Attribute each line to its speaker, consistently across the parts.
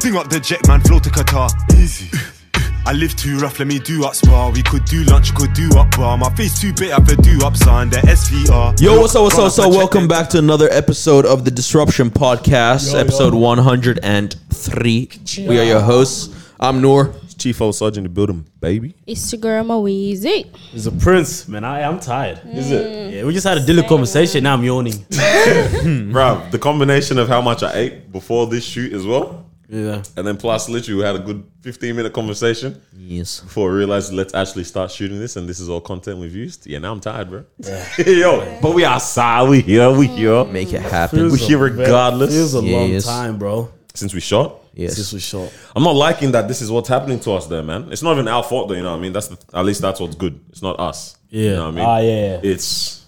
Speaker 1: Ding up the jet, man, flow to Qatar. Easy. I live too rough, let me do up spa. We could do lunch, could do up bar. My face too big, I could do up sign. The SVR.
Speaker 2: Yo, what's up, what's up, what's up? Welcome back to another episode of the Disruption Podcast, episode 103. We are your hosts. I'm Noor.
Speaker 3: Chief O Sergeant to build him, baby.
Speaker 4: Instagram or Weezy.
Speaker 5: It's a prince, man. I, I'm tired.
Speaker 3: Is it?
Speaker 5: Yeah, we just had a dilly conversation. Now I'm yawning.
Speaker 3: Bro, the combination of how much I ate before this shoot as well,
Speaker 5: Yeah.
Speaker 3: and then plus literally we had a good 15 minute conversation
Speaker 2: Yes.
Speaker 3: before I realized let's actually start shooting this and this is all content we've used. Yeah, now I'm tired, bro. Yo, but we outside, we here, we here.
Speaker 2: Make it happen.
Speaker 3: We here regardless.
Speaker 5: It was a long
Speaker 2: Yes.
Speaker 5: time, bro.
Speaker 3: Since we shot.
Speaker 5: This
Speaker 2: Yes.
Speaker 5: was short.
Speaker 3: I'm not liking that this is what's happening to us there, man. It's not even our fault though, you know what I mean? That's the, at least that's what's good. It's not us. You
Speaker 5: Yeah.
Speaker 3: know what I mean?
Speaker 5: Ah, yeah, yeah.
Speaker 3: It's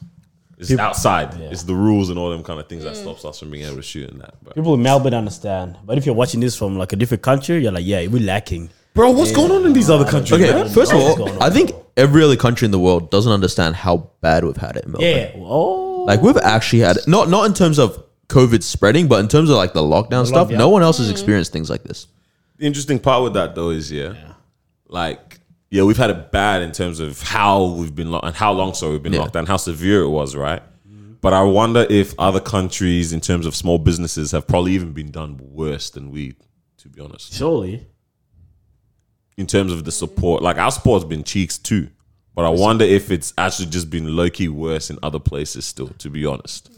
Speaker 3: it's outside. It's the rules and all them kind of things that stops us from being able to shoot and that. But
Speaker 5: People in Melbourne understand. But if you're watching this from like a different country, you're like, yeah, we're lacking.
Speaker 3: Bro, what's going on in these other countries?
Speaker 2: Okay, first of
Speaker 5: What's going
Speaker 2: all,
Speaker 5: on?
Speaker 2: I think every other country in the world doesn't understand how bad we've had it in Melbourne.
Speaker 5: Yeah. Oh.
Speaker 2: Like we've actually had not not in terms of COVID spreading, but in terms of like the lockdown stuff,
Speaker 5: lockdown.
Speaker 2: no one else has experienced things like this.
Speaker 3: The interesting part with that though is yeah, like yeah, we've had it bad in terms of how we've been locked and how long so we've been
Speaker 2: Yeah.
Speaker 3: locked down, how severe it was, right? But I wonder if other countries, in terms of small businesses, have probably even been done worse than we, to be honest.
Speaker 5: Surely.
Speaker 3: in terms of the support. Like our support's been cheeks too. But I wonder if it's actually just been low key worse in other places still, to be honest.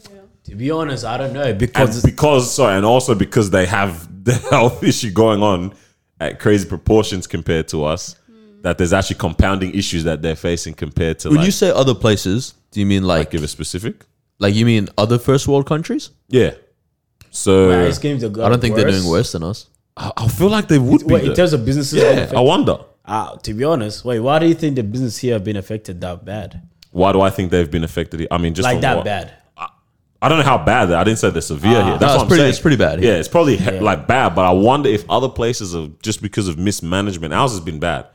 Speaker 5: To be honest, I don't know
Speaker 3: And
Speaker 5: because
Speaker 3: because sorry, and also because they have the health issue going on at crazy proportions compared to us, that there's actually compounding issues that they're facing compared to
Speaker 2: When
Speaker 3: like,
Speaker 2: you say other places, do you mean like
Speaker 3: give a specific.
Speaker 2: like you mean other first world countries?
Speaker 3: Yeah. So
Speaker 5: it's games that got
Speaker 2: I don't think they're
Speaker 5: worse.
Speaker 2: doing worse than us.
Speaker 3: I, I feel like they would be.
Speaker 5: Wait, in
Speaker 3: though.
Speaker 5: terms of businesses,
Speaker 3: yeah, I wonder.
Speaker 5: uh, to be honest, wait, why do you think the business here have been affected that bad?
Speaker 3: Why do I think they've been affected? I mean, just
Speaker 5: Like
Speaker 3: from
Speaker 5: that
Speaker 3: what-
Speaker 5: bad?
Speaker 3: I don't know how bad that. I didn't say they're severe here. That's
Speaker 2: Ah, No, it's
Speaker 3: what I'm
Speaker 2: pretty-
Speaker 3: saying.
Speaker 2: it's pretty bad
Speaker 3: Yeah,
Speaker 2: here.
Speaker 3: it's probably he- like bad, but I wonder if other places are just because of mismanagement. Ours has been bad,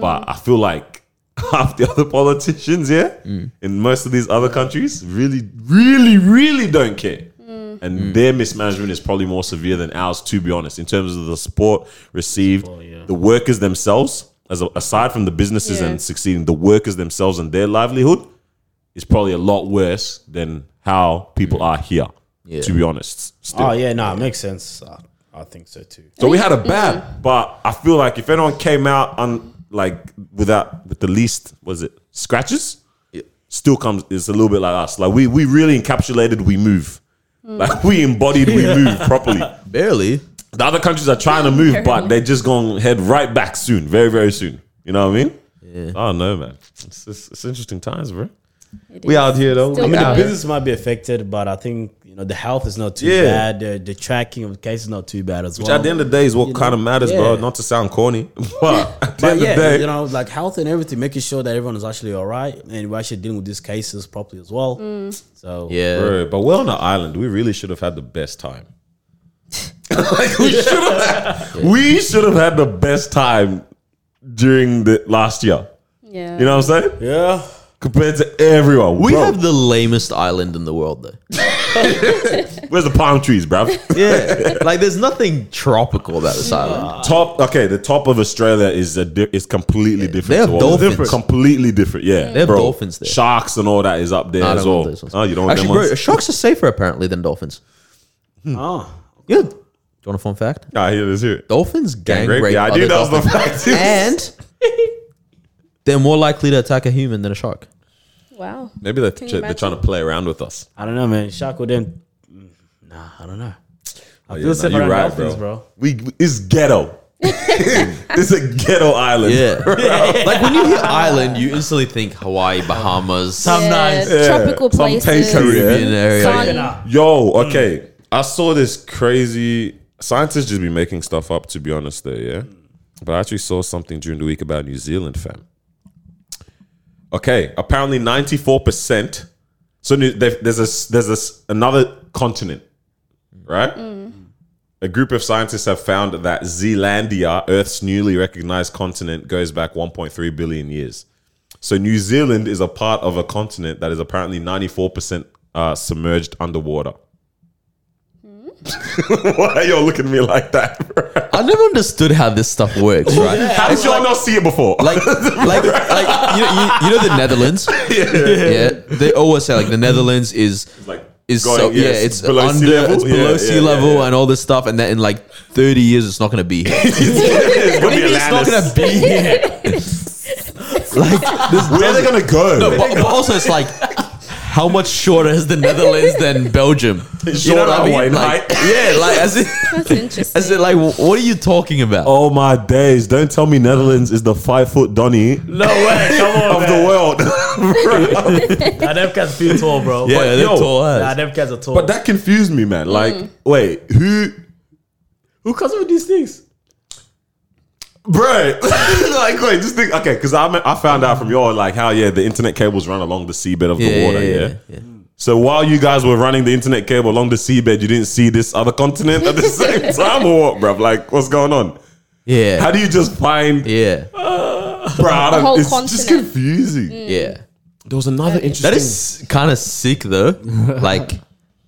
Speaker 3: but I feel like half the other politicians, yeah,
Speaker 2: Mm.
Speaker 3: in most of these other countries, really, really, really don't care. And
Speaker 2: Mm.
Speaker 3: their mismanagement is probably more severe than ours, to be honest, in terms of the support received, the workers themselves, as a, aside from the businesses
Speaker 4: Yeah.
Speaker 3: and succeeding, the workers themselves and their livelihood is probably a lot worse than how people are here. To be honest, still.
Speaker 5: Oh yeah, no, it makes sense. I, I think so too.
Speaker 3: so we had a bad, but I feel like if anyone came out on like without with the least, was it scratches? Still comes. It's a little bit like us. Like we we really encapsulated. We move. Like we embodied. We move properly.
Speaker 2: Barely.
Speaker 3: The other countries are trying to move, but they're just going to head right back soon, very very soon. You know what I mean? Yeah. I don't know, man. It's, it's, it's interesting times, bro. We out here though.
Speaker 4: Still
Speaker 5: I
Speaker 3: We
Speaker 5: mean,
Speaker 3: out
Speaker 5: the
Speaker 3: here.
Speaker 5: business might be affected, but I think you know the health is not too
Speaker 3: Yeah.
Speaker 5: bad. The, the tracking of the case is not too bad as
Speaker 3: Which
Speaker 5: well.
Speaker 3: at the end of the day is what kind of matters, bro.
Speaker 5: yeah.
Speaker 3: Not to sound corny, but at the
Speaker 5: but
Speaker 3: end
Speaker 5: yeah,
Speaker 3: of the day,
Speaker 5: you know, like health and everything, making sure that everyone is actually all right, and we're actually dealing with these cases properly as well. So
Speaker 2: Yeah.
Speaker 3: bro, but we're on an island. We really should have had the best time. like we should have, had, we should have had the best time during the last year.
Speaker 4: Yeah.
Speaker 3: You know what I'm saying?
Speaker 5: yeah,
Speaker 3: Compared to everyone,
Speaker 2: We
Speaker 3: Bro,
Speaker 2: have the lamest island in the world though.
Speaker 3: where's the palm trees, bro?
Speaker 2: Yeah. like there's nothing tropical about this island.
Speaker 3: top okay the top of australia is a di- is completely different
Speaker 2: have
Speaker 3: to what-
Speaker 2: dolphins. Different.
Speaker 3: completely different yeah
Speaker 2: They have dolphins there.
Speaker 3: sharks and all that is up there
Speaker 2: I
Speaker 3: as
Speaker 2: don't want
Speaker 3: well
Speaker 2: those ones.
Speaker 3: oh you don't want
Speaker 2: Actually,
Speaker 3: them
Speaker 2: bro,
Speaker 3: ones?
Speaker 2: sharks are safer apparently than dolphins. Hmm.
Speaker 5: oh,
Speaker 2: Yeah. Do you want a fun fact?
Speaker 3: Ah, here it is here
Speaker 2: Dolphins gang rape.
Speaker 3: yeah i
Speaker 2: other
Speaker 3: knew that was the
Speaker 2: dolphins.
Speaker 3: fact
Speaker 2: and they're more likely to attack a human than a shark.
Speaker 4: Wow.
Speaker 3: maybe they're,
Speaker 4: Can you
Speaker 3: tr- they're
Speaker 4: imagine?
Speaker 3: trying to play around with us
Speaker 5: I don't know, man. Shark with them, Mm, nah, I don't know. I
Speaker 3: Oh,
Speaker 5: feel
Speaker 3: yeah,
Speaker 5: safe
Speaker 3: no,
Speaker 5: around
Speaker 3: you're right
Speaker 5: dolphins,
Speaker 3: bro.
Speaker 5: bro.
Speaker 3: we it's ghetto it's a ghetto island
Speaker 2: Yeah. like when you hear island, you instantly think Hawaii, Bahamas,
Speaker 4: Yeah,
Speaker 5: nice.
Speaker 4: Tropical
Speaker 3: Some
Speaker 4: places.
Speaker 3: takeaway.
Speaker 2: Caribbean area.
Speaker 4: Sunny.
Speaker 3: Yo, okay. I saw this crazy scientists just be making stuff up to be honest there, yeah. But I actually saw something during the week about New Zealand, fam. Okay, apparently 94%. So New- there- there's a s- there's a, s- another continent, right? A group of scientists have found that Zealandia, Earth's newly recognized continent, goes back 1.3 billion years. So New Zealand is a part of a continent that is apparently 94% uh, submerged underwater. Why are y'all looking at me like that, bro?
Speaker 2: I never understood how this stuff works, right?
Speaker 3: How did y'all not see it before?
Speaker 2: Like, like, like you, you, you know the Netherlands. Yeah. they always say like the Netherlands is
Speaker 3: like
Speaker 2: is
Speaker 3: going-
Speaker 2: so
Speaker 3: yeah,
Speaker 2: yeah,
Speaker 3: it's
Speaker 2: it's
Speaker 3: below sea
Speaker 2: under
Speaker 3: level?
Speaker 2: it's below
Speaker 3: Yeah,
Speaker 2: sea
Speaker 3: yeah, yeah,
Speaker 2: level
Speaker 3: yeah.
Speaker 2: and all this stuff, and that in like thirty years it's not gonna be here.
Speaker 3: it's gonna be
Speaker 2: it's not
Speaker 3: Atlantis.
Speaker 2: gonna be here. like this
Speaker 3: Where are they gonna go?
Speaker 2: No, but, but also it's like, how much shorter is the Netherlands than Belgium? You
Speaker 3: Shorter Hawaiian
Speaker 2: Like,
Speaker 3: height.
Speaker 2: yeah, like as it,
Speaker 4: That's interesting.
Speaker 2: as it, like, wh- what are you talking about?
Speaker 3: Oh my days! Don't tell me Netherlands is the five foot Donny
Speaker 5: No way. Come on,
Speaker 3: of the
Speaker 5: man.
Speaker 3: world.
Speaker 5: Nah, them cats feel tall, bro.
Speaker 2: yeah, they're
Speaker 3: yo,
Speaker 2: tall
Speaker 5: Nah,
Speaker 2: ass.
Speaker 5: them cats are tall.
Speaker 3: but that confused me, man. Like,
Speaker 2: Mm.
Speaker 3: wait, who,
Speaker 5: who comes up with these things?
Speaker 3: bro? like, wait, just think. Okay, because I me- I found out from y'all like how yeah the internet cables run along the seabed of the
Speaker 2: Yeah,
Speaker 3: water. Yeah,
Speaker 2: yeah, yeah.
Speaker 3: So while you guys were running the internet cable along the seabed, you didn't see this other continent at the same time, or what, bro? Like, what's going on?
Speaker 2: Yeah,
Speaker 3: How do you just find,
Speaker 2: yeah,
Speaker 3: bro? I don't-
Speaker 4: whole
Speaker 3: it's just
Speaker 4: continent.
Speaker 3: confusing.
Speaker 2: yeah.
Speaker 3: There was another interesting.
Speaker 2: That is kind of sick though. like,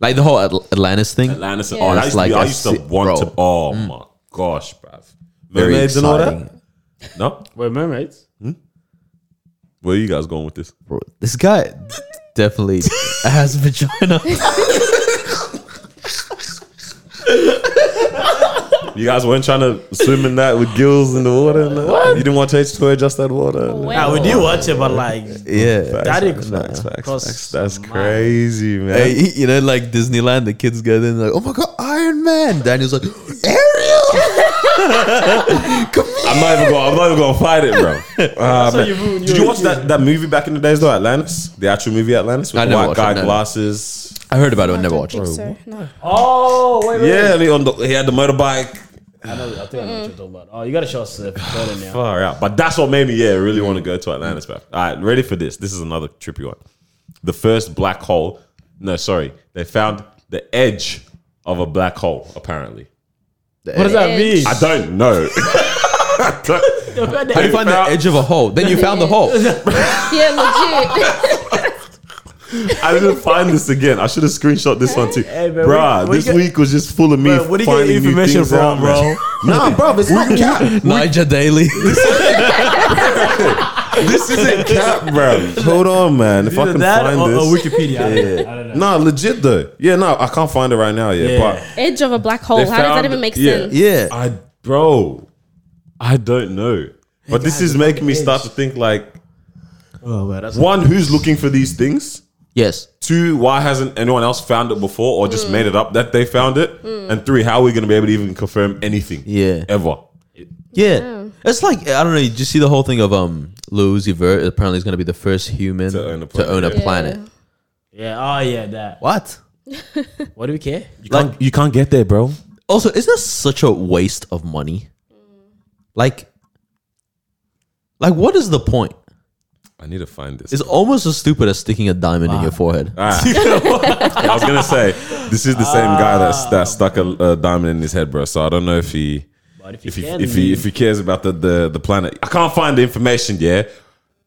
Speaker 2: like the whole Atl- Atlantis thing.
Speaker 3: Atlantis.
Speaker 4: Yeah.
Speaker 3: Oh, that
Speaker 2: It's
Speaker 3: used
Speaker 2: like
Speaker 3: to be, I
Speaker 2: a
Speaker 3: used to
Speaker 2: sit-
Speaker 3: want
Speaker 2: bro. Mm.
Speaker 3: to. Oh my gosh, bruv.
Speaker 2: Very
Speaker 3: Mermaids and all that.
Speaker 2: exciting.
Speaker 3: No,
Speaker 5: Wait, mermaids?
Speaker 3: where are you guys going with this?
Speaker 2: Bro, this guy d- definitely has vagina.
Speaker 3: You guys weren't trying to swim in that with gills in the water. And what? You didn't want to H2 adjust that water. and-
Speaker 5: Nah, we do watch it, but like,
Speaker 2: yeah.
Speaker 5: that
Speaker 3: Facts,
Speaker 5: is
Speaker 3: facts, facts,
Speaker 5: cross
Speaker 3: facts. That's crazy, man.
Speaker 2: Hey, you know, like Disneyland, the kids go there and they're like, oh my god, Iron Man. Daniel's like, Ariel.
Speaker 3: I'm not even going. I'm not even going to fight it, bro. Ah, man.
Speaker 5: you ruined
Speaker 3: Did you
Speaker 5: your-
Speaker 3: watch that, that movie back in the days though, Atlantis? The actual movie Atlantis with
Speaker 2: I
Speaker 3: the
Speaker 2: never
Speaker 3: white
Speaker 2: watched
Speaker 3: guy
Speaker 2: it, no.
Speaker 3: glasses.
Speaker 2: I heard about it, I never
Speaker 4: don't
Speaker 2: watched
Speaker 4: think
Speaker 2: it.
Speaker 4: so, no.
Speaker 5: Oh, wait, wait.
Speaker 3: Yeah, and he on the, he had the motorbike.
Speaker 5: I, know, I think I know what you're talking about. Oh, you got to show us the photo now.
Speaker 3: Far out. But that's what made me, yeah, really want to go to Atlantis, bruv. All right, ready for this. This is another trippy one. The first black hole. No, sorry. They found the edge of a black hole, apparently.
Speaker 5: What does that mean?
Speaker 3: I don't know. I don't-
Speaker 2: How do you find the
Speaker 3: found-
Speaker 2: edge of a hole? Then you found the hole.
Speaker 4: Yeah, legit.
Speaker 3: I didn't find this again. I should have screenshot this one too.
Speaker 5: Hey, man,
Speaker 3: Bruh,
Speaker 5: where- where
Speaker 3: this
Speaker 5: you get-
Speaker 3: week was just full of me.
Speaker 5: Bro, where do you get
Speaker 3: finding new
Speaker 5: information
Speaker 3: things out,
Speaker 5: from,
Speaker 3: man. Nah, bro, it's not cap.
Speaker 2: Niger Daily.
Speaker 3: This isn't cap, bro. Hold on, man. If I
Speaker 5: Either
Speaker 3: can
Speaker 5: that
Speaker 3: find
Speaker 5: or, or
Speaker 3: this.
Speaker 5: Wikipedia. I don't- I don't know.
Speaker 3: Nah, legit though. Yeah, no, I can't find it right now. Yeah,
Speaker 5: Yeah.
Speaker 3: but
Speaker 4: Edge of a black hole.
Speaker 3: They
Speaker 4: How does
Speaker 3: found-
Speaker 4: that even make
Speaker 3: yeah.
Speaker 4: sense?
Speaker 2: Yeah.
Speaker 3: I bro, I don't know. But this is making me start to think like
Speaker 5: Oh, man, that's
Speaker 3: one, who's looking for these things?
Speaker 2: Yes.
Speaker 3: Two, why hasn't anyone else found it before or just made it up that they found it? And three, how are we gonna be able to even confirm anything?
Speaker 2: Yeah.
Speaker 3: Ever.
Speaker 2: Yeah. It's like I don't know, you just see the whole thing of um Louis Vert apparently is gonna be the first human to own a planet.
Speaker 3: yeah.
Speaker 5: Yeah. Oh, yeah. That.
Speaker 2: What?
Speaker 5: What do we care?
Speaker 3: You can't, you can't get there, bro.
Speaker 2: Also, isn't that such a waste of money? Like like what is the point?
Speaker 3: I need to find this.
Speaker 2: It's almost as stupid as sticking a diamond in your forehead.
Speaker 3: Ah. I was gonna say this is the same guy that's that stuck a, a diamond in his head, bro. So I don't know if he
Speaker 5: But if you
Speaker 3: if he
Speaker 5: can,
Speaker 3: if he if he cares about the the the planet. I can't find the information. Yeah.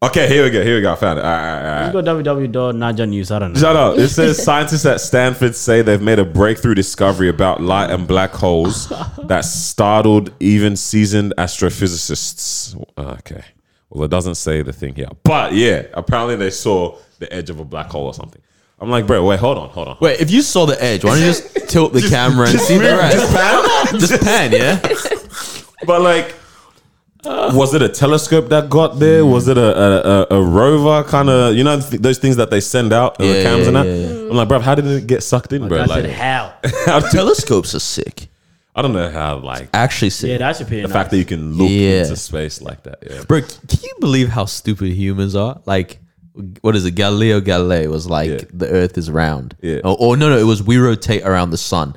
Speaker 3: Okay, here we go. Here we go. I found it. All right, all right, all right.
Speaker 5: you go www.najanews. I don't know.
Speaker 3: Shut up. It says scientists at Stanford say they've made a breakthrough discovery about light and black holes that startled even seasoned astrophysicists. Okay. Well, it doesn't say the thing here. But yeah, apparently they saw the edge of a black hole or something. I'm like, bro, wait, hold on, hold on.
Speaker 2: Wait, if you saw the edge, why don't you just tilt the camera and see the rest? Just pan, yeah.
Speaker 3: But like, was it a telescope that got there?
Speaker 2: Hmm.
Speaker 3: Was it a a, a, a rover kind of you know th- those things that they send out and the
Speaker 2: Yeah,
Speaker 3: cams
Speaker 2: yeah,
Speaker 3: and that?
Speaker 2: yeah, Oh,
Speaker 3: I'm like, bro, how did it get sucked in, bro?
Speaker 5: I said
Speaker 3: Like,
Speaker 5: how.
Speaker 3: how did-
Speaker 2: Telescopes are sick.
Speaker 3: I don't know how. Like
Speaker 2: Actually, sick.
Speaker 5: Yeah, that should be
Speaker 3: the fact that you can look
Speaker 2: Yeah.
Speaker 3: into space like that. Yeah.
Speaker 2: Bro, c- can you believe how stupid humans are? Like, what is it? Galileo Galilei was like,
Speaker 3: Yeah.
Speaker 2: the Earth is round.
Speaker 3: Yeah.
Speaker 2: Or, or no, no, it was we rotate around the sun.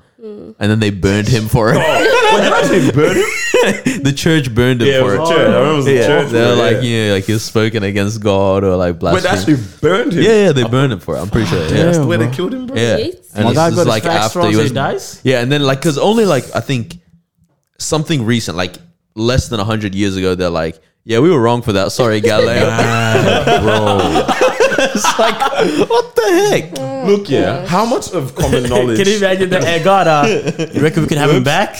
Speaker 2: And then they burned him for it. the church burned him
Speaker 3: Yeah, it
Speaker 2: for
Speaker 3: was
Speaker 2: it.
Speaker 3: a church. I remember it was a
Speaker 2: yeah.
Speaker 3: church.
Speaker 2: They're
Speaker 3: bro,
Speaker 2: like,
Speaker 3: yeah.
Speaker 2: yeah, like he was spoken against God or like
Speaker 3: But they
Speaker 2: blasphemed.
Speaker 3: actually burned him.
Speaker 2: yeah, yeah, they burned him for it. I'm pretty sure. yeah.
Speaker 3: That's the way they killed him, bro.
Speaker 2: Yeah,
Speaker 4: Yeats?
Speaker 2: and
Speaker 5: My
Speaker 2: this
Speaker 5: guy
Speaker 2: is
Speaker 5: got his
Speaker 2: like
Speaker 5: facts
Speaker 2: after
Speaker 5: wrong,
Speaker 2: he
Speaker 5: so he
Speaker 2: was
Speaker 5: dies?
Speaker 2: yeah, and then like because only like I think something recent, like less than hundred years ago, they're like, yeah, we were wrong for that. Sorry, Galileo.
Speaker 3: bro.
Speaker 2: it's like, what the heck?
Speaker 3: Look, yeah. How much of common knowledge?
Speaker 5: Can you imagine the air guard? Uh, you reckon we can have him back?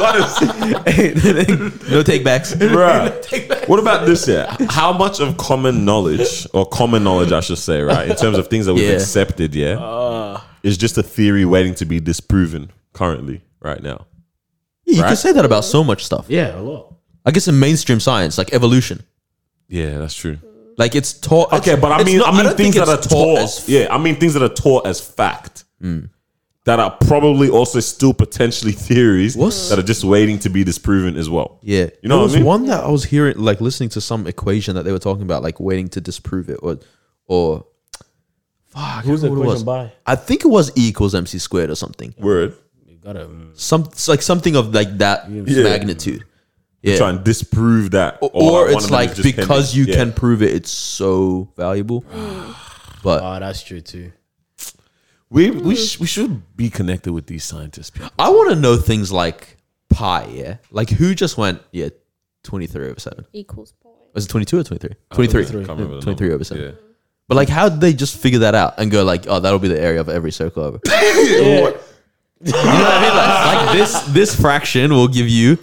Speaker 3: honest.
Speaker 2: no take backs.
Speaker 3: Bruh. What about this? Yeah. How much of common knowledge, or common knowledge, I should say, right, in terms of things that we've
Speaker 2: Yeah. Uh.
Speaker 3: accepted, yeah, is just a theory waiting to be disproven currently, right now.
Speaker 2: You can
Speaker 3: Right.
Speaker 2: say that about so much stuff.
Speaker 5: yeah, a lot.
Speaker 2: I guess in mainstream science, like evolution,
Speaker 3: Yeah, that's true.
Speaker 2: like it's taught.
Speaker 3: Okay,
Speaker 2: it's-
Speaker 3: but I
Speaker 2: it's
Speaker 3: mean,
Speaker 2: not-
Speaker 3: I mean
Speaker 2: don't
Speaker 3: things
Speaker 2: think
Speaker 3: that are
Speaker 2: it's
Speaker 3: taught.
Speaker 2: as Hmm.
Speaker 3: as, yeah, I mean things that are taught as fact that are probably also still potentially theories
Speaker 2: What?
Speaker 3: that are just waiting to be disproven as well.
Speaker 2: Yeah,
Speaker 3: you
Speaker 2: there
Speaker 3: know what
Speaker 2: was
Speaker 3: I mean.
Speaker 2: one that I was hearing, like listening to some equation that they were talking about, like waiting to disprove it, or, or, fuck, who's
Speaker 5: the
Speaker 2: what it was.
Speaker 5: equation by?
Speaker 2: I think it was E equals MC squared or something.
Speaker 3: Word.
Speaker 5: You gotta mm,
Speaker 2: Some it's like something of like that magnitude. Yeah,
Speaker 3: Try and disprove that,
Speaker 2: or,
Speaker 3: one of
Speaker 2: it's
Speaker 3: them is
Speaker 2: like
Speaker 3: just
Speaker 2: because
Speaker 3: pending.
Speaker 2: you
Speaker 3: Yeah.
Speaker 2: can prove it, it's so valuable. but
Speaker 5: Oh, that's true too.
Speaker 3: We we sh- we should be connected with these scientists. People.
Speaker 2: I want to know things like pi. Yeah, like who just went yeah, twenty three over seven.
Speaker 4: Equals point.
Speaker 2: Was it twenty two or twenty three? Twenty three.
Speaker 3: Can't remember the
Speaker 2: Twenty three
Speaker 3: number.
Speaker 2: over seven.
Speaker 3: Yeah.
Speaker 2: But like, how did they just figure that out and go like, oh, that'll be the area of every circle over? you know what I mean? Like, like this this fraction will give you,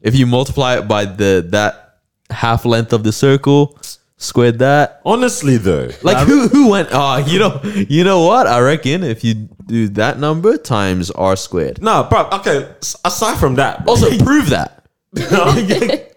Speaker 2: if you multiply it by the that half length of the circle, squared that.
Speaker 3: Honestly, though,
Speaker 2: Like who who went? Oh, you know you know what? I reckon if you do that number times r squared.
Speaker 3: nah, bro. Okay, s- aside from that, bro.
Speaker 2: Also, prove that.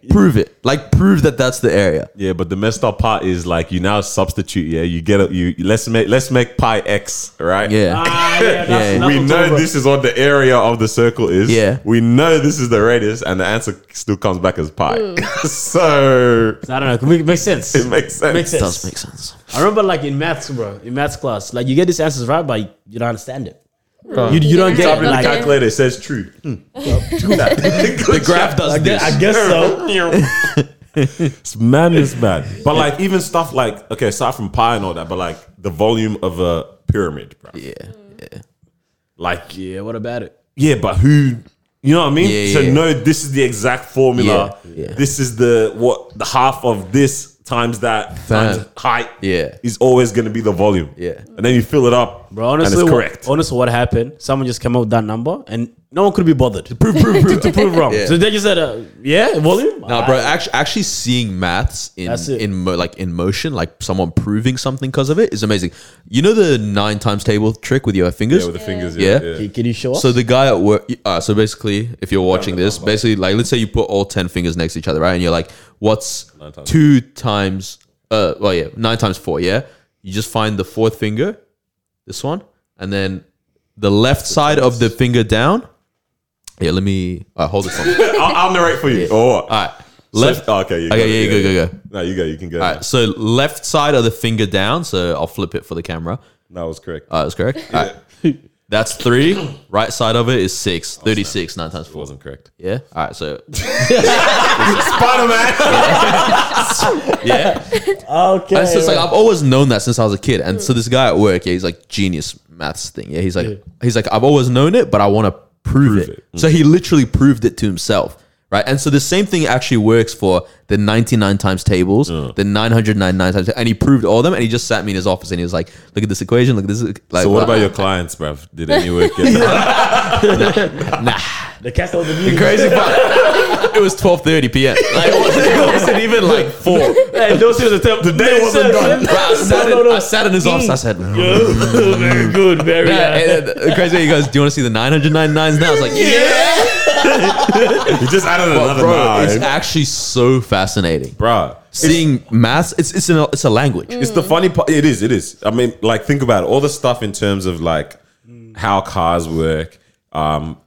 Speaker 2: prove it. Like, prove that that's the area.
Speaker 3: yeah. But the messed up part is like you now substitute. Yeah, you get it. You let's make let's make pi x right.
Speaker 2: Yeah.
Speaker 5: Ah.
Speaker 2: that's- Yeah. that's
Speaker 3: we know this is what the area of the circle is.
Speaker 2: Yeah.
Speaker 3: We know this is the radius, and the answer still comes back as pi. so
Speaker 5: I don't know. Can we, makes sense.
Speaker 3: it makes sense.
Speaker 5: Makes sense.
Speaker 2: Does make sense.
Speaker 5: I remember like in maths, bro, in maths class, like you get these answers right, but you don't understand it. You, you don't get
Speaker 4: Type in
Speaker 5: it.
Speaker 3: The
Speaker 5: Like,
Speaker 4: calculator.
Speaker 3: calculator says true.
Speaker 2: The graph does this.
Speaker 5: Hmm. I guess so.
Speaker 3: It's madness, man. But like even stuff like okay, aside from pi and all that, but like the volume of a pyramid, bro.
Speaker 2: Yeah. yeah.
Speaker 3: Like
Speaker 5: Yeah, what about it?
Speaker 3: yeah, but who? You know what I mean?
Speaker 2: Yeah,
Speaker 3: so
Speaker 2: yeah.
Speaker 3: no, this is the exact formula.
Speaker 2: Yeah, yeah.
Speaker 3: This is the what the half of this times that times
Speaker 2: Fam.
Speaker 3: height.
Speaker 2: Yeah.
Speaker 3: is always going to be the volume.
Speaker 2: Yeah.
Speaker 3: and then you fill it up,
Speaker 5: Bro, honestly,
Speaker 3: and it's
Speaker 5: what-
Speaker 3: correct.
Speaker 5: honestly, what happened? Someone just came up with that number, and no one could be bothered to prove, prove, prove, to prove wrong.
Speaker 2: Yeah.
Speaker 5: So they just said, uh, "Yeah, volume."
Speaker 2: No, bro. Actually, actually seeing maths in
Speaker 5: That's it.
Speaker 2: in mo- like in motion, like someone proving something because of it, is amazing. You know the nine times table trick with your fingers.
Speaker 3: yeah, with the fingers.
Speaker 2: Yeah.
Speaker 3: Yeah,
Speaker 5: Can, can you show us?
Speaker 2: So the guy at work. Uh, so basically, if you're watching this, basically, like let's say you put all ten fingers next to each other, right? And you're like, what's
Speaker 3: times.
Speaker 2: two times? Uh, well, yeah, nine times four. Yeah, you just find the fourth finger, this one, and then the left side of the finger down. Yeah, let me uh, hold this one.
Speaker 3: I'll, I'll narrate for you. Oh, all
Speaker 2: All
Speaker 3: right.
Speaker 2: right, left.
Speaker 3: oh, okay, you
Speaker 2: Okay,
Speaker 3: it,
Speaker 2: yeah, you go,
Speaker 3: it.
Speaker 2: go, go.
Speaker 3: No, you go. You can go.
Speaker 2: All right, so left side of the finger down. So I'll flip it for the camera.
Speaker 3: That was correct.
Speaker 2: Uh, that's correct. All right. That's three. Right side of it is six. 36, nine times
Speaker 3: it
Speaker 2: four.
Speaker 3: wasn't correct.
Speaker 2: Yeah. All right. So
Speaker 3: Spider Man.
Speaker 2: yeah.
Speaker 5: okay,
Speaker 2: And so it's like I've always known that since I was a kid. And so this guy at work, yeah, he's like genius maths thing. Yeah, he's like he's like I've always known it, but I want to prove, it. So he literally proved it to himself, right? And so the same thing actually works for the 99 times tables, the 999 times, and he proved all them. And he just sat me in his office and he was like, "Look at this equation. Look at this." Like,
Speaker 3: So what
Speaker 2: wow.
Speaker 3: about your clients, bruv? Did any work get that?
Speaker 5: the cast of the music.
Speaker 2: crazy part? it was 12:30 p.m. Like, it wasn't, it wasn't even like four.
Speaker 5: hey, those are the temp-
Speaker 3: The day wasn't done.
Speaker 2: Bro, I, sat
Speaker 5: no,
Speaker 2: in,
Speaker 5: no. Mm.
Speaker 2: I sat in his office. I said. eh,
Speaker 5: very good, very.
Speaker 2: Yeah,
Speaker 5: uh,
Speaker 2: and, and the crazy way he goes, Do you want to see the 999s now? It's like, Yeah,
Speaker 3: You just added another
Speaker 2: bro, it's
Speaker 3: nine,
Speaker 2: actually so fascinating.
Speaker 3: bro.
Speaker 2: Seeing maths, it's it's an, it's a language.
Speaker 5: Mm.
Speaker 3: It's the funny part. It is. It is. I mean, like, think about it. all the stuff in terms of like how cars work, um,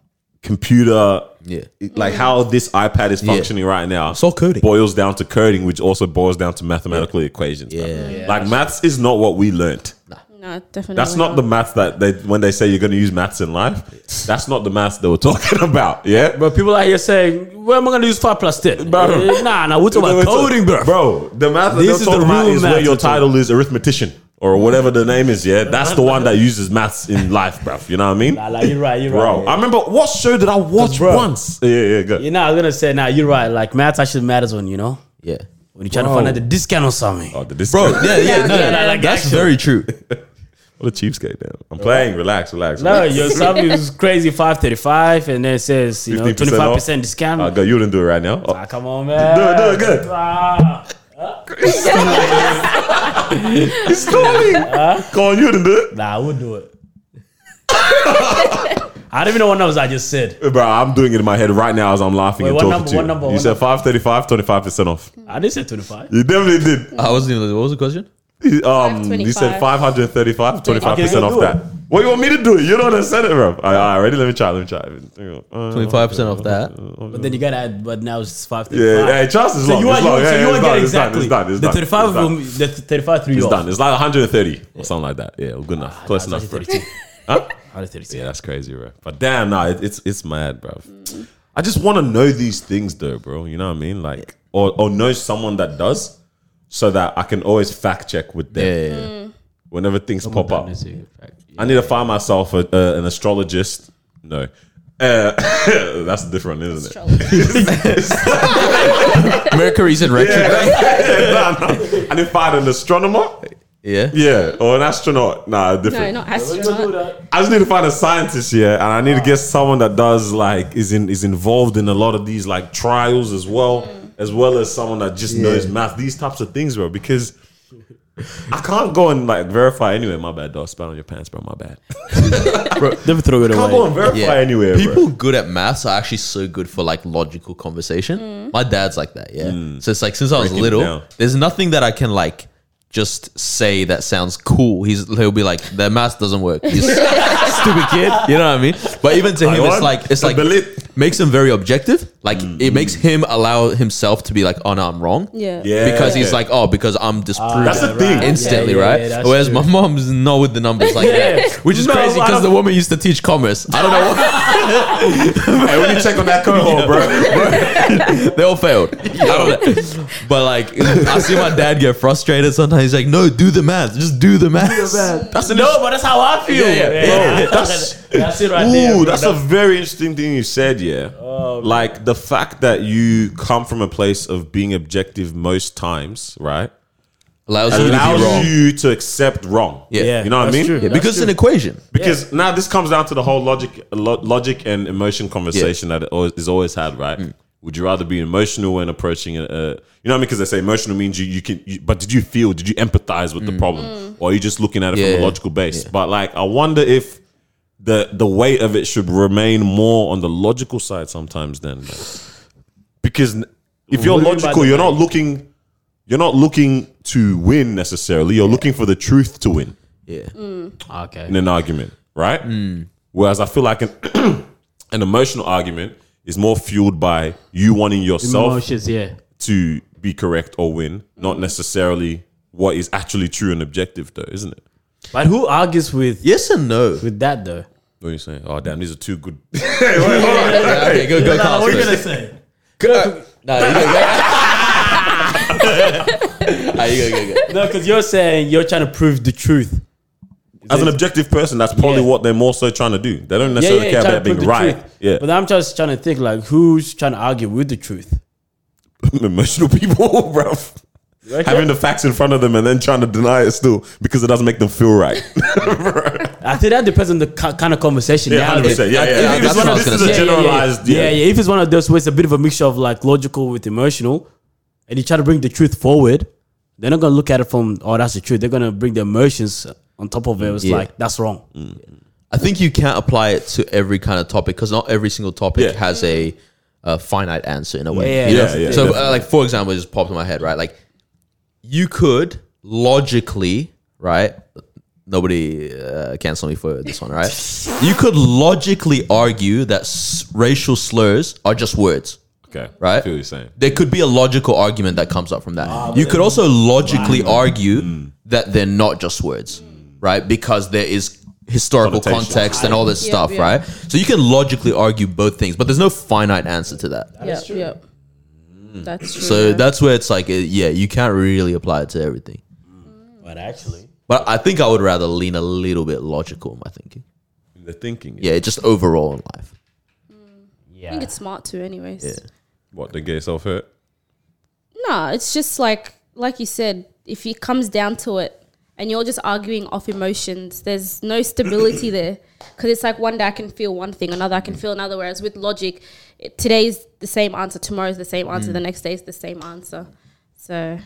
Speaker 3: computer,
Speaker 2: Yeah.
Speaker 3: it- like how this iPad is
Speaker 2: Yeah.
Speaker 3: functioning right now. It's
Speaker 2: all coding.
Speaker 3: Boils down to coding, which also boils down to mathematical equations. bro.
Speaker 2: Yeah.
Speaker 3: like maths is not what we learnt.
Speaker 4: No, definitely.
Speaker 3: That's not the maths that they when they say you're going to use maths in life. That's not the maths they were talking about. Yeah,
Speaker 5: But people out here saying, "Where am I going to use five plus ten? Eh,
Speaker 3: Bro.
Speaker 5: Nah, nah, we're talking about coding, bro.
Speaker 3: Bro, the math that
Speaker 5: This
Speaker 3: they're
Speaker 5: is the
Speaker 3: talking about
Speaker 5: real
Speaker 3: is
Speaker 5: math
Speaker 3: where your
Speaker 5: we're talking
Speaker 3: title is arithmetician or whatever the name is. Yeah, that's the one that uses maths in life, bro. You know what I mean?
Speaker 5: Nah, nah, you're right, you're
Speaker 3: Bro,
Speaker 5: right.
Speaker 3: I remember what show did I watch
Speaker 5: Bro.
Speaker 3: once? Yeah, yeah, yeah, go.
Speaker 5: You know, I'm gonna say, nah, you're right. Like maths actually matters when you know
Speaker 2: Yeah.
Speaker 5: when you try to find out the discount or something.
Speaker 3: Oh, the this
Speaker 2: Bro, yeah, yeah, no,
Speaker 5: Yeah, like
Speaker 2: that's
Speaker 5: actual-
Speaker 2: very true.
Speaker 3: What a cheapskate, man. I'm playing. Relax, relax.
Speaker 5: No,
Speaker 3: relax.
Speaker 5: your salary is crazy five thirty five, and then it says you know twenty
Speaker 3: 15%
Speaker 5: five
Speaker 3: off.
Speaker 5: percent discount.
Speaker 3: Uh, go, you didn't do it right now. Oh,
Speaker 5: Ah, come on, man.
Speaker 3: Do it, do it, good.
Speaker 5: Ah.
Speaker 3: he's calling. Call you didn't do
Speaker 5: Nah, I would do it. I don't even know what numbers I just said.
Speaker 3: it. Bro, I'm doing it in my head right now as I'm laughing
Speaker 5: Wait,
Speaker 3: and
Speaker 5: what
Speaker 3: talking
Speaker 5: number,
Speaker 3: to you.
Speaker 5: what number,
Speaker 3: you
Speaker 5: what
Speaker 3: said 535, 25% off.
Speaker 5: I didn't say 25.
Speaker 3: You definitely did.
Speaker 2: I wasn't even. What was the question?
Speaker 3: You- Um, you said
Speaker 4: 525.
Speaker 3: 535, 25%
Speaker 5: Okay,
Speaker 3: off
Speaker 5: do it.
Speaker 3: that. What you want me to do? You don't understand it, bro. All right, all right, ready? Let me try. Let me try. Uh,
Speaker 2: 25% off that.
Speaker 5: But then you gotta add, but now it's five thirty
Speaker 3: Yeah,
Speaker 5: five.
Speaker 3: hey, Charles is
Speaker 5: so
Speaker 3: long.
Speaker 5: you are
Speaker 3: it's long.
Speaker 5: you,
Speaker 3: Yeah,
Speaker 5: so you
Speaker 3: yeah, it's
Speaker 5: won't get
Speaker 3: done,
Speaker 5: exactly
Speaker 3: It's done. It's
Speaker 5: the
Speaker 3: done.
Speaker 5: thirty
Speaker 3: It's
Speaker 5: five
Speaker 3: done.
Speaker 5: will the thirty five threw you
Speaker 3: It's
Speaker 5: off.
Speaker 3: done. It's like 130 or something like that. Yeah, good enough. Close
Speaker 5: It's
Speaker 3: enough, bro.
Speaker 5: Ah, actually 32.
Speaker 3: Huh?
Speaker 5: Hundred thirty two.
Speaker 3: Yeah, that's crazy, bro. But damn, nah, it, it's it's mad, bro. I just want to know these things, though, bro. You know what I mean? Like, or or know someone that does, so that I can always fact check with them whenever things pop up. I need to find myself a, uh, an astrologist. No, uh, that's different, isn't it?
Speaker 2: Mercury's in retro. Yeah.
Speaker 3: nah, nah. I need to find an astronomer. Yeah, or an astronaut. Nah,
Speaker 4: No,
Speaker 3: different.
Speaker 4: not astronaut.
Speaker 3: I just need to find a scientist here, and I need
Speaker 4: Oh.
Speaker 3: to get someone that does like is in is involved in a lot of these like trials as well,
Speaker 4: Mm.
Speaker 3: as well as someone that just knows math. These types of things, bro, because. I can't go and like verify anywhere. My bad, dog. Spat on your pants, bro. My bad.
Speaker 5: Never throw it
Speaker 3: Can't go
Speaker 5: away.
Speaker 3: and verify
Speaker 2: Yeah.
Speaker 3: anywhere, bro.
Speaker 2: People good at maths are actually so good for like logical conversation.
Speaker 5: Mm.
Speaker 2: My dad's like that, yeah. So it's like since I was
Speaker 3: Mm. Break it
Speaker 2: little,
Speaker 3: down.
Speaker 2: there's nothing that I can like just say that sounds cool. He's he'll be like, the maths doesn't work. You s- stupid kid. You know what I mean? But even to him, it's
Speaker 3: want
Speaker 2: like it's
Speaker 3: to
Speaker 2: like
Speaker 3: believe- Mm.
Speaker 2: makes him very objective. Like it makes him allow himself to be like, oh no, I'm wrong.
Speaker 4: Yeah.
Speaker 3: Yeah.
Speaker 2: Because he's like, oh, because I'm disproving.
Speaker 3: That's the
Speaker 5: Ah.
Speaker 3: thing.
Speaker 2: instantly, right?
Speaker 5: that's
Speaker 2: Whereas
Speaker 5: true.
Speaker 2: my mom's not with the numbers like that, which is
Speaker 5: No,
Speaker 2: crazy
Speaker 5: I
Speaker 2: because
Speaker 5: don't-
Speaker 2: the woman used to teach commerce. I don't know what
Speaker 3: hey, when you check on that cohort, bro.
Speaker 2: they all failed. I don't know. But like, I see my dad get frustrated sometimes. He's like, "No, do the math. Just do the math." That's enough.
Speaker 5: No, but that's how I feel.
Speaker 2: Yeah, yeah,
Speaker 5: man.
Speaker 3: yeah. That's-
Speaker 5: that's it right
Speaker 3: Ooh,
Speaker 5: there. bro. Oh,
Speaker 3: that's a very interesting thing you said. Yeah, like the fact that you come from a place of being objective most times, right?
Speaker 2: Allows you to be wrong.
Speaker 3: allows you to accept wrong.
Speaker 2: Yeah. Yeah,
Speaker 3: you know what I
Speaker 5: that's
Speaker 3: mean.
Speaker 5: true.
Speaker 2: Yeah, because it's an equation.
Speaker 3: Because now this comes down to the whole logic, lo- logic and emotion conversation that that always, is always had, right?
Speaker 2: Mm.
Speaker 3: Would you rather be emotional when approaching a, a you know what I mean? Because they say emotional means you you can, you, but did you feel? Did you empathize with the problem, or are you just looking at it from
Speaker 2: Mm. Yeah.
Speaker 3: a logical base? But like, I wonder if the the weight of it should remain more on the logical side sometimes. Then, man. because n- if you're
Speaker 5: What do you mean by
Speaker 3: logical,
Speaker 5: the
Speaker 3: you're not looking, you're not looking to win necessarily. You're looking for the truth to win
Speaker 2: Yeah,
Speaker 5: Okay.
Speaker 3: in an argument, right? Whereas I feel like an an emotional argument is more fueled by you wanting yourself
Speaker 5: Emotions, yeah.
Speaker 3: to be correct or win, not necessarily what is actually true and objective, though, isn't it?
Speaker 5: But who argues with
Speaker 2: yes and no.
Speaker 5: with that though?
Speaker 3: What are you saying? Oh, damn, these are two good.
Speaker 2: Okay, go go. Carl, first.
Speaker 5: say?
Speaker 2: Uh, nah, you go, go. Nah, you go, go,
Speaker 3: Uh,
Speaker 2: go.
Speaker 5: No, because you're saying you're trying to prove the truth.
Speaker 3: As an objective person, that's probably
Speaker 5: Yeah.
Speaker 3: what they're more so trying to do. They don't necessarily
Speaker 5: trying
Speaker 3: care
Speaker 5: to
Speaker 3: about being
Speaker 5: prove the
Speaker 3: right.
Speaker 5: truth.
Speaker 3: Yeah,
Speaker 5: But I'm just trying to think like who's trying to argue with the truth.
Speaker 3: emotional people, bro. Having the facts in front of them and then trying to deny it still because it doesn't make them feel right.
Speaker 5: I think that depends on the ki- kind of conversation.
Speaker 3: Yeah,
Speaker 5: you're having.
Speaker 3: hundred percent. Yeah,
Speaker 2: I-
Speaker 3: yeah.
Speaker 2: yeah,
Speaker 3: If
Speaker 2: that's
Speaker 3: it's
Speaker 2: what I
Speaker 3: one-
Speaker 2: was
Speaker 3: This is
Speaker 2: gonna
Speaker 3: a
Speaker 2: say.
Speaker 3: generalized.
Speaker 5: Yeah, yeah, If it's one of those where it's a bit of a mixture of like logical with emotional, and you try to bring the truth forward, they're not gonna look at it from oh that's the truth. They're gonna bring the emotions on top of it. It's
Speaker 2: Yeah.
Speaker 5: like that's wrong.
Speaker 3: Mm.
Speaker 2: I think you can't apply it to every kind of topic because not every single topic
Speaker 3: Yeah.
Speaker 2: has a, a finite answer in a way.
Speaker 5: Yeah,
Speaker 2: you
Speaker 5: yeah,
Speaker 2: know?
Speaker 3: yeah, yeah,
Speaker 2: so, uh,
Speaker 3: definitely.
Speaker 2: like for example, it just popped in my head, right? Like, you could logically, right? Nobody uh, cancel me for this one, right? you could logically argue that s- racial slurs are just words.
Speaker 3: Okay.
Speaker 2: Right?
Speaker 3: I feel what you're saying.
Speaker 2: There could be a logical argument that comes up from that. you could also logically argue that they're not just words, right? Because there is historical
Speaker 3: Connotation.
Speaker 2: context and all this
Speaker 4: Yeah,
Speaker 2: stuff,
Speaker 4: yeah.
Speaker 2: right? So you can logically argue both things, but there's no finite answer to that.
Speaker 4: Yep, yep. That's true.
Speaker 2: So
Speaker 4: yeah.
Speaker 2: that's where it's like, uh, yeah, you can't really apply it to everything.
Speaker 5: But actually,
Speaker 2: But I think I would rather lean a little bit logical in my thinking.
Speaker 3: The thinking.
Speaker 2: Yeah, just overall in life.
Speaker 4: I think it's smart too, anyways.
Speaker 3: What? Don't get yourself hurt.
Speaker 4: Nah, it's just like like you said, if it comes down to it and you're just arguing off emotions, there's no stability there. Because it's like one day I can feel one thing, another I can feel another. Whereas with logic, it, today's the same answer, tomorrow's the same answer, the next day's the same answer. So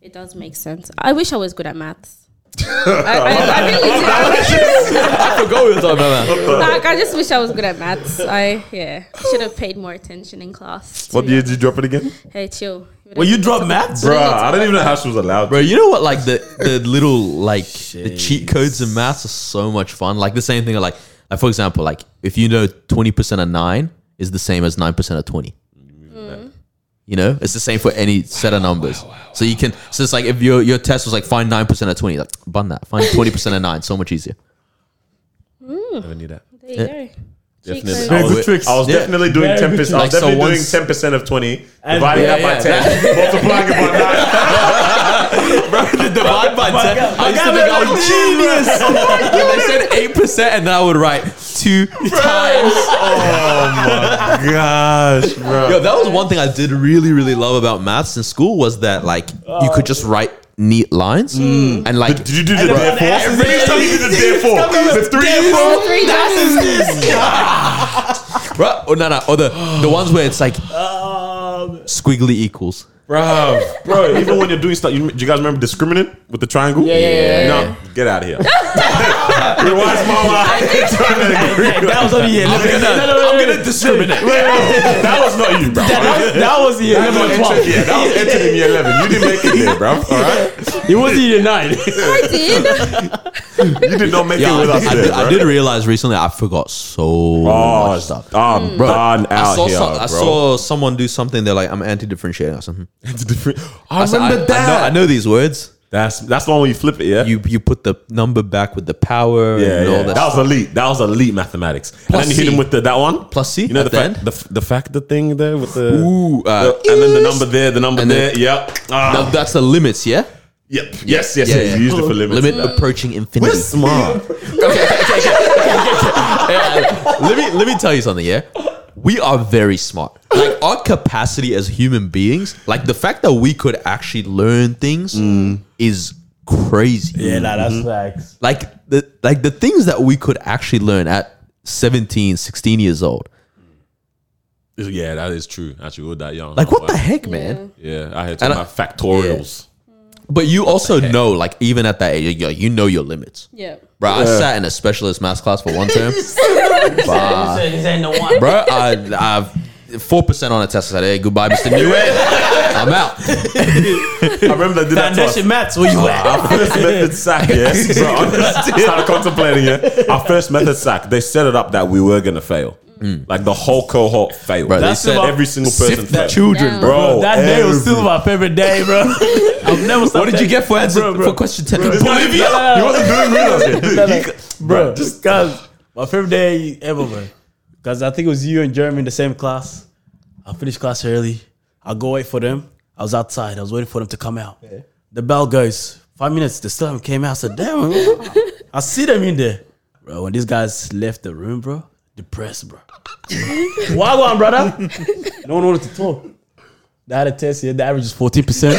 Speaker 4: it does make sense. I wish I was good at maths. I, I, I really do.
Speaker 2: I forgot we were talking about that.
Speaker 4: Like, I just wish I was good at maths. I yeah should have paid more attention in class. to
Speaker 3: What
Speaker 4: be
Speaker 3: year did you drop it again?
Speaker 4: honest. Hey, chill.
Speaker 5: Well, you drop maths?
Speaker 3: Bruh, I don't even know how she was allowed.
Speaker 2: Bro, you know what? Like the the little like the cheat codes in maths are so much fun. Like the same thing. Like, like for example, like if you know twenty percent of nine is the same as nine percent of twenty. You know, it's the same for any set of numbers. So you can. So it's like if your your test was like find nine percent of twenty, like bun that. Find twenty percent of nine. So much easier.
Speaker 3: Never knew that.
Speaker 4: There you go.
Speaker 3: Definitely.
Speaker 4: Very
Speaker 3: I was,
Speaker 5: good tricks.
Speaker 3: I was
Speaker 2: Yeah.
Speaker 3: definitely doing
Speaker 5: Very
Speaker 3: ten
Speaker 5: good
Speaker 3: percent. I was
Speaker 2: tricks. Like, so
Speaker 3: definitely doing
Speaker 2: once-
Speaker 3: ten percent of twenty,
Speaker 5: And-
Speaker 3: dividing
Speaker 2: Yeah,
Speaker 3: that by
Speaker 2: yeah,
Speaker 3: ten, multiplying it by nine.
Speaker 2: divide by ten. I used to
Speaker 5: God,
Speaker 2: think I
Speaker 5: man,
Speaker 2: was genius. they said eight percent, and then I would write two times.
Speaker 3: Gosh, bro.
Speaker 2: Yo, that was one thing I did really, really love about maths in school was that like you could just write neat lines
Speaker 5: Mm.
Speaker 2: and like
Speaker 3: Did you do the
Speaker 5: then
Speaker 3: therefore?
Speaker 5: every-
Speaker 3: Did you tell me you did the therefore? The three
Speaker 4: All three times.
Speaker 2: Bruh, oh no no or the the ones where it's like
Speaker 5: Um.
Speaker 2: squiggly equals.
Speaker 3: Bro, bro, even when you're doing stuff, you, do you guys remember discriminant with the triangle? Yeah,
Speaker 4: yeah, yeah,
Speaker 3: No, get out of here. Your wife's mama.
Speaker 5: That was only year.
Speaker 2: I'm
Speaker 5: eleven.
Speaker 2: gonna,
Speaker 5: No, no, no,
Speaker 2: I'm
Speaker 5: no,
Speaker 2: gonna
Speaker 5: no.
Speaker 2: discriminate.
Speaker 3: that was not you, bro.
Speaker 5: That that was year
Speaker 3: That was
Speaker 5: eleven or
Speaker 3: entered-
Speaker 5: twelve.
Speaker 3: yeah, that was entered in year 11. You didn't make it there, bro. All right?
Speaker 5: It was year nine.
Speaker 4: I did.
Speaker 3: You did not make
Speaker 2: Yeah,
Speaker 3: it with
Speaker 2: I,
Speaker 3: us
Speaker 2: I
Speaker 3: there,
Speaker 2: did,
Speaker 3: bro.
Speaker 2: I did realize recently I forgot so
Speaker 3: Oh,
Speaker 2: much stuff.
Speaker 3: stop. I'm done
Speaker 2: Hmm. I
Speaker 3: out
Speaker 2: saw,
Speaker 3: here,
Speaker 2: some-
Speaker 3: bro.
Speaker 2: I saw someone do something. They're like, "I'm anti-differentiating." I said, hmm.
Speaker 3: It's different. I,
Speaker 2: I, said, I, I
Speaker 3: remember that.
Speaker 2: know, I know these words.
Speaker 3: That's that's the one where you flip it, yeah.
Speaker 2: You you put the number back with the power
Speaker 3: yeah,
Speaker 2: and all
Speaker 3: yeah.
Speaker 2: that.
Speaker 3: That, was elite. That was elite mathematics.
Speaker 2: Plus
Speaker 3: and then you hit
Speaker 2: C.
Speaker 3: him with the, that one
Speaker 2: Plus C
Speaker 3: You know
Speaker 2: at
Speaker 3: the
Speaker 2: the
Speaker 3: fact,
Speaker 2: end.
Speaker 3: the f- the factor thing there with the
Speaker 2: Ooh, uh,
Speaker 3: the- and then the number there, the number
Speaker 2: And
Speaker 3: there.
Speaker 2: then-
Speaker 3: Yep. Ah,
Speaker 2: Now, that's the limits, yeah.
Speaker 3: yep. Yes. Yes. Yes.
Speaker 2: Yeah, yeah.
Speaker 3: You used it for limits.
Speaker 2: Limit approaching infinity.
Speaker 3: We're smart.
Speaker 2: Uh, let me let me tell you something, yeah. We are very smart. Like our capacity as human beings, like the fact that we could actually learn things
Speaker 3: Mm.
Speaker 2: is crazy.
Speaker 5: Yeah, nah,
Speaker 3: Mm-hmm.
Speaker 5: that's facts.
Speaker 2: Like the like the things that we could actually learn at 17, 16 years old.
Speaker 3: yeah, that is true. Actually, we're that young.
Speaker 2: Like what
Speaker 3: Wow.
Speaker 2: the heck, man?
Speaker 3: Yeah, I had
Speaker 2: And
Speaker 3: talking
Speaker 2: I-
Speaker 3: about factorials.
Speaker 2: But you also know, like even at that age, you, you know your limits.
Speaker 4: Yeah.
Speaker 2: Bro, I sat in a specialist math class for one term.
Speaker 5: Bruh.
Speaker 2: Bro, I, I've four percent on a test. I said, "Hey, goodbye, Mister Newman. I'm out."
Speaker 3: I remember I did that to us.
Speaker 5: Foundation maths, where you at?
Speaker 3: Our first method sack, yes, bro. I started contemplating, yeah. Our first method sack, they set it up that we were gonna fail. Like the whole cohort failed.
Speaker 2: Bro,
Speaker 5: That's
Speaker 2: they said
Speaker 5: about-
Speaker 3: every single person
Speaker 2: sift the
Speaker 3: failed.
Speaker 2: children,
Speaker 4: Damn.
Speaker 2: bro.
Speaker 3: Bro, eh?
Speaker 5: That day was
Speaker 3: every-
Speaker 5: still my favorite day, bro. I've never.
Speaker 2: What did you get for answer
Speaker 5: Bro, bro.
Speaker 2: for question ten?
Speaker 3: This guy-
Speaker 5: Bolivia?
Speaker 3: He wasn't doing real
Speaker 5: No, no. bro, just cause my favorite day ever, bro. Cause I think it was you and Jeremy in the same class. I finished class early. I go wait for them. I was outside. I was waiting for them to come out. The bell goes. Five minutes. They still haven't came out. I said, "Damn!" I see them in there, bro. When these guys left the room, bro, depressed, bro. Why one, brother? No one wanted to talk. They had a test here. The average is fourteen percent.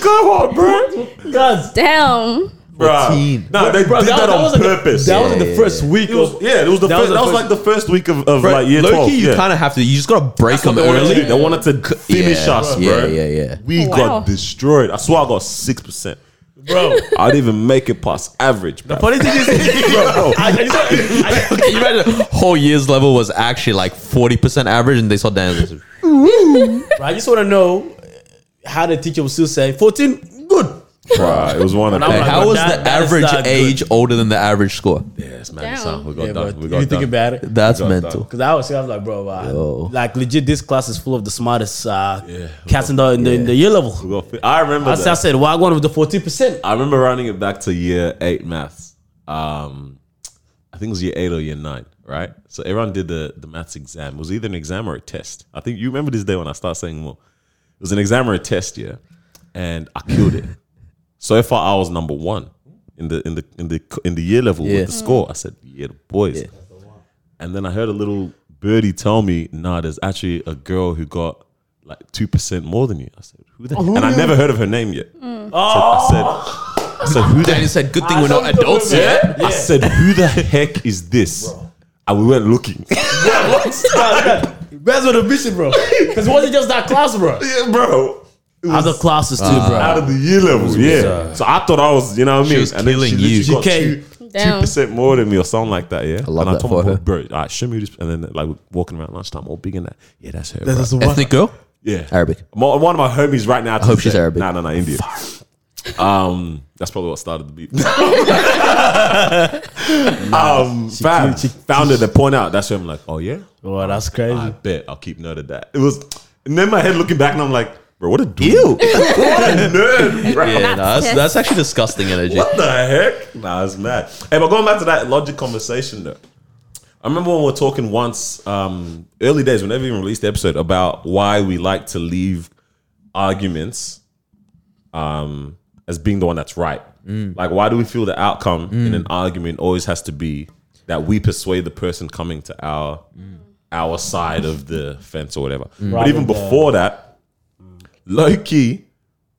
Speaker 3: Cohort, bro.
Speaker 5: Guys,
Speaker 4: Damn.
Speaker 3: Bro.
Speaker 2: Fourteen.
Speaker 3: No, they
Speaker 5: bro,
Speaker 3: did that,
Speaker 5: was
Speaker 3: on
Speaker 5: like
Speaker 3: purpose.
Speaker 5: The, that was the first week.
Speaker 3: It was,
Speaker 5: of-
Speaker 3: yeah, it was the
Speaker 5: That
Speaker 3: first,
Speaker 5: was the
Speaker 3: that was
Speaker 5: first-
Speaker 3: like the first week of, of like year
Speaker 2: Loki,
Speaker 3: 12.
Speaker 2: you
Speaker 3: yeah.
Speaker 2: kind of have to. You just gotta break them
Speaker 3: They wanted to-
Speaker 2: early.
Speaker 3: They wanted to finish
Speaker 2: yeah.
Speaker 3: us,
Speaker 2: Yeah,
Speaker 3: bro.
Speaker 2: yeah, yeah.
Speaker 3: We
Speaker 4: Wow.
Speaker 3: got destroyed. I swear I got 6%.
Speaker 5: bro.
Speaker 3: I didn't even make it past average, bro.
Speaker 5: Funny thing is,
Speaker 3: bro.
Speaker 5: I, I just, I,
Speaker 2: Can you imagine whole year's level was actually like forty percent average, and they saw Dan's.
Speaker 5: Bro, I just want to know how the teacher was still saying 14, good.
Speaker 3: Bruh, it was one of
Speaker 5: I'm
Speaker 2: Hey,
Speaker 5: like,
Speaker 2: how
Speaker 5: bro,
Speaker 2: was
Speaker 5: that-
Speaker 2: the
Speaker 5: that is
Speaker 2: average
Speaker 5: not good.
Speaker 2: age older than the average score?
Speaker 3: Yes, man,
Speaker 4: Damn.
Speaker 3: son, we got
Speaker 5: Yeah, bro,
Speaker 3: done. We got
Speaker 5: you
Speaker 3: done.
Speaker 5: think about it.
Speaker 2: That's
Speaker 3: got
Speaker 2: mental.
Speaker 5: Because I was, I was like, bro, wow.
Speaker 2: Yo.
Speaker 5: like legit, this class is full of the smartest uh, cats in the, in, the, in the year level.
Speaker 3: We got fi- I remember
Speaker 5: I
Speaker 3: that.
Speaker 5: said, I said, why going with the 14%?
Speaker 3: I remember running it back to year eight maths. Um, I think it was year eight or year nine, right? So everyone did the, the maths exam. It was either an exam or a test. I think you remember this day when I started saying more. It was an exam or a test, yeah. And I killed it. so far I was number one in the in the in the in the year level
Speaker 2: Yeah.
Speaker 3: with the score. I said, Yeah, the boys. And then I heard a little birdie tell me, nah, there's actually a girl who got like two percent more than you. I said, Oh, who the? and I never heard of her name yet. So I said, I said, who the?
Speaker 2: Danny said, "Good thing we're not adults yet."
Speaker 3: Yeah. I said, who the heck is this? And we weren't looking.
Speaker 5: Where's with the mission, bro? Because it wasn't just that class, bro.
Speaker 3: yeah, bro.
Speaker 5: Other classes too,
Speaker 3: Out
Speaker 5: bro.
Speaker 3: of the year level, yeah. So I thought I was, you know what I mean.
Speaker 2: was
Speaker 3: and then
Speaker 2: killing
Speaker 3: she
Speaker 2: you.
Speaker 3: literally
Speaker 2: She
Speaker 3: got
Speaker 5: came-
Speaker 3: two- two
Speaker 4: Damn.
Speaker 3: percent more than me or something like that. Yeah, I
Speaker 2: love
Speaker 3: and I
Speaker 2: that
Speaker 3: told
Speaker 2: for
Speaker 3: my
Speaker 2: her.
Speaker 3: boy, bro, all right, show me this. And then like we're walking around lunchtime, all big and that. Yeah, that's her. bro.
Speaker 5: That's the one.
Speaker 2: Ethnic girl,
Speaker 3: Yeah,
Speaker 2: Arabic.
Speaker 3: Mo- One of my homies right now. I
Speaker 2: hope she's Arabic.
Speaker 3: No, no, no, Indian. Um, that's probably what started the beef. um, fam,
Speaker 5: she-
Speaker 3: found it to point out. That's when I'm like, oh yeah,
Speaker 5: Oh, that's crazy.
Speaker 3: I bet I'll keep note of that. It was, and then my head looking back, and I'm like, bro, what a deal, what a nerd, bro.
Speaker 2: Yeah, nah, that's, that's actually disgusting energy.
Speaker 3: What the heck? Nah, it's mad. Hey, but going back to that logic conversation though. I remember when we were talking once, um, early days, we never even released the episode about why we like to leave arguments um, as being the one that's right.
Speaker 5: Mm.
Speaker 3: Like, why do we feel the outcome in an argument always has to be that we persuade the person coming to our our side of the fence or whatever? But
Speaker 5: Mm. Rather
Speaker 3: even
Speaker 5: than- Mm.
Speaker 3: before that, low key,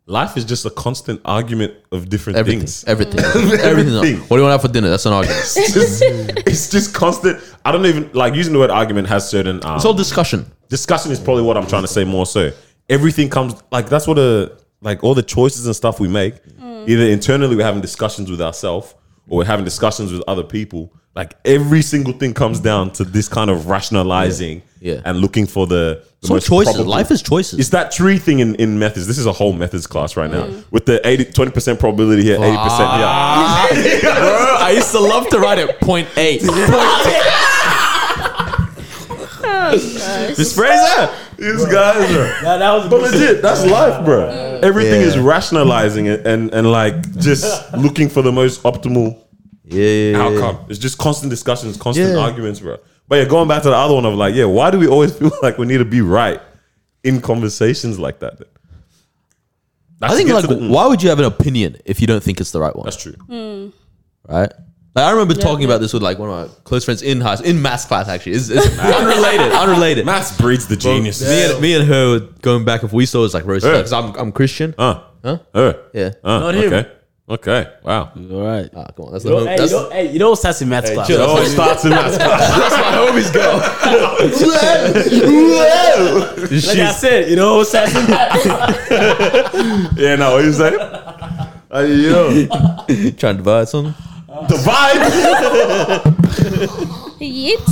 Speaker 3: life is just a constant argument of different
Speaker 2: Everything,
Speaker 3: things.
Speaker 2: everything, everything.
Speaker 3: Everything.
Speaker 2: What do you want to have for dinner? That's an argument.
Speaker 3: It's just, it's just constant. I don't even like using the word argument has certain. Um,
Speaker 2: It's all discussion.
Speaker 3: discussion is probably what I'm trying to say more so. Everything comes like that's what a like all the choices and stuff we make. Either internally we're having discussions with ourselves or we're having discussions with other people. Like every single thing comes down to this kind of rationalizing
Speaker 2: Yeah. Yeah.
Speaker 3: and looking for the, the
Speaker 2: It's all
Speaker 3: most
Speaker 2: choices.
Speaker 3: probable-
Speaker 2: Life is choices.
Speaker 3: It's that tree thing in, in methods. This is a whole methods class right now with the 80, 20% probability here, 80% yeah.
Speaker 2: Ah. Bro, I used to love to write at point eight.
Speaker 3: This Fraser, these guys are.
Speaker 5: That, that was a
Speaker 3: But
Speaker 5: good-
Speaker 3: legit, that's life, bro. Everything
Speaker 2: Yeah.
Speaker 3: is rationalizing it and and like just looking for the most optimal
Speaker 2: Yeah.
Speaker 3: outcome. It's just constant discussions, constant
Speaker 2: Yeah.
Speaker 3: arguments, bro. But yeah, going back to the other one of like, yeah, why do we always feel like we need to be right in conversations like that? then? That's
Speaker 2: I think
Speaker 3: to get
Speaker 2: like,
Speaker 3: to the- mm,
Speaker 2: why would you have an opinion if you don't think it's the right one,
Speaker 3: That's true.
Speaker 2: Mm. right? Like, I remember talking about this with like one of my close friends in high in math class. Actually, it's, it's unrelated. Unrelated.
Speaker 3: Mass breeds the genius.
Speaker 2: Me and, me and her were going back if we saw it's like roast
Speaker 3: Yeah.
Speaker 2: because I'm I'm Christian.
Speaker 3: Uh,
Speaker 2: Huh?
Speaker 3: uh,
Speaker 2: Yeah.
Speaker 3: uh,
Speaker 5: Not him.
Speaker 3: okay. Okay. Wow.
Speaker 5: All right.
Speaker 2: Ah, come on, that's the
Speaker 5: You know,
Speaker 2: home,
Speaker 5: hey,
Speaker 2: that's,
Speaker 5: you know, hey, you know what's that's in maths class?
Speaker 2: chill.
Speaker 5: Bro?
Speaker 3: Oh, it starts in mass.
Speaker 2: that's my homies go.
Speaker 5: Like I said, you know what's that's in maths?
Speaker 3: yeah, no, what you say? Uh, yo,
Speaker 2: Trying to divide something.
Speaker 3: divide.
Speaker 4: Yeet.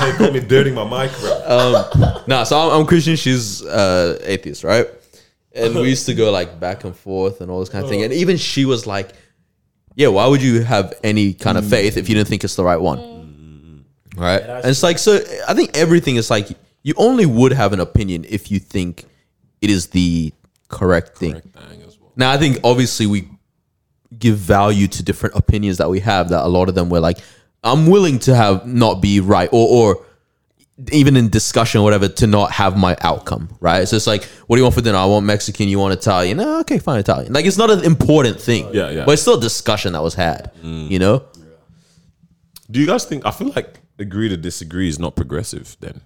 Speaker 3: They call me dirty my mic, bro.
Speaker 2: Nah, so I'm, I'm Christian. She's uh, atheist, right? And we used to go like back and forth and all this kind of thing. And even she was like, "Yeah, why would you have any kind of faith if you didn't think it's the right one?" Right? And it's like so. I think everything is like you only would have an opinion if you think it is the correct thing. Now, I think obviously we give value to different opinions that we have. That a lot of them were like, "I'm willing to have not be right," or or even in discussion or whatever to not have my outcome right so it's like what do you want for dinner i want mexican you want italian "Ah, okay fine italian like it's not an important thing
Speaker 3: Yeah, yeah.
Speaker 2: but it's still a discussion that was had you know
Speaker 3: Do you guys think? I feel like agree to disagree is not progressive. Then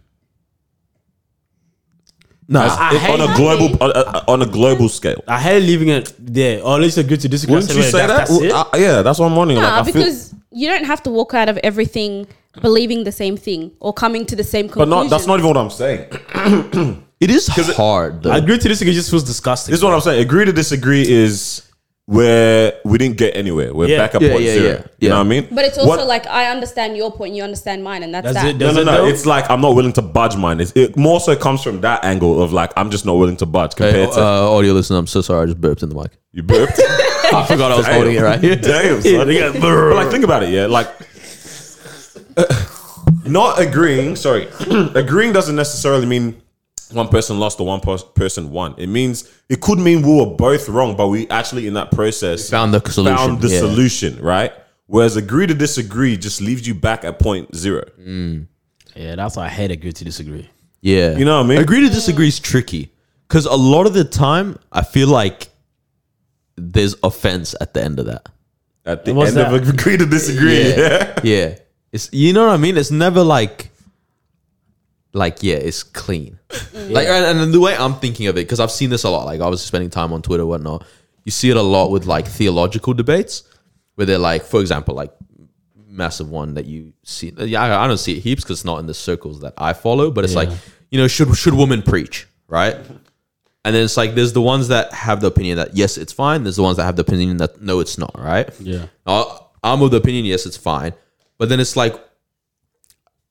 Speaker 2: no
Speaker 5: I
Speaker 3: If on
Speaker 5: hate-
Speaker 3: a global on a, on a global scale.
Speaker 5: I hate leaving it there. Or at least agree to disagree.
Speaker 3: Wouldn't you
Speaker 5: Anyway,
Speaker 3: say that?
Speaker 5: That's it.
Speaker 3: I- yeah, that's what I'm wondering.
Speaker 4: Nah,
Speaker 3: like, I feel,
Speaker 4: because you don't have to walk out of everything believing the same thing or coming to the same
Speaker 3: but
Speaker 4: conclusion.
Speaker 3: not that's not even what I'm saying.
Speaker 2: it is hard though
Speaker 5: agree to disagree just feels disgusting.
Speaker 3: This is what I'm saying. Agree to disagree is where we didn't get anywhere. We're
Speaker 5: Yeah.
Speaker 3: back at
Speaker 2: Yeah,
Speaker 3: point
Speaker 2: yeah,
Speaker 3: zero.
Speaker 2: yeah,
Speaker 3: You know
Speaker 2: yeah.
Speaker 3: what I mean?
Speaker 4: But it's also
Speaker 3: What-
Speaker 4: like I understand your point, you understand mine, and that's,
Speaker 5: That's
Speaker 4: that.
Speaker 5: it.
Speaker 3: No,
Speaker 5: Does
Speaker 3: no,
Speaker 5: it
Speaker 3: no.
Speaker 5: though?
Speaker 3: It's like I'm not willing to budge mine. It's, it more so comes from that angle of like I'm just not willing to budge
Speaker 2: Hey,
Speaker 3: compared to
Speaker 2: uh, audio listener i'm so sorry i just burped in the mic
Speaker 3: you burped.
Speaker 2: i forgot i was
Speaker 3: Damn.
Speaker 2: holding it right here
Speaker 3: Damn, son. but like, think about it, yeah. Like, uh, not agreeing. Sorry, agreeing doesn't necessarily mean one person lost or one pers- person won. It means it could mean we were both wrong, but we actually in that process
Speaker 2: found the solution
Speaker 3: found the
Speaker 2: yeah.
Speaker 3: solution, right? Whereas agree to disagree just leaves you back at point zero.
Speaker 5: Yeah, that's why I hate agree to disagree.
Speaker 2: Yeah.
Speaker 3: You know what I mean?
Speaker 2: Agree to disagree is tricky because a lot of the time I feel like there's offense at the end of that.
Speaker 3: At the
Speaker 5: What's
Speaker 3: end of
Speaker 5: that?
Speaker 3: agree to disagree, yeah.
Speaker 2: Yeah. It's you know what I mean? It's never like like yeah, it's clean. Like and, and the way I'm thinking of it, because I've seen this a lot. Like obviously spending time on Twitter, whatnot. You see it a lot with like theological debates, where they're like, for example, like massive one that you see. Yeah, I, I don't see it heaps because it's not in the circles that I follow. But it's like, you know, should should women preach, right? And then it's like there's the ones that have the opinion that yes, it's fine. There's the ones that have the opinion that no, it's not, right?
Speaker 5: Yeah.
Speaker 2: I- I'm of the opinion yes, it's fine. But then it's like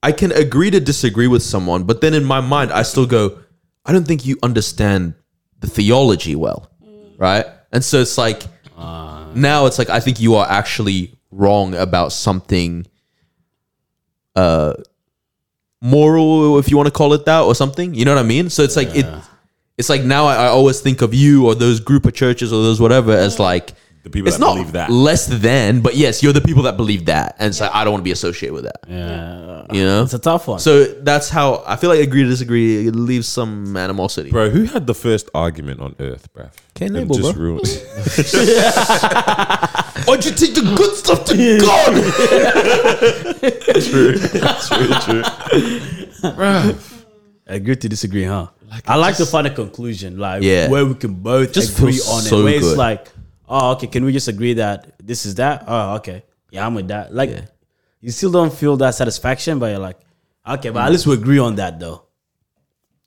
Speaker 2: I can agree to disagree with someone, but then in my mind, I still go, I don't think you understand the theology well, right? And so it's like now it's like I think you are actually wrong about something uh moral if you want to call it that or something you know what i mean so it's like it it's like now I, I always think of you or those group of churches or those whatever as like
Speaker 3: The people
Speaker 2: it's
Speaker 3: that
Speaker 2: not
Speaker 3: believe that.
Speaker 2: less than but yes you're the people that believe that and it's like i don't want to be associated with that
Speaker 5: Yeah.
Speaker 2: you know
Speaker 5: It's a tough one.
Speaker 2: so that's how I feel like agree to disagree it leaves some animosity.
Speaker 3: Bro, who had the first argument on earth, bruv?
Speaker 2: Cain
Speaker 3: And
Speaker 2: and Abel,
Speaker 3: just
Speaker 2: bro.
Speaker 3: ruined-
Speaker 2: Or do you take the good stuff to God?
Speaker 3: true, true, true.
Speaker 5: agree to disagree, huh? I like to find a conclusion, like
Speaker 2: Yeah.
Speaker 5: where we can both
Speaker 2: Just
Speaker 5: agree
Speaker 2: feels
Speaker 5: on
Speaker 2: so
Speaker 5: it. Where
Speaker 2: good.
Speaker 5: it's like, oh, okay, can we just agree that this is that? Oh, okay, yeah, I'm with that. Like, you still don't feel that satisfaction, but you're like, okay, but at least we agree on that, though.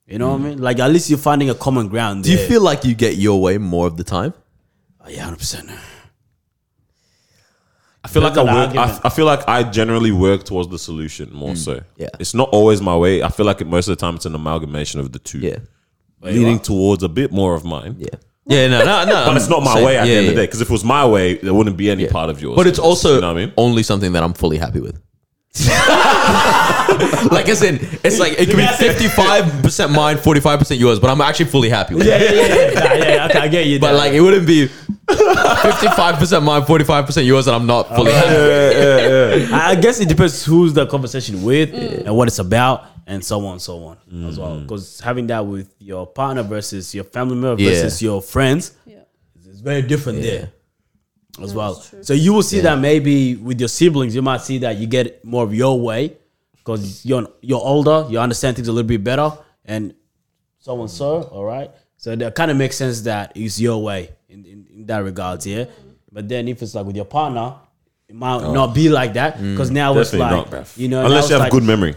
Speaker 5: You know what I mean? Like, at least you're finding a common ground.
Speaker 2: Do you
Speaker 5: there.
Speaker 2: feel like you get your way more of the time?
Speaker 5: Oh, yeah, hundred percent.
Speaker 3: I feel like I
Speaker 5: That's an
Speaker 3: work. I,
Speaker 5: argument.
Speaker 3: I feel like I generally work towards the solution more so.
Speaker 2: Mm, yeah.
Speaker 3: it's not always my way. I feel like it, most of the time it's an amalgamation of the two.
Speaker 2: Yeah.
Speaker 3: leaning towards a bit more of mine.
Speaker 2: Yeah. Yeah, no, no, no.
Speaker 3: But it's not my way at the end of the day. Because if it was my way, there wouldn't be any part of yours.
Speaker 2: But it's also
Speaker 3: you know what I mean.
Speaker 2: only something that I'm fully happy with. like as in, it's like it could be fifty-five percent mine, forty-five percent yours, but I'm actually fully happy with it.
Speaker 5: Yeah, yeah, yeah, yeah, yeah, okay, I get you.
Speaker 2: But
Speaker 5: there.
Speaker 2: like, it wouldn't be fifty-five percent mine, forty-five percent yours, and I'm not fully happy.
Speaker 5: I I guess it depends who's the conversation with
Speaker 2: Mm.
Speaker 5: and what it's about and so on so on as well. Because having that with your partner versus your family member
Speaker 2: Yeah.
Speaker 5: versus your friends
Speaker 4: Yeah.
Speaker 5: is very different there as well. So you will see that maybe with your siblings, you might see that you get more of your way because you're you're older, you understand things a little bit better, and so and so. All right, so that kind of makes sense that it's your way in, in, in that regards, yeah. But then if it's like with your partner, it might not be like that because now
Speaker 3: Oh. Definitely
Speaker 5: it's like
Speaker 3: not, bruv.
Speaker 5: you know, now
Speaker 3: unless
Speaker 5: it's
Speaker 3: you have
Speaker 5: like-
Speaker 3: good memory.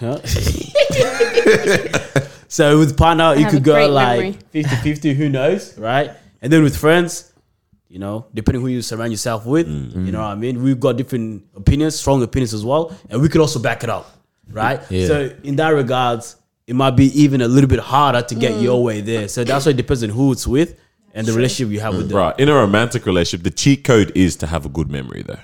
Speaker 5: so with partner, you
Speaker 4: have
Speaker 5: could
Speaker 4: a
Speaker 5: go
Speaker 4: great
Speaker 5: like
Speaker 4: memory.
Speaker 5: 50 50, who knows, right? And then with friends, you know, depending who you surround yourself with,
Speaker 2: Mm.
Speaker 5: you know what I mean? We've got different opinions, strong opinions as well, and we could also back it up, right? So in that regards, it might be even a little bit harder to get
Speaker 4: Mm.
Speaker 5: your way there. So that's why it depends on who it's with and the relationship you have with them.
Speaker 3: Right. In a romantic relationship, the cheat code is to have a good memory, though.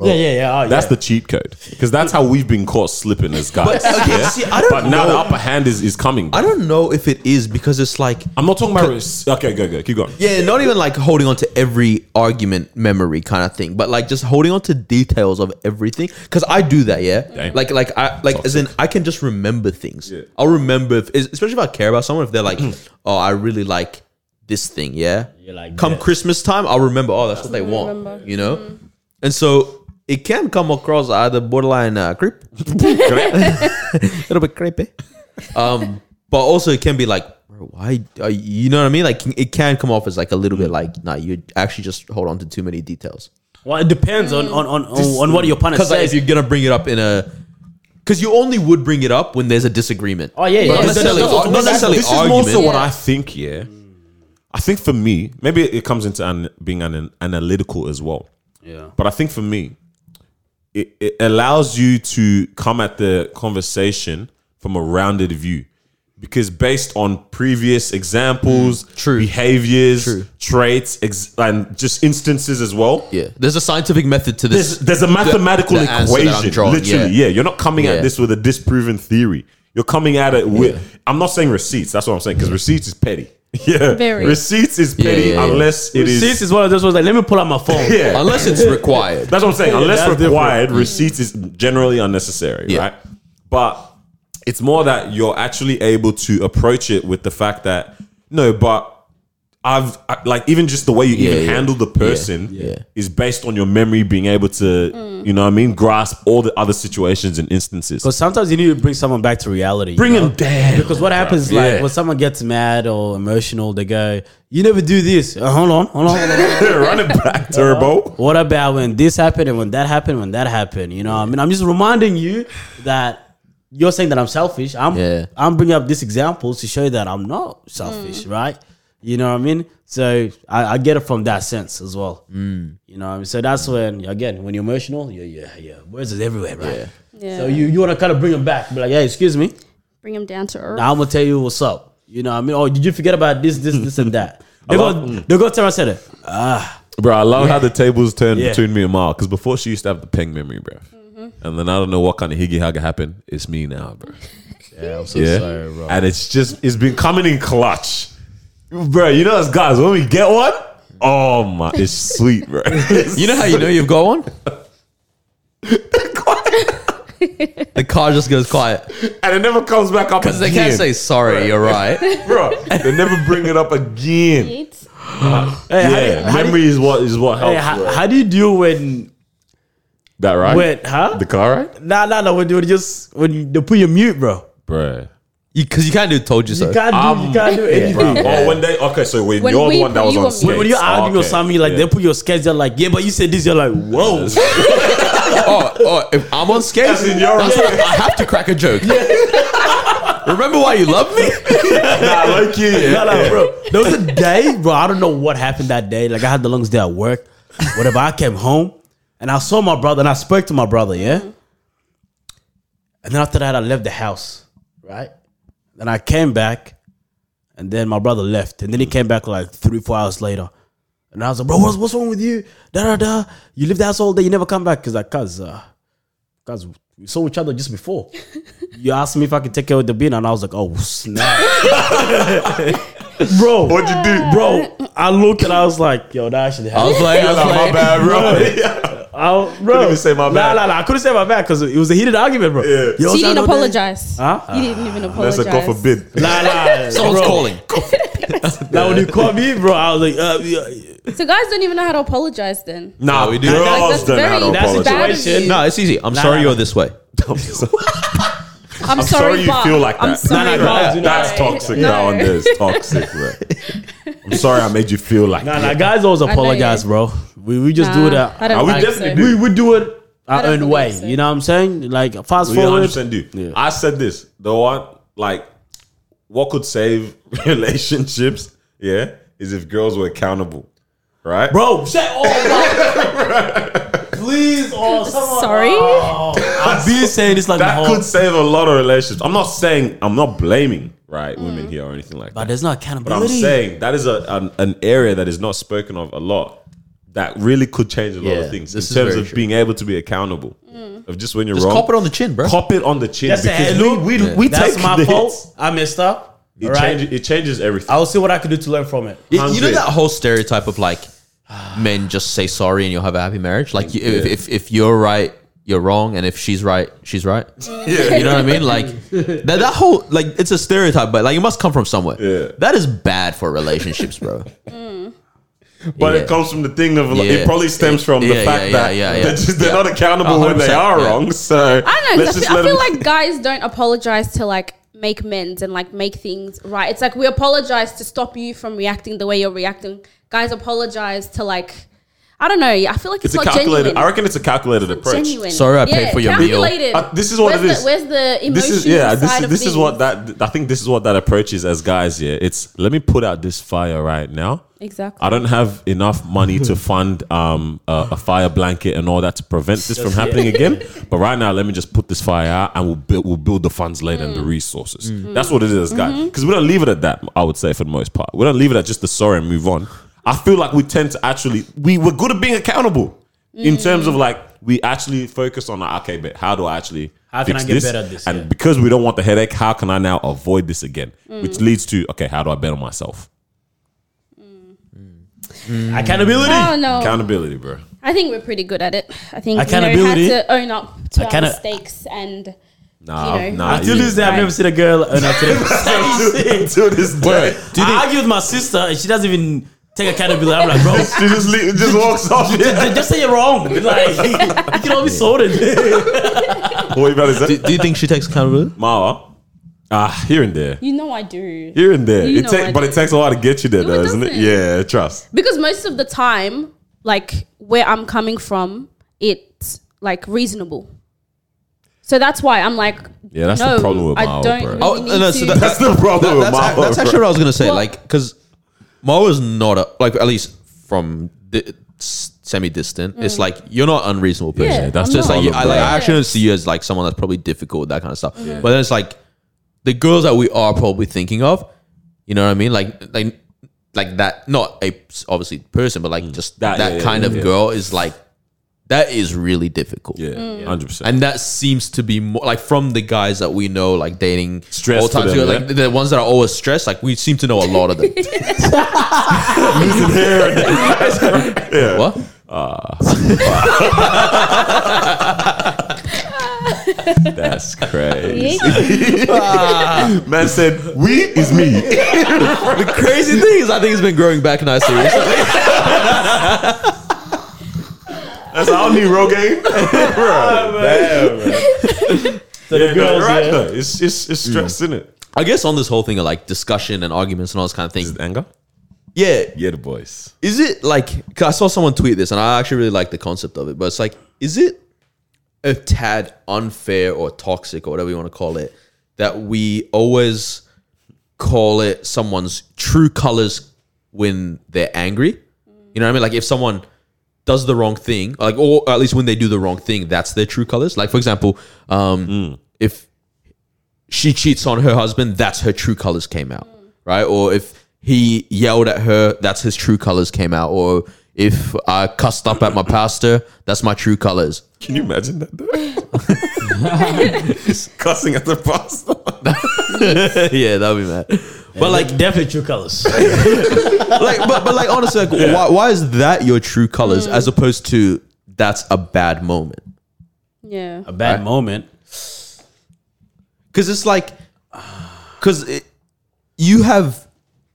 Speaker 5: Yeah, yeah, yeah.
Speaker 3: That's the cheat code. Because that's how we've been caught slipping as guys.
Speaker 2: okay,
Speaker 3: yeah?
Speaker 2: see, I don't
Speaker 3: but now the
Speaker 2: know.
Speaker 3: upper hand is, is coming.
Speaker 2: I don't know if it is because it's like
Speaker 3: I'm not talking about. Okay, go, go. Keep going.
Speaker 2: yeah, not even like holding on to every argument memory kind of thing, but like just holding on to details of everything. Because I do that, yeah.
Speaker 3: Damn.
Speaker 2: Like like I like as in I can just remember things.
Speaker 3: Yeah.
Speaker 2: I'll remember if, especially if I care about someone. If they're like, oh, I really like this thing, yeah.
Speaker 5: You're like,
Speaker 2: Come
Speaker 5: yeah.
Speaker 2: Christmas time, I'll remember. Oh, that's what they want,
Speaker 4: remember.
Speaker 2: you know. And so it can come across either borderline uh, creep, a little bit creepy. Um, but also it can be like, bro, why? Are you, you know what I mean? Like it can come off as like a little bit like, nah, you actually just hold on to too many details.
Speaker 5: well, it depends
Speaker 4: Mm.
Speaker 5: on, on, on, on, on what your partner
Speaker 2: Because like, if
Speaker 5: says.
Speaker 2: you're gonna bring it up in a, because you only would bring it up when there's a disagreement.
Speaker 5: Oh, yeah, yeah.
Speaker 2: Not
Speaker 5: Yeah,
Speaker 2: necessarily,
Speaker 5: that's-
Speaker 2: not necessarily
Speaker 3: this
Speaker 2: argument.
Speaker 3: is more so what
Speaker 4: Yeah.
Speaker 3: I think. Yeah, I think for me, maybe it comes into an, being an, analytical as well.
Speaker 5: yeah.
Speaker 3: But I think for me, it, it allows you to come at the conversation from a rounded view. Because based on previous examples,
Speaker 2: Mm. true.
Speaker 3: behaviors,
Speaker 2: True.
Speaker 3: traits, ex- and just instances as well,
Speaker 2: yeah, there's a scientific method to this.
Speaker 3: there's there's a mathematical
Speaker 2: the answer that I'm
Speaker 3: equation.
Speaker 2: drawing,
Speaker 3: literally, yeah.
Speaker 2: yeah.
Speaker 3: You're not coming
Speaker 2: Yeah.
Speaker 3: at this with a disproven theory. You're coming at it with. I'm not saying receipts. That's what I'm saying because receipts is petty. Yeah,
Speaker 4: Very.
Speaker 3: receipts is petty
Speaker 2: Mm. yeah, yeah.
Speaker 3: unless it is.
Speaker 5: Sis is one of those ones like, let me pull out my phone.
Speaker 3: yeah,
Speaker 2: Unless it's required.
Speaker 3: that's what I'm saying. Unless
Speaker 5: that's
Speaker 3: required, receipts is generally unnecessary,
Speaker 2: Yeah.
Speaker 3: right? But it's more that you're actually able to approach it with the fact that no, but I've I- like even just the way you even
Speaker 2: yeah.
Speaker 3: handle the person
Speaker 2: yeah.
Speaker 3: is based on your memory being able to, you know, what I mean, grasp all the other situations and instances.
Speaker 5: Because sometimes you need to bring someone back to reality.
Speaker 3: Bring
Speaker 5: you know?
Speaker 3: him down.
Speaker 5: Because what happens,
Speaker 2: Yeah.
Speaker 5: like when someone gets mad or emotional, they go, "You never do this." Uh, hold on, hold on. hold on.
Speaker 3: Run it back, Turbo.
Speaker 5: what about when this happened and when that happened, when that happened? You know, what I mean, I'm just reminding you that you're saying that I'm selfish. I'm
Speaker 2: Yeah.
Speaker 5: I'm bringing up these examples to show that I'm not selfish, right? You know what I mean? So I, I get it from that sense as well. You know, what I mean? so that's when again, when you're emotional, yeah, yeah, yeah, words is everywhere, right?
Speaker 4: Yeah.
Speaker 5: So you, you want to kind of bring them back, be like, hey, excuse me.
Speaker 4: Bring him down to earth.
Speaker 5: Now I'm gonna tell you what's up. You know, what I mean, oh, did you forget about this, this, this, and that? They
Speaker 3: love-
Speaker 5: go, they go, Tara said it. Ah,
Speaker 3: Bro, I love how the tables turned
Speaker 5: Yeah.
Speaker 3: between me and Mark. Because before she used to have the peng memory, bro. And then I don't know what kind of higgy haga happened. It's me now, bro.
Speaker 5: yeah, I'm so
Speaker 3: Yeah. And it's just, it's been coming in clutch. Bro, you know, us guys, when we get one, oh my, it's sweet, bro.
Speaker 2: You know how you know you've got one? the car just goes quiet
Speaker 3: and it never comes back up
Speaker 2: because
Speaker 3: again.
Speaker 2: they can't say sorry. You're right.
Speaker 3: bro, they never bring it up again.
Speaker 4: Yeet.
Speaker 5: Hey, how do you- how,
Speaker 3: Yeah,
Speaker 5: do you-
Speaker 3: memory is what is what helps.
Speaker 5: hey, how,
Speaker 3: bro.
Speaker 5: how do you deal when
Speaker 3: that right?
Speaker 5: when huh?
Speaker 3: The car right?
Speaker 5: nah, nah, nah. When you just when they put you mute, bro.
Speaker 3: Bro.
Speaker 2: Because you, can't do told you so.
Speaker 5: You can't do
Speaker 3: Um,
Speaker 5: you can't do anything.
Speaker 3: Oh, when they okay, so when,
Speaker 4: When
Speaker 3: you're the
Speaker 4: we
Speaker 3: one that
Speaker 4: put
Speaker 3: was
Speaker 4: you
Speaker 3: on
Speaker 4: on mute.
Speaker 3: stage.
Speaker 5: When you're
Speaker 3: Oh,
Speaker 5: arguing with
Speaker 3: okay.
Speaker 5: somebody, like
Speaker 3: Yeah.
Speaker 5: they put your skates, they're like, yeah, but you said this. You're like, whoa.
Speaker 2: Oh, oh, if I'm on skate,
Speaker 3: That's in your
Speaker 2: that's
Speaker 3: room.
Speaker 2: what- I have to crack a joke. Remember why you love me?
Speaker 3: nah, like you.
Speaker 5: No, no, bro. There was a day, bro. I don't know what happened that day. Like I had the longest day at work. Whatever. I came home and I saw my brother and I spoke to my brother. Yeah. And then after that, I left the house. Right. Then I came back, and then my brother left, and then he came back like three, four hours later. And I was like, bro, what's, what's wrong with you? Da da da. You live the house all day, you never come back. Cause like, cuz, uh, cuz we saw each other just before. you asked me if I could take care of the bin, and I was like, oh snap. bro. What'd you do? Bro, I looked and I was like, yo, that actually
Speaker 2: I
Speaker 5: happened.
Speaker 2: was like, I was
Speaker 3: Nah, my
Speaker 2: like,
Speaker 3: bad, bro.
Speaker 5: I, bro.
Speaker 3: even say my
Speaker 5: Nah,
Speaker 3: bad.
Speaker 5: nah, nah. I couldn't say my back because it was a heated argument, bro.
Speaker 3: Yeah.
Speaker 5: Yo,
Speaker 4: So you
Speaker 5: son,
Speaker 4: didn't
Speaker 5: all day-
Speaker 4: apologize.
Speaker 5: Huh?
Speaker 4: You didn't even apologize.
Speaker 3: That's a God forbid.
Speaker 5: Nah, nah.
Speaker 2: someone's
Speaker 5: bro.
Speaker 2: calling.
Speaker 5: Now when you called me, bro, I was like, uh, yeah,
Speaker 4: So guys don't even know how to apologize then.
Speaker 3: Nah,
Speaker 2: No, we
Speaker 3: we
Speaker 2: do.
Speaker 3: do.
Speaker 2: That's-
Speaker 4: that's very-
Speaker 5: that's
Speaker 4: Bad of
Speaker 5: situation.
Speaker 4: you.
Speaker 2: No, it's easy. I'm
Speaker 5: Nah,
Speaker 2: sorry
Speaker 5: nah.
Speaker 2: you're this way.
Speaker 4: I'm,
Speaker 3: sorry
Speaker 4: sorry,
Speaker 3: you
Speaker 4: but-
Speaker 3: feel like
Speaker 4: I'm
Speaker 3: that.
Speaker 4: sorry,
Speaker 5: No, no,
Speaker 4: but-
Speaker 5: guys, you know-
Speaker 3: That's toxic
Speaker 4: No.
Speaker 3: now and there's toxic, bro. I'm sorry I made you feel like
Speaker 5: nah, nah.
Speaker 3: that.
Speaker 5: Guys always
Speaker 4: know
Speaker 5: apologize,
Speaker 4: you.
Speaker 5: bro. We we just
Speaker 4: Nah,
Speaker 5: do it. our-
Speaker 4: I don't
Speaker 3: I would
Speaker 4: think
Speaker 3: definitely
Speaker 4: so.
Speaker 3: do.
Speaker 5: we we do it our
Speaker 4: don't
Speaker 5: own
Speaker 4: believe
Speaker 5: way.
Speaker 4: so.
Speaker 5: You know what I'm saying? Like fast
Speaker 3: We
Speaker 5: forward.
Speaker 3: 100% do. I said this. The one, like, what could save relationships, yeah, is if girls were accountable, right?
Speaker 5: Bro, shut up. bro. Please, oh, someone.
Speaker 4: Sorry?
Speaker 5: Oh, I've been saying this like the
Speaker 3: that
Speaker 5: whole.
Speaker 3: could save a lot of relationships. I'm not saying, I'm not blaming, right,
Speaker 4: Mm.
Speaker 3: women here or anything like that.
Speaker 5: but there's no
Speaker 3: But I'm
Speaker 5: accountability.
Speaker 3: saying that is a, an, an area that is not spoken of a lot. That really could change a lot
Speaker 2: Yeah,
Speaker 3: of things in
Speaker 2: this is
Speaker 3: terms
Speaker 2: very
Speaker 3: of
Speaker 2: true.
Speaker 3: being able to be accountable. Of just when you're
Speaker 2: Just
Speaker 3: wrong,
Speaker 2: cop it on the chin, bro.
Speaker 3: Cop it on the chin
Speaker 5: That's a
Speaker 3: because
Speaker 5: hello.
Speaker 3: we we, we
Speaker 5: That's
Speaker 3: take
Speaker 5: my
Speaker 3: the
Speaker 5: fault.
Speaker 3: hits.
Speaker 5: I messed up.
Speaker 3: It,
Speaker 5: All right.
Speaker 3: changes, it changes everything.
Speaker 5: I'll see what I can do to learn from it.
Speaker 2: You, you know
Speaker 3: 100.
Speaker 2: that whole stereotype of like men just say sorry and you'll have a happy marriage. Like you, if, if if you're right, you're wrong, and if she's right, she's right. Yeah, you know what I mean. Like that, that whole like it's a stereotype, but like it must come from somewhere.
Speaker 3: Yeah.
Speaker 2: that is bad for relationships, bro.
Speaker 3: but
Speaker 2: yeah.
Speaker 3: it comes from the thing of like,
Speaker 2: Yeah.
Speaker 3: it probably stems from
Speaker 2: Yeah,
Speaker 3: the
Speaker 2: yeah,
Speaker 3: fact
Speaker 2: yeah,
Speaker 3: that
Speaker 2: yeah, yeah.
Speaker 3: they're, just, they're
Speaker 2: Yeah.
Speaker 3: not accountable when they
Speaker 2: 100%,
Speaker 3: are
Speaker 2: yeah.
Speaker 3: wrong. So
Speaker 4: I don't know. 'cause I feel, I
Speaker 3: them-
Speaker 4: feel like guys don't apologize to like make amends and like make things right. It's like we apologize to stop you from reacting the way you're reacting. Guys apologize to like, I don't know. I feel like it's,
Speaker 3: it's a
Speaker 4: not
Speaker 3: calculated.
Speaker 4: genuine.
Speaker 3: I reckon it's a calculated approach.
Speaker 4: Genuine.
Speaker 2: Sorry I paid for your meal.
Speaker 4: calculated.
Speaker 3: Uh, this is what
Speaker 4: where's
Speaker 3: it is.
Speaker 4: The, where's the emotional
Speaker 3: This is yeah.
Speaker 4: side
Speaker 3: This is
Speaker 4: of
Speaker 3: this is what
Speaker 4: things?
Speaker 3: that I think. This is what that approach is as guys. Yeah, it's let me put out this fire right now.
Speaker 4: Exactly.
Speaker 3: I don't have enough money to fund um, a, a fire blanket and all that to prevent this from happening again. But right now, let me just put this fire out, and we'll build, we'll build the funds later
Speaker 5: Mm.
Speaker 3: and the resources. That's what it is, guys.
Speaker 5: Mm-hmm.
Speaker 3: Because we don't leave it at that. I would say for the most part, we don't leave it at just the sorry and move on. I feel like we tend to actually we we're good at being accountable in terms
Speaker 5: Mm.
Speaker 3: of like we actually focus on like, okay, but how do I actually
Speaker 5: How can
Speaker 3: fix
Speaker 5: I get better at this?
Speaker 3: And
Speaker 5: Yeah. Mm.
Speaker 3: because we don't want the headache, how can I now avoid this again? Which leads to okay, how do I better myself?
Speaker 5: Accountability.
Speaker 4: I don't know.
Speaker 3: Accountability, bro.
Speaker 4: I think we're pretty good at it. I think
Speaker 5: Accountability.
Speaker 4: you know how to own up to our
Speaker 5: Account-
Speaker 4: mistakes and
Speaker 3: Nah,
Speaker 4: You know.
Speaker 3: nah.
Speaker 5: Until
Speaker 3: you-
Speaker 5: this day, I've
Speaker 4: Right.
Speaker 5: never seen a girl. Uh, no, today.
Speaker 3: Until this day.
Speaker 5: I argue with my sister, and she doesn't even take accountability. I'm like, bro,
Speaker 3: She just, le- just walks off.
Speaker 5: ju- ju- just, say you're wrong. Like, you can all be sorted.
Speaker 3: What about is
Speaker 2: Do,
Speaker 3: that?
Speaker 2: do you think she takes accountability?
Speaker 3: Mara? Ah, here and there.
Speaker 4: You know I do.
Speaker 3: Here and there.
Speaker 4: You
Speaker 3: It
Speaker 4: know
Speaker 3: take,
Speaker 4: I
Speaker 3: but it
Speaker 4: do.
Speaker 3: takes a while to get you there,
Speaker 4: No, it
Speaker 3: though, isn't it?
Speaker 4: doesn't.
Speaker 3: Yeah, trust.
Speaker 4: Because most of the time, like where I'm coming from, it's like reasonable. So that's why I'm like,
Speaker 3: Yeah, that's
Speaker 4: no,
Speaker 3: the problem with
Speaker 4: I
Speaker 3: Mao,
Speaker 4: don't
Speaker 3: bro.
Speaker 4: really
Speaker 2: Oh,
Speaker 4: need
Speaker 2: no,
Speaker 4: to.
Speaker 2: so that-
Speaker 3: That's the problem with
Speaker 2: that's,
Speaker 3: Mara.
Speaker 2: that's actually
Speaker 3: bro.
Speaker 2: what I was gonna say.
Speaker 4: Well-
Speaker 2: like, because Moa's not a, like at least from the semi distant. It's like you're not an unreasonable person.
Speaker 4: Yeah,
Speaker 3: that's
Speaker 4: I'm
Speaker 2: just
Speaker 4: not.
Speaker 2: like, you- I, like I
Speaker 3: Yeah.
Speaker 2: actually don't see you as like someone that's probably difficult that kind of stuff. But then it's like the girls that we are probably thinking of. You know what I mean? Like like like that. Not a obviously person, but like just
Speaker 3: Mm. That-
Speaker 2: that,
Speaker 3: yeah, yeah,
Speaker 2: kind
Speaker 3: yeah,
Speaker 2: of
Speaker 3: yeah.
Speaker 2: girl is like that is really difficult.
Speaker 3: Yeah,
Speaker 4: Mm.
Speaker 3: 100%.
Speaker 2: And that seems to be more like from the guys that we know, like dating
Speaker 3: Stress
Speaker 2: all
Speaker 3: for
Speaker 2: times.
Speaker 3: them,
Speaker 2: like
Speaker 3: yeah?
Speaker 2: the ones that are always stressed, like we seem to know a lot of them.
Speaker 3: losing hair. yeah.
Speaker 2: what?
Speaker 3: That's crazy.
Speaker 4: Yeah.
Speaker 3: Man said, "We is me."
Speaker 2: The crazy thing is, I think it's been growing back nicely. Recently.
Speaker 3: That's our new Rogaine. Damn, man.
Speaker 5: So the
Speaker 3: Yeah,
Speaker 5: girls,
Speaker 3: no, right
Speaker 5: yeah.
Speaker 3: though. It's it's it's stress, isn't it?
Speaker 2: I guess on this whole thing of like discussion and arguments and all this kind of thing.
Speaker 3: anger?
Speaker 2: Yeah,
Speaker 3: Yeah, the boys.
Speaker 2: is it like? 'cause I saw someone tweet this, and I actually really like the concept of it. But it's like, is it a tad unfair or toxic or whatever you want to call it that we always call it someone's true colors when they're angry? You know what I mean? Like if someone does the wrong thing, like or at least when they do the wrong thing, that's their true colors. Like for example, um, if she cheats on her husband, that's her true colors came out, right? Or if he yelled at her, that's his true colors came out. Or if I cussed up at my pastor, that's my true colors.
Speaker 3: Can you imagine that? Though? Just cussing at the pastor.
Speaker 2: yeah, that'll be mad. But like,
Speaker 5: definitely true colors.
Speaker 2: like, but, but like, honestly, like, why, why is that your true colors as opposed to that's a bad moment?
Speaker 4: yeah.
Speaker 5: a bad moment.
Speaker 2: Because it's like, because it, you have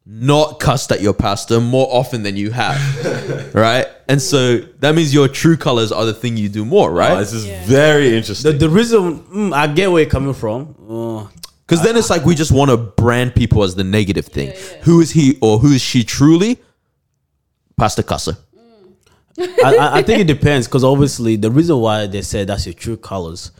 Speaker 2: not cussed at your pastor more often than you have, right? And so that means your true colors are the thing you do more,
Speaker 3: Oh,
Speaker 2: right?
Speaker 3: this is very interesting.
Speaker 5: The, the reason mm, I get where you're coming from. Uh,
Speaker 2: Because then it's like we just want to brand people as the negative thing. Who is he or who is she truly? Pastor Cusser.
Speaker 5: I, I- I think it depends because obviously the reason why they say that's your true colors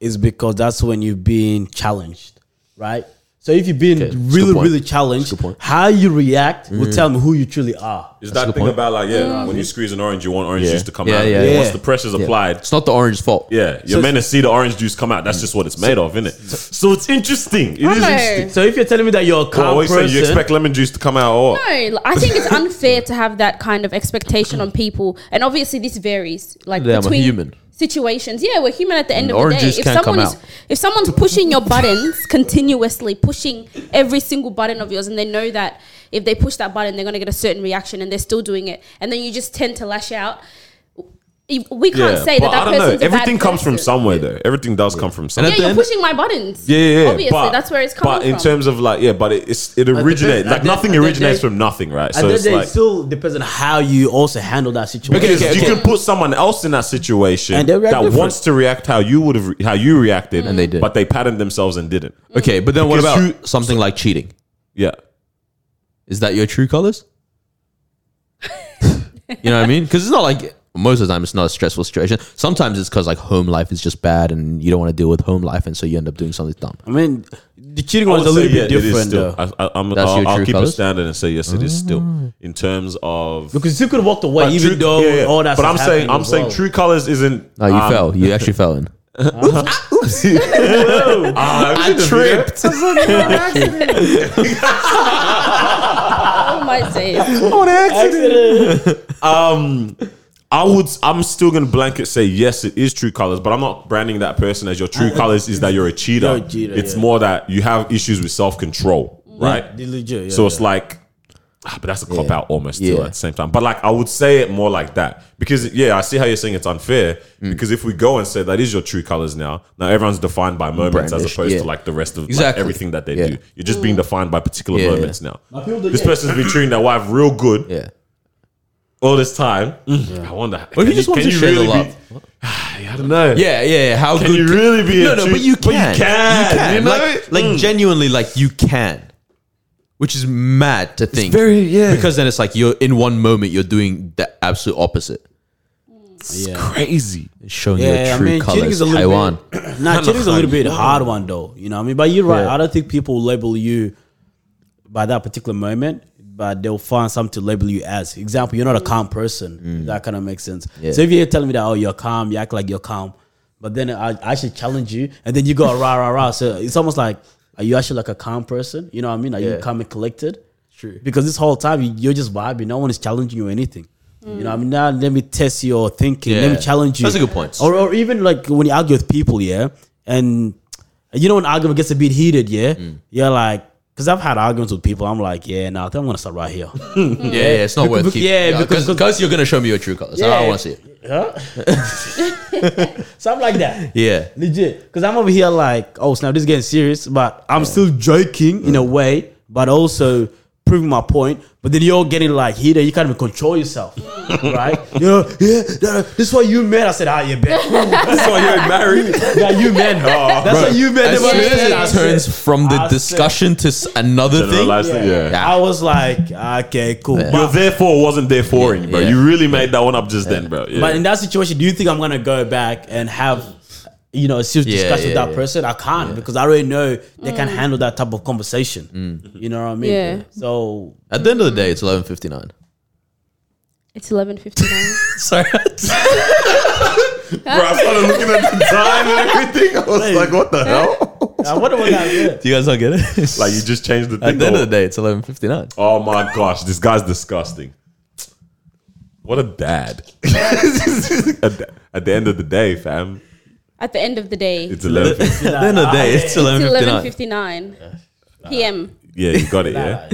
Speaker 5: is because that's when you're being challenged, right? So if you're being
Speaker 2: that's a good
Speaker 5: really,
Speaker 2: point.
Speaker 5: really
Speaker 2: That's a
Speaker 5: challenged,
Speaker 2: good point.
Speaker 5: how you react
Speaker 3: Mm.
Speaker 5: will tell me who you truly are.
Speaker 2: That's
Speaker 3: Is
Speaker 2: a
Speaker 3: that
Speaker 2: good
Speaker 3: thing
Speaker 2: point.
Speaker 3: about like
Speaker 4: Mm.
Speaker 3: yeah, when you squeeze an orange, you want orange
Speaker 2: Yeah.
Speaker 3: juice to come
Speaker 2: Yeah,
Speaker 3: out.
Speaker 2: yeah,
Speaker 3: Yeah.
Speaker 2: yeah.
Speaker 3: Once the pressure's applied,
Speaker 2: It's not the orange's fault.
Speaker 3: yeah, you're
Speaker 5: So-
Speaker 3: meant to see the orange juice come out. That's just what it's made of, isn't it? So it's interesting. It is
Speaker 4: I know.
Speaker 3: interesting.
Speaker 5: So if you're telling me that you're a
Speaker 3: Well, I
Speaker 5: calm
Speaker 3: always say
Speaker 5: person,
Speaker 3: you expect lemon juice to come out. Or what?
Speaker 4: No, I think it's unfair to have that kind of expectation on people, and obviously this varies. Like
Speaker 2: Yeah, I'm a
Speaker 4: between
Speaker 2: human.
Speaker 4: situations, yeah, we're human at the end
Speaker 2: And
Speaker 4: of the
Speaker 2: orange
Speaker 4: day.
Speaker 2: juice can't come
Speaker 4: is,
Speaker 2: out.
Speaker 4: if someone's pushing your buttons continuously, pushing every single button of yours, and they know that if they push that button, they're going to get a certain reaction, and they're still doing it, and then you just tend to lash out. If- We can't say that
Speaker 3: but
Speaker 4: that
Speaker 3: I don't know.
Speaker 4: person's a bad
Speaker 3: Everything comes from
Speaker 4: person.
Speaker 3: somewhere, though. Everything does come from
Speaker 2: At
Speaker 3: somewhere.
Speaker 4: Yeah,
Speaker 2: the
Speaker 4: you're
Speaker 2: end-
Speaker 4: pushing my buttons.
Speaker 3: Yeah, yeah, yeah.
Speaker 4: Obviously, that's where it's coming
Speaker 3: but in
Speaker 4: from.
Speaker 3: terms of like, yeah, but it, it's it originates like
Speaker 5: at the-
Speaker 3: nothing
Speaker 5: at the
Speaker 3: originates
Speaker 5: day-
Speaker 3: from nothing, right?
Speaker 5: and
Speaker 3: So
Speaker 5: then
Speaker 3: it's
Speaker 5: it
Speaker 3: like
Speaker 5: still depends on how you also handle that situation.
Speaker 3: because
Speaker 2: Okay, okay,
Speaker 3: you
Speaker 2: okay.
Speaker 3: can put someone else in that situation
Speaker 5: And
Speaker 3: that
Speaker 5: they'll react different.
Speaker 3: wants to react how you would have re- how you reacted, and
Speaker 2: they did.
Speaker 3: but they patterned themselves and didn't.
Speaker 2: Okay, but then
Speaker 3: Because
Speaker 2: what about
Speaker 3: you-
Speaker 2: something like cheating?
Speaker 3: Yeah,
Speaker 2: Is that your true colors? you know what I mean? Because it's not like most of the time it's not a stressful situation. Sometimes it's because like home life is just bad and you don't want to deal with home life, and so you end up doing something dumb.
Speaker 5: I mean, the cheating
Speaker 3: I
Speaker 5: one's a
Speaker 3: would
Speaker 5: little
Speaker 3: say, yeah,
Speaker 5: bit
Speaker 3: it is
Speaker 5: different
Speaker 3: Still,
Speaker 5: though. Ah.
Speaker 3: I, I, I'm,
Speaker 2: That's
Speaker 3: I'll,
Speaker 2: your
Speaker 3: I'll
Speaker 2: true
Speaker 3: keep a
Speaker 2: colours?
Speaker 3: standard and say yes, it is still in terms of.
Speaker 5: Because you could have walked away
Speaker 3: But
Speaker 5: even
Speaker 3: true-
Speaker 5: though
Speaker 3: yeah, yeah.
Speaker 5: all that.
Speaker 3: but I'm
Speaker 5: stuff
Speaker 3: saying
Speaker 5: happened
Speaker 3: I'm
Speaker 5: as
Speaker 3: saying
Speaker 5: well.
Speaker 3: true colors isn't.
Speaker 2: No, you
Speaker 3: um,
Speaker 2: fell. You actually fell in.
Speaker 3: Ah, I tripped.
Speaker 4: oh my days.
Speaker 3: um I would I'm still gonna blanket say yes, it is true colors, but I'm not branding that person as your true colors is that you're a cheater.
Speaker 5: You're a cheater,
Speaker 3: it's
Speaker 5: yeah. Mm.
Speaker 3: more that you have issues with self control, right?
Speaker 5: Yeah, legit, yeah,
Speaker 3: so it's
Speaker 5: yeah.
Speaker 3: like Ah, But that's a cop out almost too
Speaker 2: Yeah.
Speaker 3: at the same time. But like I would say it more like that. Because yeah, I see how you're saying it's unfair.
Speaker 2: Mm.
Speaker 3: Because if we go and say that is your true colors now, now everyone's defined by moments as
Speaker 2: Brandish,
Speaker 3: opposed
Speaker 2: yeah.
Speaker 3: to like the rest of like,
Speaker 2: Exactly.
Speaker 3: everything that they
Speaker 2: Yeah.
Speaker 3: do. You're just being defined by particular
Speaker 2: Yeah, yeah.
Speaker 3: moments now.
Speaker 5: people do-
Speaker 3: This
Speaker 5: yeah.
Speaker 3: person's been treating their wife real good
Speaker 2: Yeah.
Speaker 3: all this time. I wonder.
Speaker 2: But he
Speaker 3: can
Speaker 2: just
Speaker 3: you-
Speaker 2: wants to
Speaker 3: can you
Speaker 2: share the
Speaker 3: really
Speaker 2: love.
Speaker 3: be- I don't know.
Speaker 2: Yeah, yeah, yeah. How
Speaker 3: Can
Speaker 2: good
Speaker 3: you really be?
Speaker 2: No,
Speaker 3: a
Speaker 2: no,
Speaker 3: true-
Speaker 2: but you can.
Speaker 3: You can. You, know.
Speaker 2: like,
Speaker 3: it?
Speaker 2: like genuinely, like you can, which is mad to think.
Speaker 3: very- yeah.
Speaker 2: Because then it's like you're in one moment you're doing the absolute opposite,
Speaker 5: Yeah.
Speaker 3: crazy.
Speaker 2: showing
Speaker 5: Yeah,
Speaker 2: your
Speaker 5: I
Speaker 2: true
Speaker 5: mean, cheating
Speaker 2: colors.
Speaker 5: is a little
Speaker 2: Taiwan.
Speaker 5: bit. Nah, cheating's a little bit hard one though. You know, what I mean, but you're right. I don't think people will label you by that particular moment, but they'll find something to label you as. Example, you're not a
Speaker 2: Mm.
Speaker 5: calm person. That kind of makes sense. So if you're telling me that, oh, you're calm, you act like you're calm, but then I, I actually challenge you, and then you go rah rah rah. So it's almost like, are you actually like a calm person? You know what I mean? Are you calm and collected?
Speaker 2: True.
Speaker 5: Because this whole time you, you're just vibing. No one is challenging you or anything. You know, what I mean, now let me test your thinking. Let me
Speaker 2: Mm. Yeah.
Speaker 5: challenge you.
Speaker 2: That's a good point.
Speaker 5: Or, or even like when you argue with people, yeah, and you know when argument gets a bit heated, yeah,
Speaker 2: Mm.
Speaker 5: you're like, because I've had arguments with people, I'm like, yeah, nah, I think I'm gonna start right here.
Speaker 2: Yeah, yeah, it's not
Speaker 5: Because-
Speaker 2: worth keeping.
Speaker 5: yeah, because-
Speaker 2: because you're gonna show me your true colors. I
Speaker 5: Yeah.
Speaker 2: want to see it.
Speaker 5: Huh? Something like that.
Speaker 2: Yeah,
Speaker 5: Legit. Because I'm over here like, oh snap, this is getting serious, but I'm still joking in a
Speaker 2: Mm.
Speaker 5: way, but also proving my point. But then you're getting like heated, you can't even control yourself. right? You're yeah, nah, this is why you mad. I said, ah, yeah, bet.
Speaker 3: That's why you're married.
Speaker 5: yeah, you mad. That's why you mad.
Speaker 2: As
Speaker 5: That's what
Speaker 2: soon
Speaker 5: I said. I
Speaker 2: as it
Speaker 5: said-
Speaker 2: turns from the
Speaker 5: I said-
Speaker 2: discussion to s- another thing,
Speaker 3: Generalized, yeah.
Speaker 2: Yeah.
Speaker 5: I was like, "Ah, okay, cool.
Speaker 3: Your
Speaker 5: But,
Speaker 3: therefore wasn't there foring, bro.
Speaker 2: Yeah.
Speaker 3: You really made that one up just then, bro. Yeah.
Speaker 5: but in that situation, do you think I'm gonna go back and have you know a serious
Speaker 2: Yeah,
Speaker 5: discussion with
Speaker 2: yeah,
Speaker 5: that
Speaker 2: yeah.
Speaker 5: person? I can't because I already know they can handle that type of conversation.
Speaker 3: Mm.
Speaker 5: You know what I mean?
Speaker 4: Yeah.
Speaker 5: So
Speaker 2: at the end of the day, it's eleven fifty nine.
Speaker 4: It's eleven fifty nine.
Speaker 2: Sorry,
Speaker 3: bro, I started looking at the time and everything. I was like, what the hell?
Speaker 5: I wonder what that is.
Speaker 2: do you guys not get it?
Speaker 3: like, you just changed the
Speaker 2: at
Speaker 3: thing.
Speaker 2: the end of the
Speaker 3: or-
Speaker 2: day, it's eleven fifty nine.
Speaker 3: Oh my gosh, this guy's disgusting. What a dad. at, the, at the end of the day, fam,
Speaker 4: At the end of the day, it's
Speaker 3: it's 11.
Speaker 2: At the end of the day, it's eleven fifty
Speaker 4: eleven
Speaker 2: nine.
Speaker 4: fifty nine p.m.
Speaker 3: Yeah, you got it, yeah?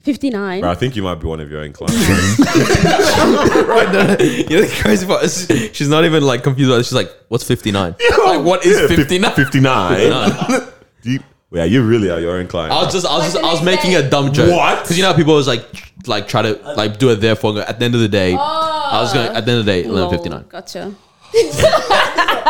Speaker 4: Fifty nine.
Speaker 3: Bro, I think you might be one of your own clients.
Speaker 2: You know the crazy part is she's not even like confused. About it. She's like, "What's 59? like, what is
Speaker 3: Yeah, fif-
Speaker 2: 59?
Speaker 3: 59. Do you- yeah, you really are your own client.
Speaker 2: I was just, I was, just,
Speaker 4: Like the
Speaker 2: I was
Speaker 4: next
Speaker 2: making
Speaker 4: day.
Speaker 2: a dumb joke.
Speaker 3: What?
Speaker 2: Because you know, how people was like, like try to like do it therefore. and go, At the end of the day,
Speaker 4: Uh,
Speaker 2: I was going. At the end of the day, eleven fifty nine.
Speaker 4: Gotcha.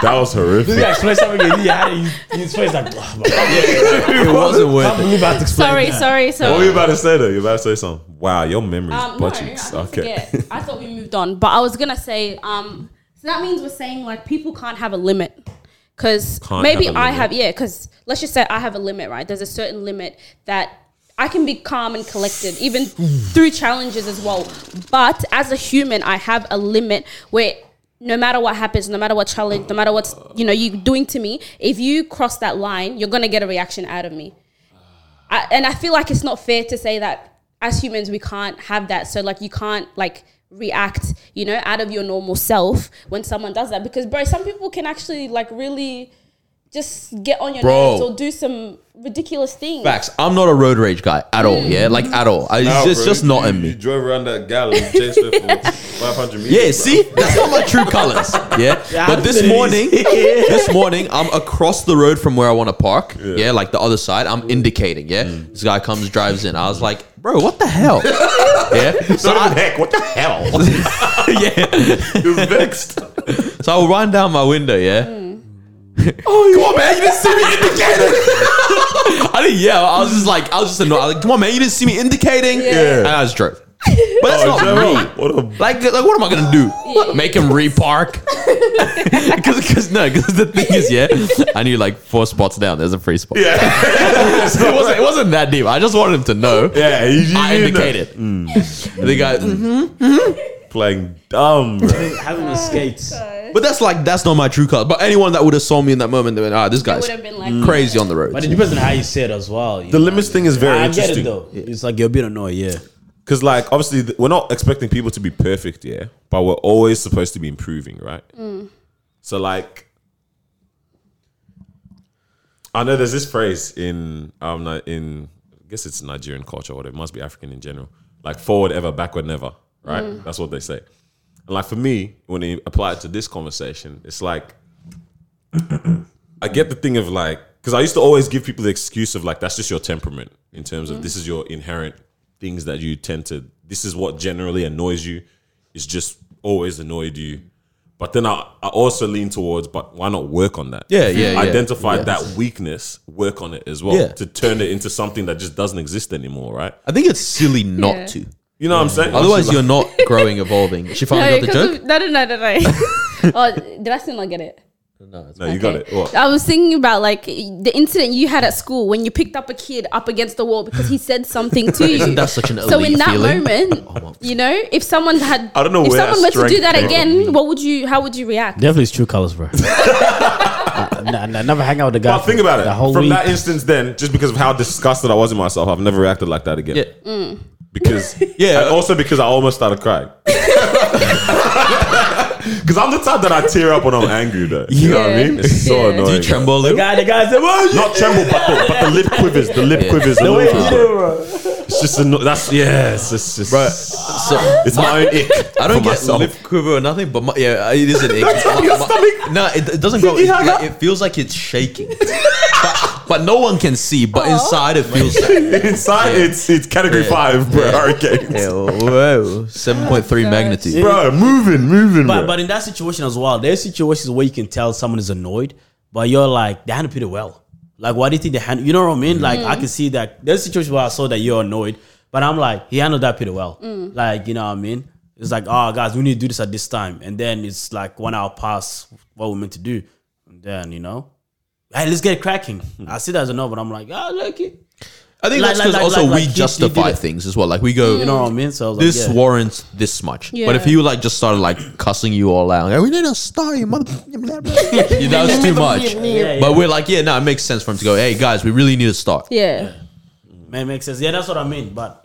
Speaker 3: that was horrific.
Speaker 5: explain something and you had it. You explain like, blah, blah, blah.
Speaker 2: It wasn't worth it.
Speaker 5: I'm about to explain.
Speaker 4: Sorry,
Speaker 5: that.
Speaker 4: sorry,
Speaker 3: What were
Speaker 4: sorry.
Speaker 3: you about to say though? You were about to say something. Wow, your memory's
Speaker 4: Um, no, I,
Speaker 3: budgets.
Speaker 4: didn't
Speaker 3: okay.
Speaker 4: forget. I thought we moved on, but I was gonna say. Um, so that means we're saying like people can't have a limit because
Speaker 3: Can't
Speaker 4: maybe
Speaker 3: have a
Speaker 4: I
Speaker 3: limit.
Speaker 4: have yeah. Because let's just say I have a limit, right? There's a certain limit that. I can be calm and collected, even through challenges as well. But as a human, I have a limit where no matter what happens, no matter what challenge, no matter what's you know you doing to me, if you cross that line, you're gonna get a reaction out of me. I, and I feel like it's not fair to say that as humans we can't have that. So like you can't like react, you know, out of your normal self when someone does that because bro, some people can actually like really just get on your
Speaker 2: Bro.
Speaker 4: nerves or do some ridiculous things.
Speaker 2: Facts. I'm not a road rage guy at all. Yeah, like at all. I- It's
Speaker 3: Nah,
Speaker 2: just,
Speaker 3: bro,
Speaker 2: just not
Speaker 3: you-
Speaker 2: in
Speaker 3: You
Speaker 2: me.
Speaker 3: drove around that galley, chased her for 500 meters.
Speaker 2: Yeah,
Speaker 3: bro.
Speaker 2: see, that's not my true colors. Yeah, but this
Speaker 5: it is.
Speaker 2: morning, this morning, I'm across the road from where I want to park. Yeah, Mm. like the other side. I'm indicating. Yeah, this guy comes, drives in. I was like, bro, what the hell? yeah, so
Speaker 3: Not even
Speaker 2: I,
Speaker 3: heck. What the hell?
Speaker 2: yeah,
Speaker 3: you vexed.
Speaker 2: so I ran down my window. Yeah,
Speaker 3: Oh, come on, man. You didn't see me indicating.
Speaker 2: I didn't yell. I was just like, I was just annoyed. I was like, come on, man, you didn't see me indicating.
Speaker 4: Yeah.
Speaker 2: and I just drove. But that's
Speaker 3: Oh,
Speaker 2: not me.
Speaker 3: Jerome, What a
Speaker 2: Like, like, what am I gonna do? Make him repark? Because, because no, because the thing is, yeah, I knew like four spots down. There's a free spot.
Speaker 3: yeah.
Speaker 2: So it wasn't, it wasn't that deep. I just wanted him to know.
Speaker 3: yeah, you, you
Speaker 2: I
Speaker 3: know.
Speaker 2: indicated. And the guy, mhm.
Speaker 3: playing dumb. Bro.
Speaker 5: Having the skates.
Speaker 2: but that's like that's not my true color. But anyone that would have saw me in that moment, they went, ah, this guy's
Speaker 4: would've been like-
Speaker 2: crazy on the road.
Speaker 5: But it depends on how you say it as well. you
Speaker 3: The
Speaker 5: know.
Speaker 3: limits thing is very
Speaker 5: I get it
Speaker 3: interesting.
Speaker 5: though. It's like you're a bit annoyed, yeah.
Speaker 3: Because, like, obviously, th- we're not expecting people to be perfect, yeah? But we're always supposed to be improving, right? So, like, I know there's this phrase in, um, Ni- in I guess it's Nigerian culture, or whatever. It must be African in general. Like forward ever, backward never. Right? That's what they say. And like for me, when they apply it to this conversation, it's like I get the thing of like because I used to always give people the excuse of like that's just your temperament in terms of this is your inherent things that you tend to this is what generally annoys you. It's just always annoyed you. But then I, I also lean towards but why not work on that?
Speaker 2: Yeah, yeah, yeah.
Speaker 3: Identify
Speaker 2: Yeah.
Speaker 3: that weakness, work on it as well
Speaker 2: Yeah.
Speaker 3: to turn it into something that just doesn't exist anymore, right?
Speaker 2: I think it's silly not
Speaker 4: Yeah.
Speaker 2: to.
Speaker 3: You know what I'm saying?
Speaker 2: Otherwise, you're not growing, evolving. She finally got the
Speaker 4: because
Speaker 2: joke.
Speaker 4: of- no, no, no, no, no. oh, did I still not get it?
Speaker 3: No, you got it. What?
Speaker 4: I was thinking about like the incident you had at school when you picked up a kid up against the wall because he said something to you.
Speaker 2: Isn't that such an
Speaker 4: so in
Speaker 2: elite
Speaker 4: that
Speaker 2: feeling? Oh,
Speaker 4: moment, you know, if someone had,
Speaker 3: I don't know
Speaker 4: if
Speaker 3: where that
Speaker 4: someone were to do
Speaker 3: strength
Speaker 4: that
Speaker 3: came
Speaker 4: again, what would you? How would you react?
Speaker 5: Definitely his true colors, bro. I, I, I never hang out with the guy.
Speaker 3: But think about it.
Speaker 5: The whole
Speaker 3: From
Speaker 5: week.
Speaker 3: that instance, then, just because of how disgusted I was in myself, I've never reacted like that again. Mm.
Speaker 2: Yeah.
Speaker 3: Because
Speaker 2: Yeah.
Speaker 3: and also because I almost started crying. Because I'm the type that I tear up when I'm angry, though. You know what I
Speaker 4: Yeah.
Speaker 3: mean? It's so
Speaker 4: Yeah.
Speaker 3: annoying.
Speaker 2: Do you tremble a little?
Speaker 5: guy, the guy said, "What?"
Speaker 3: Not tremble, but the, but the lip quivers. The lip quivers. The
Speaker 5: the way
Speaker 3: lip
Speaker 5: he did,
Speaker 3: quivers.
Speaker 5: it,
Speaker 3: bro.
Speaker 5: bro.
Speaker 3: It's just anno- that's yeah. It's just, it's,
Speaker 2: Bro,
Speaker 3: just
Speaker 2: so
Speaker 3: it's my own ick.
Speaker 2: I don't
Speaker 3: for
Speaker 2: get
Speaker 3: myself.
Speaker 2: lip quiver or nothing, but my, yeah, it is an ick.
Speaker 3: your
Speaker 2: My-
Speaker 3: stomach.
Speaker 2: No, it, it doesn't go.
Speaker 3: you
Speaker 2: It,
Speaker 3: hang
Speaker 2: like,
Speaker 3: up?
Speaker 2: it feels like it's shaking, but, but no one can see. But inside, it feels.
Speaker 3: inside. It's it's category five, bro. Hurricanes,
Speaker 2: Whoa, seven point three
Speaker 4: Oh,
Speaker 2: magnitude.
Speaker 3: bro. Moving, moving,
Speaker 5: But,
Speaker 3: bro.
Speaker 5: but in that situation as well, there's situations where you can tell someone is annoyed, but you're like, they handled it well. Like, why do you think they handled? You know what I mean? Like, I can see that there's situations where I saw that you're annoyed, but I'm like, he handled that pretty well. Like, you know what I mean? It's like, oh, guys, we need to do this at this time, and then it's like one hour past what we're meant to do, and then you know, hey, let's get cracking. I see that as a no, but I'm like, ah, look it.
Speaker 2: I think
Speaker 5: Like-
Speaker 2: that's because
Speaker 5: like-
Speaker 2: also
Speaker 5: like- like
Speaker 2: we
Speaker 5: he- he
Speaker 2: justify
Speaker 5: did it. Mm.
Speaker 2: things as well. Like we go,
Speaker 5: You know what I mean? So I was
Speaker 2: Mm. this
Speaker 5: like, yeah.
Speaker 2: warrants this much. But if
Speaker 4: Yeah.
Speaker 2: you like just started like cussing you all out, like, we need a star, you mother. Yeah, that was too much.
Speaker 5: Yeah,
Speaker 2: But
Speaker 5: yeah.
Speaker 2: we're like, yeah, no, it makes sense for him to go. Hey guys, we really need a star.
Speaker 4: Yeah.
Speaker 5: Man, makes sense. Yeah, that's what I mean. But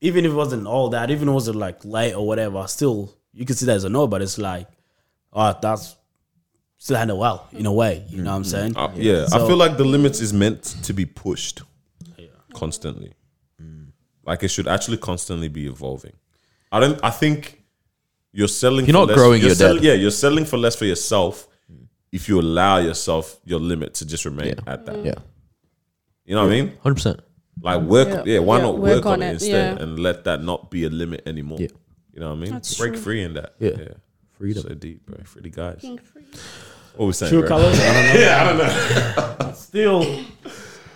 Speaker 5: even if it wasn't all that, even if it wasn't like late or whatever, still you can see that as a no, but it's like, oh, that's still handled well in a way. You know what I'm saying?
Speaker 3: Uh, yeah, I
Speaker 5: So-
Speaker 3: feel like the limits is meant to be pushed constantly. Like it should actually constantly be evolving. I don't. I think you're selling.
Speaker 2: You're
Speaker 3: for
Speaker 2: not
Speaker 3: less,
Speaker 2: growing,
Speaker 3: You're
Speaker 2: you're
Speaker 3: sell-
Speaker 2: dead.
Speaker 3: Yeah, you're selling for less for yourself if you allow yourself your limit to just remain at that.
Speaker 2: Yeah,
Speaker 3: You know what I mean?
Speaker 2: hundred percent.
Speaker 3: Like work. Yeah,
Speaker 4: Yeah.
Speaker 3: why
Speaker 4: Yeah,
Speaker 3: not work, on, it instead
Speaker 4: yeah.
Speaker 3: and let that not be a limit anymore?
Speaker 2: Yeah.
Speaker 3: You know what I mean?
Speaker 4: That's
Speaker 3: Break
Speaker 4: true.
Speaker 3: free in that.
Speaker 2: Yeah.
Speaker 3: Freedom. So deep, bro. Free guys. What we saying?
Speaker 5: True
Speaker 3: bro?
Speaker 5: colors? I don't know. yeah, I don't know. still,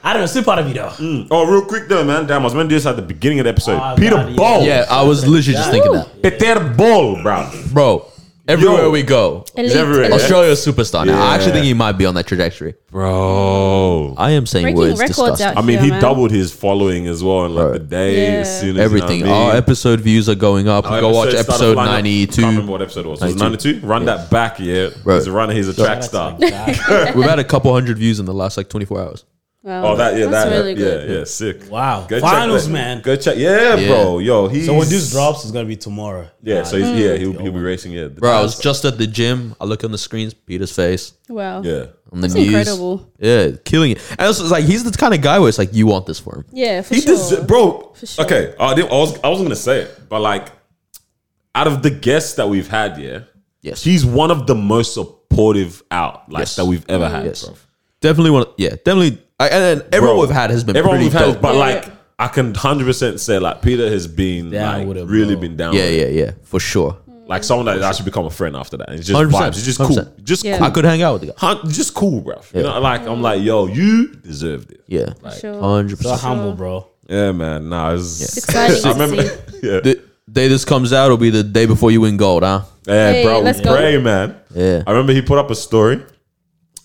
Speaker 5: I don't know. Still part of you though.
Speaker 3: Oh, real quick though, man. Damn, I was meant to do this at the beginning of the episode.
Speaker 5: Ah,
Speaker 3: Peter
Speaker 5: God, yeah.
Speaker 3: Ball.
Speaker 2: Yeah, I was literally just thinking that,
Speaker 3: Peter Ball, bro.
Speaker 2: bro. Everywhere
Speaker 3: Yo.
Speaker 2: we go,
Speaker 4: Elite,
Speaker 3: everywhere,
Speaker 4: elite.
Speaker 3: yeah.
Speaker 2: Australia's superstar. Now, I actually
Speaker 3: Yeah.
Speaker 2: think he might be on that trajectory.
Speaker 3: Bro.
Speaker 2: I am saying
Speaker 4: Breaking
Speaker 2: words
Speaker 4: records
Speaker 2: disgusting.
Speaker 4: out
Speaker 3: I mean,
Speaker 4: Yeah,
Speaker 3: he
Speaker 4: man.
Speaker 3: doubled his following as well in like the day.
Speaker 4: Yeah.
Speaker 3: As soon as,
Speaker 2: Everything.
Speaker 3: You know what I
Speaker 2: Our
Speaker 3: mean?
Speaker 2: episode views are going up.
Speaker 3: Our
Speaker 2: go watch
Speaker 3: started
Speaker 2: episode
Speaker 3: flying up. Can't remember
Speaker 2: 92.
Speaker 3: what episode it was. Was it
Speaker 2: 92?
Speaker 3: 92? Run that back, yeah.
Speaker 2: Bro.
Speaker 3: He's a runner. He's a track star.
Speaker 2: We've had a couple hundred views in the last like 24 hours.
Speaker 4: Wow.
Speaker 3: Oh, that yeah,
Speaker 4: That's
Speaker 3: that
Speaker 4: really
Speaker 3: yeah,
Speaker 4: good.
Speaker 3: yeah, sick.
Speaker 5: Wow.
Speaker 3: Go check
Speaker 5: Finals,
Speaker 3: that.
Speaker 5: man.
Speaker 3: Go check. Yeah,
Speaker 2: Yeah.
Speaker 3: bro. Yo, he's
Speaker 5: So when this drops, it's gonna be tomorrow.
Speaker 3: Yeah, so he's,
Speaker 4: Mm-hmm.
Speaker 3: yeah, he'll, he'll be racing. Yeah, the
Speaker 2: Bro, I
Speaker 3: times.
Speaker 2: was just at the gym. I look on the screens, Peter's face
Speaker 4: Wow.
Speaker 3: yeah.
Speaker 2: on the
Speaker 4: That's
Speaker 2: news.
Speaker 4: incredible.
Speaker 2: Yeah, killing it. And it's like he's the kind of guy where it's like you want this for him.
Speaker 4: Yeah, for
Speaker 3: He
Speaker 4: sure.
Speaker 3: deserves, bro.
Speaker 4: sure.
Speaker 3: Okay, uh, I, didn't, I was I wasn't gonna say it, but like, out of the guests that we've had, yeah,
Speaker 2: Yes.
Speaker 3: he's one of the most supportive out like
Speaker 2: Yes.
Speaker 3: that we've ever had.
Speaker 2: Yes.
Speaker 3: bro.
Speaker 2: Definitely one. Yeah, definitely. I, and, and everyone
Speaker 3: Bro,
Speaker 2: we've had has been
Speaker 3: everyone
Speaker 2: pretty
Speaker 3: we've had,
Speaker 2: dope.
Speaker 3: but
Speaker 4: Yeah.
Speaker 3: like, I can hundred percent say like Peter has been
Speaker 5: Down
Speaker 3: like
Speaker 5: with it,
Speaker 3: really
Speaker 5: bro.
Speaker 3: been down.
Speaker 2: yeah,
Speaker 3: with
Speaker 2: yeah,
Speaker 3: it.
Speaker 2: yeah, for sure.
Speaker 3: Like someone that actually become a friend after that. And it's just
Speaker 2: 100%,
Speaker 3: vibes. It's just cool.
Speaker 2: 100%.
Speaker 3: Just
Speaker 4: Yeah.
Speaker 2: I
Speaker 3: cool.
Speaker 2: could hang out with the guy.
Speaker 3: Hun- just cool, bro. You know, like I'm like, yo, you deserved it.
Speaker 2: Yeah,
Speaker 4: Sure.
Speaker 2: hundred
Speaker 5: So
Speaker 2: percent.
Speaker 5: humble, bro.
Speaker 3: Yeah, man. Nah, it's
Speaker 4: exciting to
Speaker 3: I remember. Yeah,
Speaker 2: The day this comes out will be the day before you win gold, huh?
Speaker 3: yeah,
Speaker 4: Hey,
Speaker 3: bro. We
Speaker 4: let's go.
Speaker 3: pray, man.
Speaker 2: Yeah.
Speaker 3: I remember he put up a story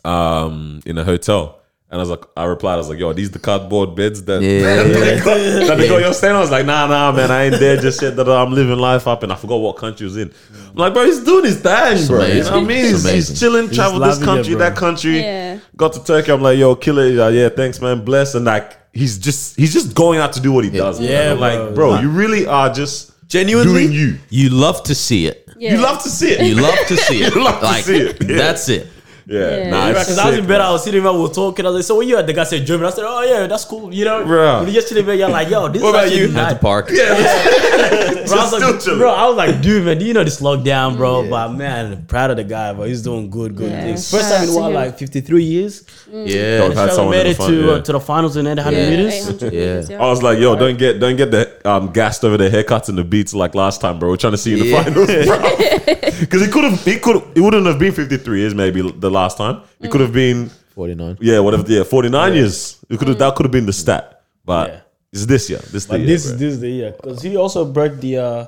Speaker 3: um, in a hotel. And I was like, I replied, I was like, yo, are these the cardboard beds that,
Speaker 2: Yeah.
Speaker 3: that they got your stand? I was like, nah, nah, man, I ain't there just yet. That I'm living life up, and I forgot what country he was in. I'm like, bro, he's doing his thing, bro. You
Speaker 2: amazing.
Speaker 3: know what I mean?
Speaker 2: It's
Speaker 3: He's,
Speaker 2: amazing.
Speaker 3: he's chilling, traveled this
Speaker 5: loving it,
Speaker 3: country,
Speaker 5: bro.
Speaker 3: that country.
Speaker 4: Yeah.
Speaker 3: Got to Turkey, I'm like, yo, kill it. Yeah, yeah, thanks, man, bless. And like, he's just he's just going out to do what he does. man.
Speaker 5: Yeah,
Speaker 3: I'm like,
Speaker 5: bro.
Speaker 3: bro, you really are just
Speaker 2: Genuinely,
Speaker 3: doing you.
Speaker 2: you love to see it.
Speaker 4: Yeah.
Speaker 3: You love to see it.
Speaker 2: You love to see it.
Speaker 3: You love to
Speaker 2: Like,
Speaker 3: see it, yeah.
Speaker 2: That's it.
Speaker 3: Yeah,
Speaker 4: Yeah.
Speaker 3: nah,
Speaker 5: Yeah,
Speaker 3: it's
Speaker 5: because I was
Speaker 3: sick,
Speaker 5: in bed, I was sitting there, we were talking. I was like, "So when you at the guy said German?" I said, "Oh yeah, that's cool." You know,
Speaker 3: Bruh.
Speaker 5: When you just sitting there, you're like, "Yo, this
Speaker 3: What
Speaker 5: is
Speaker 3: about
Speaker 5: actually
Speaker 3: you?
Speaker 5: nice.
Speaker 2: At the park.
Speaker 5: Bro, I was
Speaker 3: still
Speaker 5: like,
Speaker 3: chilling.
Speaker 5: bro, I was like, dude, man, do you know this lockdown, bro? But man, proud of the guy, bro. He's doing good, good
Speaker 4: Yeah,
Speaker 5: things.
Speaker 4: shout
Speaker 5: First time
Speaker 4: out
Speaker 5: in
Speaker 4: to
Speaker 5: what,
Speaker 4: him. Mm.
Speaker 5: like 53 years?
Speaker 2: Yeah.
Speaker 3: Dog had
Speaker 5: Australia
Speaker 3: someone in
Speaker 5: made
Speaker 3: the
Speaker 5: it
Speaker 3: front,
Speaker 5: to,
Speaker 3: yeah.
Speaker 5: uh, to the finals in 800
Speaker 4: Yeah,
Speaker 5: meters.
Speaker 4: 800 meters,
Speaker 3: I was like, yo, don't get don't get the um, gassed over the haircuts and the beats like last time, bro. We're trying to see you in
Speaker 2: Yeah.
Speaker 3: the finals, bro. Because it could have, it could, it wouldn't have been fifty three years, maybe the last time. It could have been,
Speaker 2: 49.
Speaker 3: yeah, whatever, yeah, forty nine years. It could have, that could have been the stat, but
Speaker 5: Yeah.
Speaker 3: it's this year, this the
Speaker 5: But
Speaker 3: year,
Speaker 5: this
Speaker 3: bro.
Speaker 5: this is the year because he also broke the uh,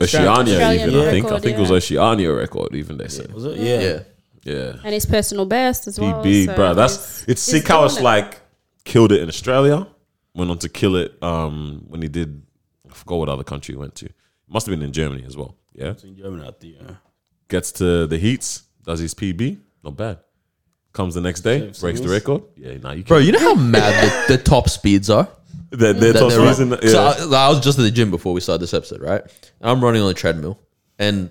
Speaker 3: Oceania,
Speaker 4: Australian
Speaker 3: even I think, I
Speaker 4: record,
Speaker 3: think it was
Speaker 4: yeah.
Speaker 3: Oceania record, even they said,
Speaker 5: was it? Yeah.
Speaker 2: Yeah.
Speaker 3: yeah.
Speaker 4: and his personal best as well.
Speaker 3: DB,
Speaker 4: so
Speaker 3: bro. That's
Speaker 4: he's-
Speaker 3: it's
Speaker 4: he's
Speaker 3: sick how it's
Speaker 4: doing it.
Speaker 3: like killed it in Australia. Went on to kill it um, when he did. I forgot what other country he went to. Must have been in Germany as well. Yeah,
Speaker 5: In Germany, I think, yeah.
Speaker 3: gets to the heats, does his PB, not bad. Comes the next day, breaks the record. Yeah, now you
Speaker 2: Bro,
Speaker 3: can.
Speaker 2: you know how mad the, the top speeds are?
Speaker 3: They're, they're
Speaker 2: that
Speaker 3: top
Speaker 2: they're
Speaker 3: reason.
Speaker 2: at.
Speaker 3: Yeah.
Speaker 2: So uh, I, I was just at the gym before we started this episode, right? And I'm running on a treadmill and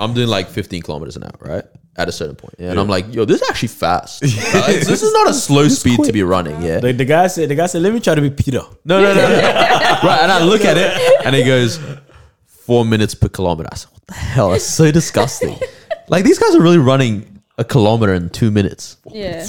Speaker 2: I'm doing like 15 kilometers an hour, right? At a certain point. Yeah, and I'm like, yo, this is actually fast. Like, this is not a slow speed to be running. Yeah.
Speaker 5: The, the guy said, the guy said, let me try to be Peter.
Speaker 2: No, no, no. no. right, and I look at it and he goes, four minutes per kilometer. I said, what the hell? That's so disgusting. like, these guys are really running a kilometer in two minutes.
Speaker 4: yeah.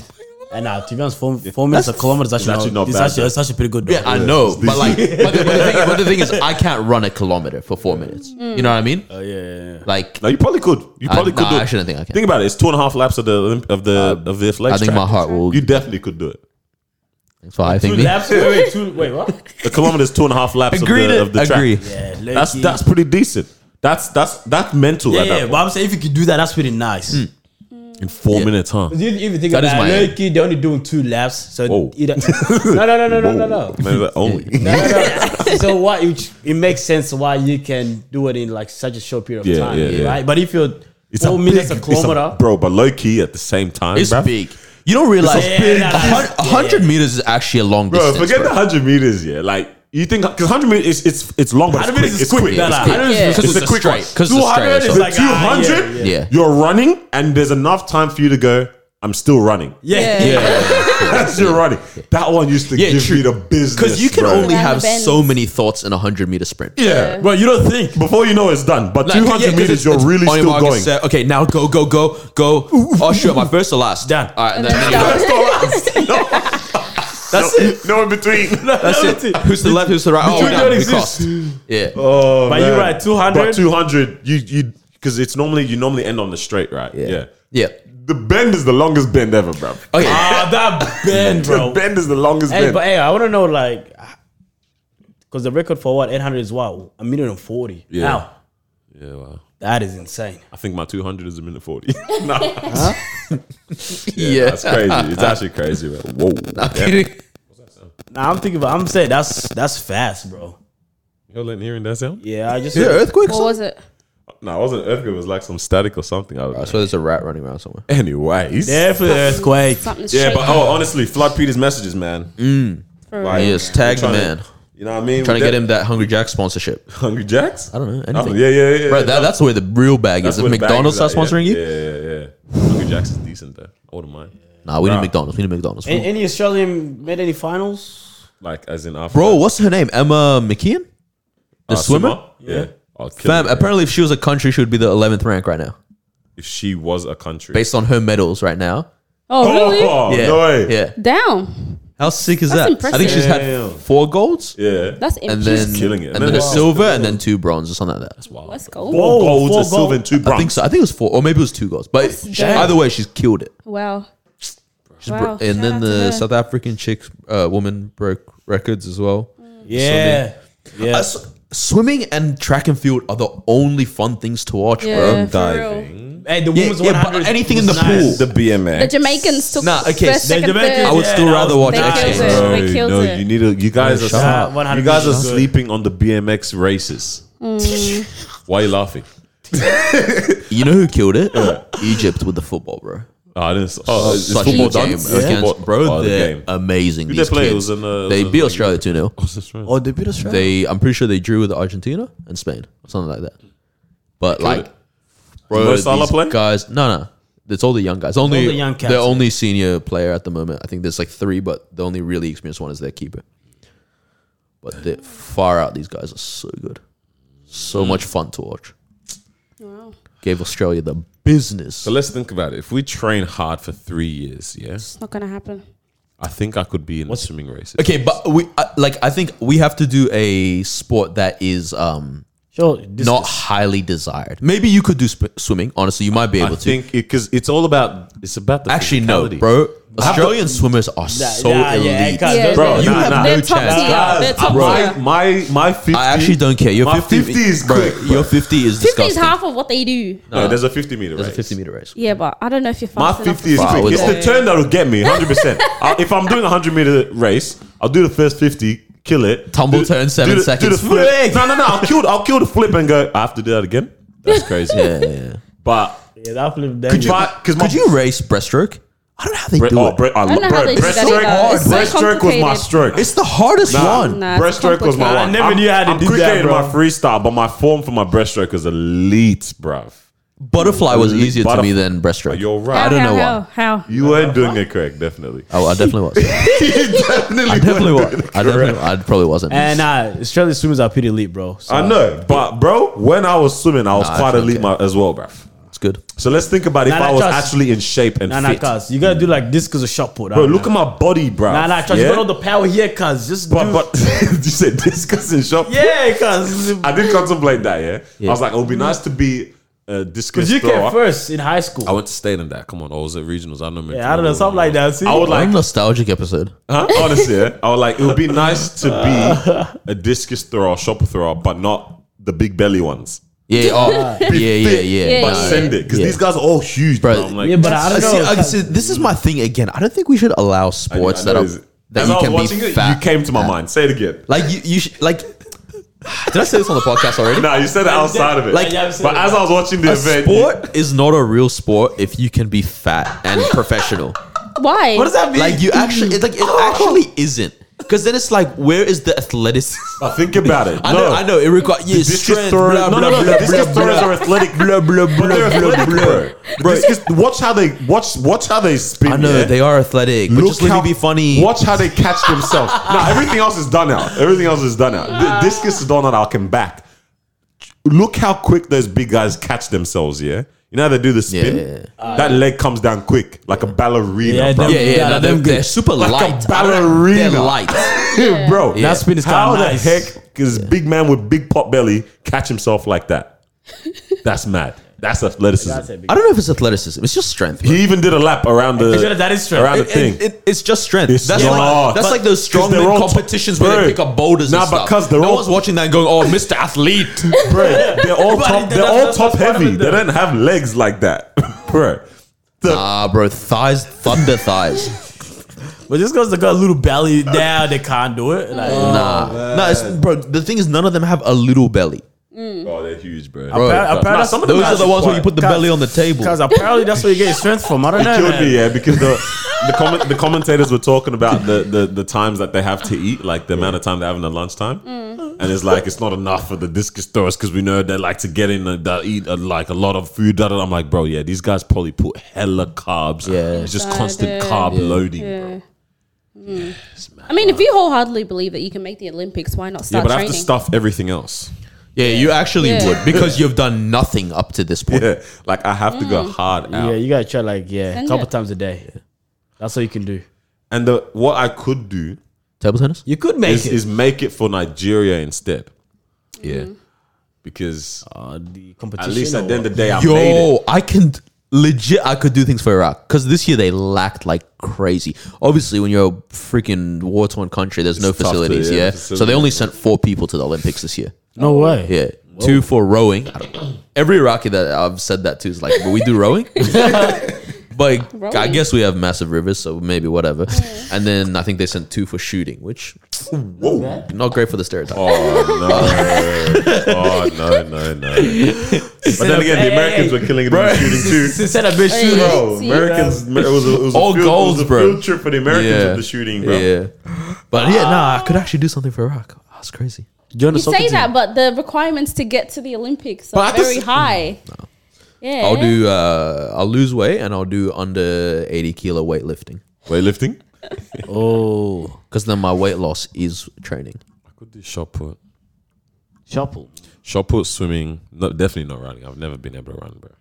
Speaker 5: And now, to be honest, four, four minutes a kilometer is actually,
Speaker 3: actually
Speaker 5: not,
Speaker 3: not
Speaker 5: it's
Speaker 3: bad,
Speaker 5: Actually,
Speaker 3: though.
Speaker 5: it's actually pretty good. Though.
Speaker 2: Yeah, I know, but like, but the, but, the thing, but the thing is, I can't run a kilometer for four minutes. You know what I mean?
Speaker 5: Oh, yeah, yeah, yeah.
Speaker 2: Like,
Speaker 3: no, you probably could. You
Speaker 2: I,
Speaker 3: probably could
Speaker 2: nah,
Speaker 3: do
Speaker 2: I
Speaker 3: it.
Speaker 2: actually don't think I can.
Speaker 3: Think about it. It's two and a half laps of the Olymp- of the of the athletics.
Speaker 2: I think
Speaker 3: track.
Speaker 2: my heart will.
Speaker 3: You definitely could do it.
Speaker 2: That's why I
Speaker 5: Two
Speaker 2: think. me-
Speaker 5: laps, wait, wait, two, wait, what?
Speaker 3: A kilometer's two and a half laps of the, of the track.
Speaker 2: Agree.
Speaker 5: Yeah,
Speaker 3: That's
Speaker 5: low-key.
Speaker 3: that's pretty decent. That's that's that's mental.
Speaker 5: yeah,
Speaker 3: at that Hmm.
Speaker 5: yeah.
Speaker 3: point.
Speaker 5: But I'm saying if you could do that, that's pretty nice.
Speaker 3: in four minutes, huh?
Speaker 5: You, if you think
Speaker 2: That is
Speaker 5: about
Speaker 2: my
Speaker 5: it,
Speaker 2: aim.
Speaker 5: low key, they're only doing two laps. So
Speaker 3: Whoa.
Speaker 5: either, no, no, no, no, no, no, no.
Speaker 3: Man, that only.
Speaker 5: No, no, no. so why it, it makes sense why you can do it in like such a short period of
Speaker 3: Yeah,
Speaker 5: time,
Speaker 3: yeah, yeah.
Speaker 5: right? But if you're
Speaker 3: It's
Speaker 5: four
Speaker 3: a
Speaker 5: minutes
Speaker 3: big-
Speaker 5: a
Speaker 3: it's
Speaker 5: kilometer,
Speaker 3: bro. But low key at the same time,
Speaker 2: It's
Speaker 3: bruv.
Speaker 2: big. You don't realize
Speaker 5: Yeah, big
Speaker 2: a
Speaker 5: distance.
Speaker 2: hun- a hundred meters is actually a long
Speaker 3: Bro,
Speaker 2: distance.
Speaker 3: forget
Speaker 2: bro.
Speaker 3: the hundred meters. Yeah, like you think because hundred meters it's it's it's long, but it's
Speaker 5: 100
Speaker 3: quick.
Speaker 5: meters is
Speaker 3: It's quick.
Speaker 5: quick,
Speaker 3: It's
Speaker 5: nah, nah.
Speaker 3: quick.
Speaker 5: 100
Speaker 2: Yeah.
Speaker 5: meters
Speaker 3: It's
Speaker 2: Because
Speaker 3: a quick one.
Speaker 2: Because it's a
Speaker 5: 200
Speaker 2: straight.
Speaker 5: is
Speaker 2: so-
Speaker 5: like-
Speaker 3: Two hundred.
Speaker 5: Yeah,
Speaker 2: yeah. Yeah.
Speaker 3: You're running, and there's enough time for you to go. I'm still running.
Speaker 5: yeah,
Speaker 2: Yeah, yeah,
Speaker 3: That's your running. That one used to
Speaker 2: Yeah,
Speaker 3: give
Speaker 2: true.
Speaker 3: me the business.
Speaker 2: because you can
Speaker 3: bro.
Speaker 2: only
Speaker 4: Around
Speaker 2: have
Speaker 4: the bends.
Speaker 2: so many thoughts in a hundred meter sprint.
Speaker 3: yeah.
Speaker 5: bro, you don't think.
Speaker 3: Before you know it's done, but
Speaker 2: Like,
Speaker 3: two
Speaker 2: yeah,
Speaker 3: hundred
Speaker 2: 'cause it's-
Speaker 3: meters, you're
Speaker 2: it's
Speaker 3: really
Speaker 2: on your
Speaker 3: still
Speaker 2: mark, get
Speaker 3: going.
Speaker 2: set, okay, now go, go, go, go. Oh shit, my first or last?
Speaker 5: Done.
Speaker 2: All right, and
Speaker 4: And
Speaker 2: then,
Speaker 4: then
Speaker 2: then you go.
Speaker 4: stop.
Speaker 2: That's it.
Speaker 3: No in between.
Speaker 2: That's it. Who's the left? Who's the right? Oh,
Speaker 5: Between
Speaker 2: done.
Speaker 5: don't
Speaker 2: We
Speaker 5: exist.
Speaker 2: crossed. Yeah.
Speaker 3: Oh,
Speaker 5: But you're right, 200.
Speaker 3: But 200, you you because it's normally you normally end on the straight, right? Yeah.
Speaker 2: Yeah. Oh,
Speaker 3: The bend is the longest bend ever, bro.
Speaker 2: Okay.
Speaker 5: Ah, that bend,
Speaker 3: The
Speaker 5: bro.
Speaker 3: bend is the longest
Speaker 5: Hey,
Speaker 3: bend.
Speaker 5: but hey, I want to know like, because the record for what 800 is what a minute and 40.
Speaker 3: Yeah.
Speaker 5: How?
Speaker 3: yeah, wow.
Speaker 5: That is insane.
Speaker 3: I think my 200 is a minute 40. no,
Speaker 2: yeah.
Speaker 3: that's crazy. It's actually crazy, bro. Whoa. Yeah.
Speaker 5: Now I'm thinking about. I'm saying that's that's fast, bro.
Speaker 3: You're letting hearing that sound?
Speaker 5: Yeah, I just
Speaker 2: Yeah, earthquakes.
Speaker 4: What was it?
Speaker 3: No, it wasn't an earthquake. It was like some static or something. I
Speaker 2: I
Speaker 3: was
Speaker 2: swear there's a rat running around somewhere.
Speaker 3: Anyways.
Speaker 5: definitely earthquake.
Speaker 4: Something
Speaker 3: Yeah, but
Speaker 4: shaking
Speaker 3: oh, honestly, flood Peter's messages, man.
Speaker 2: Mm.
Speaker 4: for
Speaker 3: Like,
Speaker 4: real.
Speaker 2: Yes, tag
Speaker 3: we're
Speaker 2: the
Speaker 3: trying to-
Speaker 2: man.
Speaker 3: You know what I mean?
Speaker 2: Trying to
Speaker 3: We're
Speaker 2: get him that Hungry Jack sponsorship.
Speaker 3: Hungry Jacks?
Speaker 2: I don't know.
Speaker 3: Oh,
Speaker 2: Anything.
Speaker 3: yeah, yeah, yeah.
Speaker 2: Bro, that, that's where the real bag
Speaker 3: That's
Speaker 2: is. If
Speaker 3: where the bag
Speaker 2: McDonald's
Speaker 3: is at,
Speaker 2: starts sponsoring
Speaker 3: yeah.
Speaker 2: you,
Speaker 3: Yeah, yeah, yeah. Hungry Jack's is decent, though. I wouldn't mind.
Speaker 2: nah, we need
Speaker 3: Nah.
Speaker 2: McDonald's. We need McDonald's.
Speaker 5: A- any Australian made any finals?
Speaker 3: Like, as in after.
Speaker 2: Bro, what's her name? Emma McKeon, the
Speaker 3: Uh,
Speaker 2: swimmer.
Speaker 3: Yeah. I'll kill
Speaker 2: Fam,
Speaker 3: her.
Speaker 2: apparently, if she was a country, she would be the 11th rank right now,
Speaker 3: if she was a country.
Speaker 2: based on her medals right now.
Speaker 4: Oh, really?
Speaker 3: Oh,
Speaker 2: Yeah,
Speaker 3: no way.
Speaker 2: yeah.
Speaker 4: Down.
Speaker 2: How sick is
Speaker 4: That's
Speaker 2: that? I
Speaker 4: impressive.
Speaker 2: think she's
Speaker 3: Damn.
Speaker 2: had four golds,
Speaker 3: Yeah.
Speaker 4: That's
Speaker 2: and
Speaker 4: impressive.
Speaker 2: then
Speaker 3: killing it.
Speaker 2: and then a
Speaker 3: Wow.
Speaker 2: silver, and then two bronze or something like that.
Speaker 4: Let's go.
Speaker 3: Four
Speaker 5: Whoa,
Speaker 3: golds,
Speaker 5: four
Speaker 3: a silver,
Speaker 5: gold.
Speaker 3: and two bronze.
Speaker 2: I think so. I think it was four, or maybe it was two goals. But
Speaker 4: That's
Speaker 2: she-
Speaker 4: dope.
Speaker 2: either way, she's killed it.
Speaker 4: Wow.
Speaker 2: She's
Speaker 4: Wow,
Speaker 2: bro- and
Speaker 4: shout
Speaker 2: then
Speaker 4: out to
Speaker 2: the
Speaker 4: her.
Speaker 2: South African chick uh, woman broke records as well.
Speaker 4: Mm.
Speaker 5: Yeah, yeah.
Speaker 2: Uh, s- swimming and track and field are the only fun things to watch,
Speaker 4: Yeah,
Speaker 2: bro.
Speaker 4: for
Speaker 3: diving.
Speaker 4: real.
Speaker 5: Hey, the
Speaker 2: Yeah,
Speaker 5: women's
Speaker 2: yeah, but
Speaker 5: 100
Speaker 2: anything in
Speaker 5: was
Speaker 2: the pool.
Speaker 3: The BMX.
Speaker 4: The Jamaicans took
Speaker 2: Nah, okay,
Speaker 4: first,
Speaker 2: so
Speaker 5: the
Speaker 4: second,
Speaker 5: Jamaicans-
Speaker 4: third.
Speaker 2: I would
Speaker 5: Yeah,
Speaker 2: still
Speaker 5: that
Speaker 2: rather
Speaker 5: was-
Speaker 2: watch
Speaker 4: They
Speaker 2: X
Speaker 4: killed
Speaker 2: Games.
Speaker 4: it.
Speaker 3: Bro,
Speaker 4: They killed
Speaker 3: no,
Speaker 4: it.
Speaker 3: you need a, you guys are
Speaker 2: shut up.
Speaker 3: you guys are
Speaker 5: 100% good.
Speaker 3: sleeping on the BMX races.
Speaker 4: Mm.
Speaker 3: Why are you laughing?
Speaker 2: You know who killed it? Egypt with the football, bro.
Speaker 3: Oh, I didn't. Oh, it's
Speaker 2: Such
Speaker 3: football
Speaker 2: a game
Speaker 3: dance. It's
Speaker 2: against,
Speaker 3: football-
Speaker 2: bro.
Speaker 3: oh, the
Speaker 2: they're
Speaker 3: game.
Speaker 2: amazing.
Speaker 3: Who they
Speaker 2: these
Speaker 3: play? It
Speaker 2: kids.
Speaker 3: was in, uh, it
Speaker 2: they
Speaker 3: was
Speaker 2: beat
Speaker 3: in-
Speaker 2: Australia two 0
Speaker 5: Oh, they beat Australia.
Speaker 2: They, I'm pretty sure they drew with Argentina and Spain, something like that. But like,
Speaker 3: Did Mo Salah
Speaker 2: these
Speaker 3: play?
Speaker 2: guys, no, no, It's all the young guys. Only
Speaker 5: the young cats,
Speaker 2: the
Speaker 5: yeah.
Speaker 2: only senior player at the moment. I think there's like three, but the only really experienced one is their keeper. But they're far out. These guys are so good,
Speaker 3: Mm.
Speaker 2: so much fun to watch.
Speaker 4: Wow.
Speaker 2: Gave Australia the business.
Speaker 3: So let's think about it. If we train hard for three years, yeah,
Speaker 4: It's not gonna happen.
Speaker 3: I think I could be in the swimming races.
Speaker 2: Okay, but we uh, like I think we have to do a sport that is um
Speaker 5: Sure, this
Speaker 2: not highly desired. Maybe you could do sp- swimming. Honestly, you might be
Speaker 3: I
Speaker 2: able to.
Speaker 3: think because it's all about it's about the
Speaker 2: Actually, no,
Speaker 3: physicality.
Speaker 2: bro. Australian swimmers are so
Speaker 5: yeah,
Speaker 2: elite.
Speaker 5: yeah, guys,
Speaker 4: Yeah,
Speaker 5: those
Speaker 3: Bro,
Speaker 5: guys-
Speaker 2: you
Speaker 3: nah,
Speaker 2: have
Speaker 3: nah.
Speaker 2: no
Speaker 4: They're top
Speaker 2: chance.
Speaker 4: tier.
Speaker 3: Guys,
Speaker 4: They're top
Speaker 3: my,
Speaker 4: tier.
Speaker 3: my my fifty.
Speaker 2: I actually don't care. Your
Speaker 3: My
Speaker 2: 50,
Speaker 3: 50 is
Speaker 2: bro,
Speaker 3: quick, bro.
Speaker 2: Your 50 is
Speaker 4: Fifty is
Speaker 2: disgusting.
Speaker 4: half of what they do.
Speaker 3: No, there's a fifty meter.
Speaker 2: There's a
Speaker 3: race.
Speaker 2: 50 meter race.
Speaker 4: Yeah, but I don't know if you're
Speaker 3: My
Speaker 4: fast enough.
Speaker 3: 50 is
Speaker 4: to
Speaker 2: Wow,
Speaker 3: quick. It's
Speaker 2: it's-
Speaker 3: the turn that'll get me 100%. I, if I'm doing a 100 meter race, I'll do the first 50, kill it.
Speaker 2: Tumble
Speaker 3: do,
Speaker 2: turn, seven
Speaker 3: do the, Do
Speaker 2: seconds.
Speaker 3: the flip. No, no, no. I'll kill, I'll kill the flip and go, I have to do that again. That's crazy.
Speaker 2: Yeah, yeah. yeah.
Speaker 3: But
Speaker 5: Yeah, that flip
Speaker 3: could you,
Speaker 5: dangerous.
Speaker 3: because my
Speaker 2: Could you race breaststroke? I don't know how they
Speaker 3: Bre-
Speaker 2: do
Speaker 3: oh,
Speaker 2: it.
Speaker 3: bre- I
Speaker 4: don't know
Speaker 3: bro,
Speaker 4: how they do that
Speaker 3: breaststroke-
Speaker 4: either. It's so
Speaker 3: breaststroke was my
Speaker 4: complicated.
Speaker 3: stroke.
Speaker 2: it's the hardest
Speaker 3: Nah.
Speaker 2: one.
Speaker 4: Nah, it's
Speaker 3: breaststroke was my
Speaker 4: complicated.
Speaker 3: one.
Speaker 5: I never knew how to
Speaker 3: I'm
Speaker 5: do
Speaker 3: quick
Speaker 5: that,
Speaker 3: in
Speaker 5: bro.
Speaker 3: my freestyle, but my form for my breaststroke is elite, bruv.
Speaker 2: Butterfly was
Speaker 3: Elite
Speaker 2: easier to
Speaker 3: Mm-hmm. butterf-
Speaker 2: me than breaststroke.
Speaker 3: You're
Speaker 4: How,
Speaker 3: right.
Speaker 2: I don't know
Speaker 4: how,
Speaker 2: why.
Speaker 4: How? how?
Speaker 3: you weren't doing it correct, definitely.
Speaker 2: Oh, I definitely was.
Speaker 3: definitely,
Speaker 2: I definitely was.
Speaker 3: weren't doing it
Speaker 2: I
Speaker 3: correct.
Speaker 2: definitely. I probably wasn't.
Speaker 5: And uh, Australian swimmers are pretty elite, bro. So,
Speaker 3: I know, but bro, when I was swimming, I was
Speaker 2: Nah, I
Speaker 3: quite
Speaker 2: feel
Speaker 3: elite
Speaker 2: okay.
Speaker 3: my, as well, bruv.
Speaker 2: it's good.
Speaker 3: So let's think about if
Speaker 5: Nah, nah,
Speaker 3: I was
Speaker 5: trust.
Speaker 3: actually in shape and
Speaker 5: Nah, nah,
Speaker 3: fit.
Speaker 5: cuz. You gotta do like this because of shot put.
Speaker 3: bro, look at my body, bruv.
Speaker 5: Nah, nah, trust.
Speaker 3: yeah?
Speaker 5: You got all the power here, cuz. Just
Speaker 3: But,
Speaker 5: do-
Speaker 3: but you said discus and shot.
Speaker 5: yeah, cuz.
Speaker 3: I did contemplate that, yeah? I was like, it would be nice to be uh, a discus
Speaker 5: Because you
Speaker 3: thrower.
Speaker 5: came first in high school.
Speaker 3: I went to state in that. Come on, I was at regionals. I know.
Speaker 5: yeah, I don't know, something like that. See,
Speaker 3: I would
Speaker 2: Like
Speaker 3: like,
Speaker 2: nostalgic episode.
Speaker 3: huh? honestly, yeah, I would like. It would be nice to be a discus thrower, shopper thrower, but not the big belly ones.
Speaker 2: Yeah. Oh, yeah, yeah,
Speaker 3: Thick,
Speaker 2: yeah.
Speaker 4: Yeah,
Speaker 3: But
Speaker 4: yeah,
Speaker 3: send it because
Speaker 2: Yeah.
Speaker 3: these guys are all huge,
Speaker 2: Bro,
Speaker 3: bro. I'm like,
Speaker 5: yeah, but I don't
Speaker 2: See,
Speaker 5: know.
Speaker 2: I- see, this is my thing again. I don't think we should allow sports that are
Speaker 3: As
Speaker 2: that
Speaker 3: I was
Speaker 2: you
Speaker 3: watching
Speaker 2: can be
Speaker 3: it,
Speaker 2: fat.
Speaker 3: You came to my mind. Say it again.
Speaker 2: like you, you sh- like. Did I say this on the podcast already?
Speaker 3: No, you said it outside of it.
Speaker 2: Like-
Speaker 5: Yeah, I've seen
Speaker 3: but
Speaker 5: it.
Speaker 3: as I was watching the
Speaker 2: A
Speaker 3: event,
Speaker 2: sport is not a real sport if you can be fat and professional.
Speaker 4: Why?
Speaker 5: what does that mean?
Speaker 2: Like you actually, it's like it actually isn't. Because then it's like, where is the athleticism?
Speaker 3: but think about it.
Speaker 2: I
Speaker 3: no,
Speaker 2: know, I know. It requires yeah,
Speaker 3: Discus
Speaker 2: strength.
Speaker 3: throwers-
Speaker 2: Blah, blah,
Speaker 3: no, no, no,
Speaker 2: blah,
Speaker 3: the discus
Speaker 2: blah,
Speaker 3: throwers
Speaker 2: blah.
Speaker 3: are athletic.
Speaker 2: Blah blah
Speaker 3: But
Speaker 2: blah
Speaker 3: they're
Speaker 2: blah
Speaker 3: athletic,
Speaker 2: blah.
Speaker 3: bro. Discus- watch how they watch. Watch how they spin.
Speaker 2: I know
Speaker 3: yeah?
Speaker 2: they are athletic, but just let me be funny.
Speaker 3: Watch how they catch themselves. no, everything else is done out. Everything else is done out. Th- Discus is done out. I can back. Look how quick those big guys catch themselves. Yeah, you know how they do the spin.
Speaker 2: Yeah, yeah,
Speaker 3: that leg comes down quick, like a ballerina,
Speaker 5: Yeah,
Speaker 3: bro.
Speaker 5: them-
Speaker 2: Yeah, yeah,
Speaker 5: Yeah,
Speaker 2: no,
Speaker 5: them
Speaker 2: they're,
Speaker 5: good.
Speaker 2: they're super
Speaker 3: Like a
Speaker 2: light. They're
Speaker 3: ballerina.
Speaker 2: light.
Speaker 3: bro.
Speaker 2: Yeah.
Speaker 5: that spin is
Speaker 3: How
Speaker 5: kind of nice.
Speaker 3: the heck does big man with big pot belly catch himself like that? That's mad. That's athleticism.
Speaker 5: That's it, big-
Speaker 2: I don't know if it's athleticism. It's just strength. bro.
Speaker 3: he even did a lap around the
Speaker 5: That is true.
Speaker 3: around the
Speaker 2: It-
Speaker 3: thing.
Speaker 2: it- it- it's just strength.
Speaker 3: It's
Speaker 2: that's
Speaker 3: not.
Speaker 2: like, that's
Speaker 3: But-
Speaker 2: like those
Speaker 3: 'cause they're
Speaker 2: strongman
Speaker 3: all-
Speaker 2: competitions where
Speaker 3: Bro.
Speaker 2: they pick up boulders.
Speaker 3: Nah,
Speaker 2: and stuff.
Speaker 3: because they're
Speaker 2: no
Speaker 3: all-
Speaker 2: one's watching that and going, "Oh, Mr. Athlete."
Speaker 3: bro. They're all
Speaker 5: But
Speaker 3: top.
Speaker 5: that-
Speaker 3: They're all
Speaker 5: that's-
Speaker 3: top
Speaker 5: that's part of
Speaker 3: heavy.
Speaker 5: it,
Speaker 3: They
Speaker 5: though.
Speaker 3: don't have legs like that, bro. The-
Speaker 2: Ah, bro, thighs, thunder thighs.
Speaker 5: But just because they got a little belly now, they can't do it. Like,
Speaker 2: nah, nah, it's, bro. The thing is, none of them have a little belly.
Speaker 3: oh, they're huge, bro.
Speaker 5: Apparently- apparently
Speaker 3: Nah, some of them
Speaker 2: Those are
Speaker 3: guys
Speaker 2: the ones
Speaker 3: quiet.
Speaker 2: where you put the
Speaker 5: Guys-
Speaker 2: belly on the table.
Speaker 5: Because apparently that's where you get your strength from. I don't know.
Speaker 3: It killed
Speaker 5: man.
Speaker 3: me, yeah, because the the, comment, the commentators were talking about the, the the times that they have to eat, like the amount of time they have in the lunchtime,
Speaker 4: Mm.
Speaker 3: and it's like it's not enough for the discus throwers because we know they like to get in and they eat uh, like a lot of food. da, da, da. I'm like, bro, yeah, these guys probably put hella carbs.
Speaker 2: Yeah.
Speaker 3: it's just
Speaker 4: Yeah,
Speaker 3: constant
Speaker 4: dude.
Speaker 3: carb loading, bro.
Speaker 4: Yeah. I mean, if you wholeheartedly believe that you can make the Olympics, why not
Speaker 3: Yeah,
Speaker 4: start
Speaker 3: but I have
Speaker 4: training?
Speaker 3: to stuff everything else.
Speaker 2: yeah, you actually
Speaker 4: Yeah.
Speaker 2: would because you've done nothing up to this point.
Speaker 3: Yeah, like I have to go
Speaker 4: Mm.
Speaker 3: hard
Speaker 5: Yeah,
Speaker 3: out.
Speaker 5: you gotta try like yeah,
Speaker 4: Send
Speaker 5: a couple
Speaker 4: it.
Speaker 5: times a day. That's all you can do.
Speaker 3: And the, what I could do
Speaker 2: Table tennis.
Speaker 5: You could
Speaker 3: is, is make it for Nigeria instead.
Speaker 4: Mm-hmm.
Speaker 3: Yeah, because
Speaker 5: uh, the competition.
Speaker 3: at least at the end
Speaker 5: or-
Speaker 3: of the day, I made it.
Speaker 2: Yo, I can legit. I could do things for Iraq because this year they lacked like crazy. Obviously, when you're a freaking war torn country, there's no
Speaker 3: tough to-
Speaker 2: facilities.
Speaker 3: yeah,
Speaker 2: yeah, so they
Speaker 3: facilities.
Speaker 2: only sent four people to the Olympics this year.
Speaker 5: no way.
Speaker 2: Yeah, two for rowing. I don't- Every Iraqi that I've said that to is like, but we do rowing. But I
Speaker 4: Rowing.
Speaker 2: guess we have massive rivers, so maybe whatever. And then I think they sent two for shooting, which
Speaker 3: Whoa.
Speaker 2: not great for the stereotype.
Speaker 3: Oh no! oh no! No! No! But then again, the
Speaker 5: Hey,
Speaker 3: Americans were killing it in shooting too.
Speaker 5: Instead of bitch
Speaker 4: Hey.
Speaker 5: shooting.
Speaker 3: Bro,
Speaker 4: See,
Speaker 3: Americans, it was a, it was
Speaker 2: All
Speaker 3: a field,
Speaker 2: goals,
Speaker 3: it was a
Speaker 2: bro.
Speaker 3: field trip for the Americans with the shooting, bro.
Speaker 2: Yeah, but yeah, no, I could actually do something for Iraq. That's crazy.
Speaker 5: Join the
Speaker 4: You
Speaker 5: soccer
Speaker 4: say
Speaker 5: team.
Speaker 4: that, but the requirements to get to the Olympics are
Speaker 2: But at the
Speaker 4: very
Speaker 2: s-
Speaker 4: high. Yeah.
Speaker 2: I'll do. Uh, I'll lose weight and I'll do under eighty kilo weightlifting
Speaker 3: Weightlifting?
Speaker 5: Oh,
Speaker 2: because then my weight loss is training.
Speaker 3: I could do shot put.
Speaker 5: shuffle.
Speaker 3: Shot put, swimming. No, definitely not running. I've never been able to run, bro.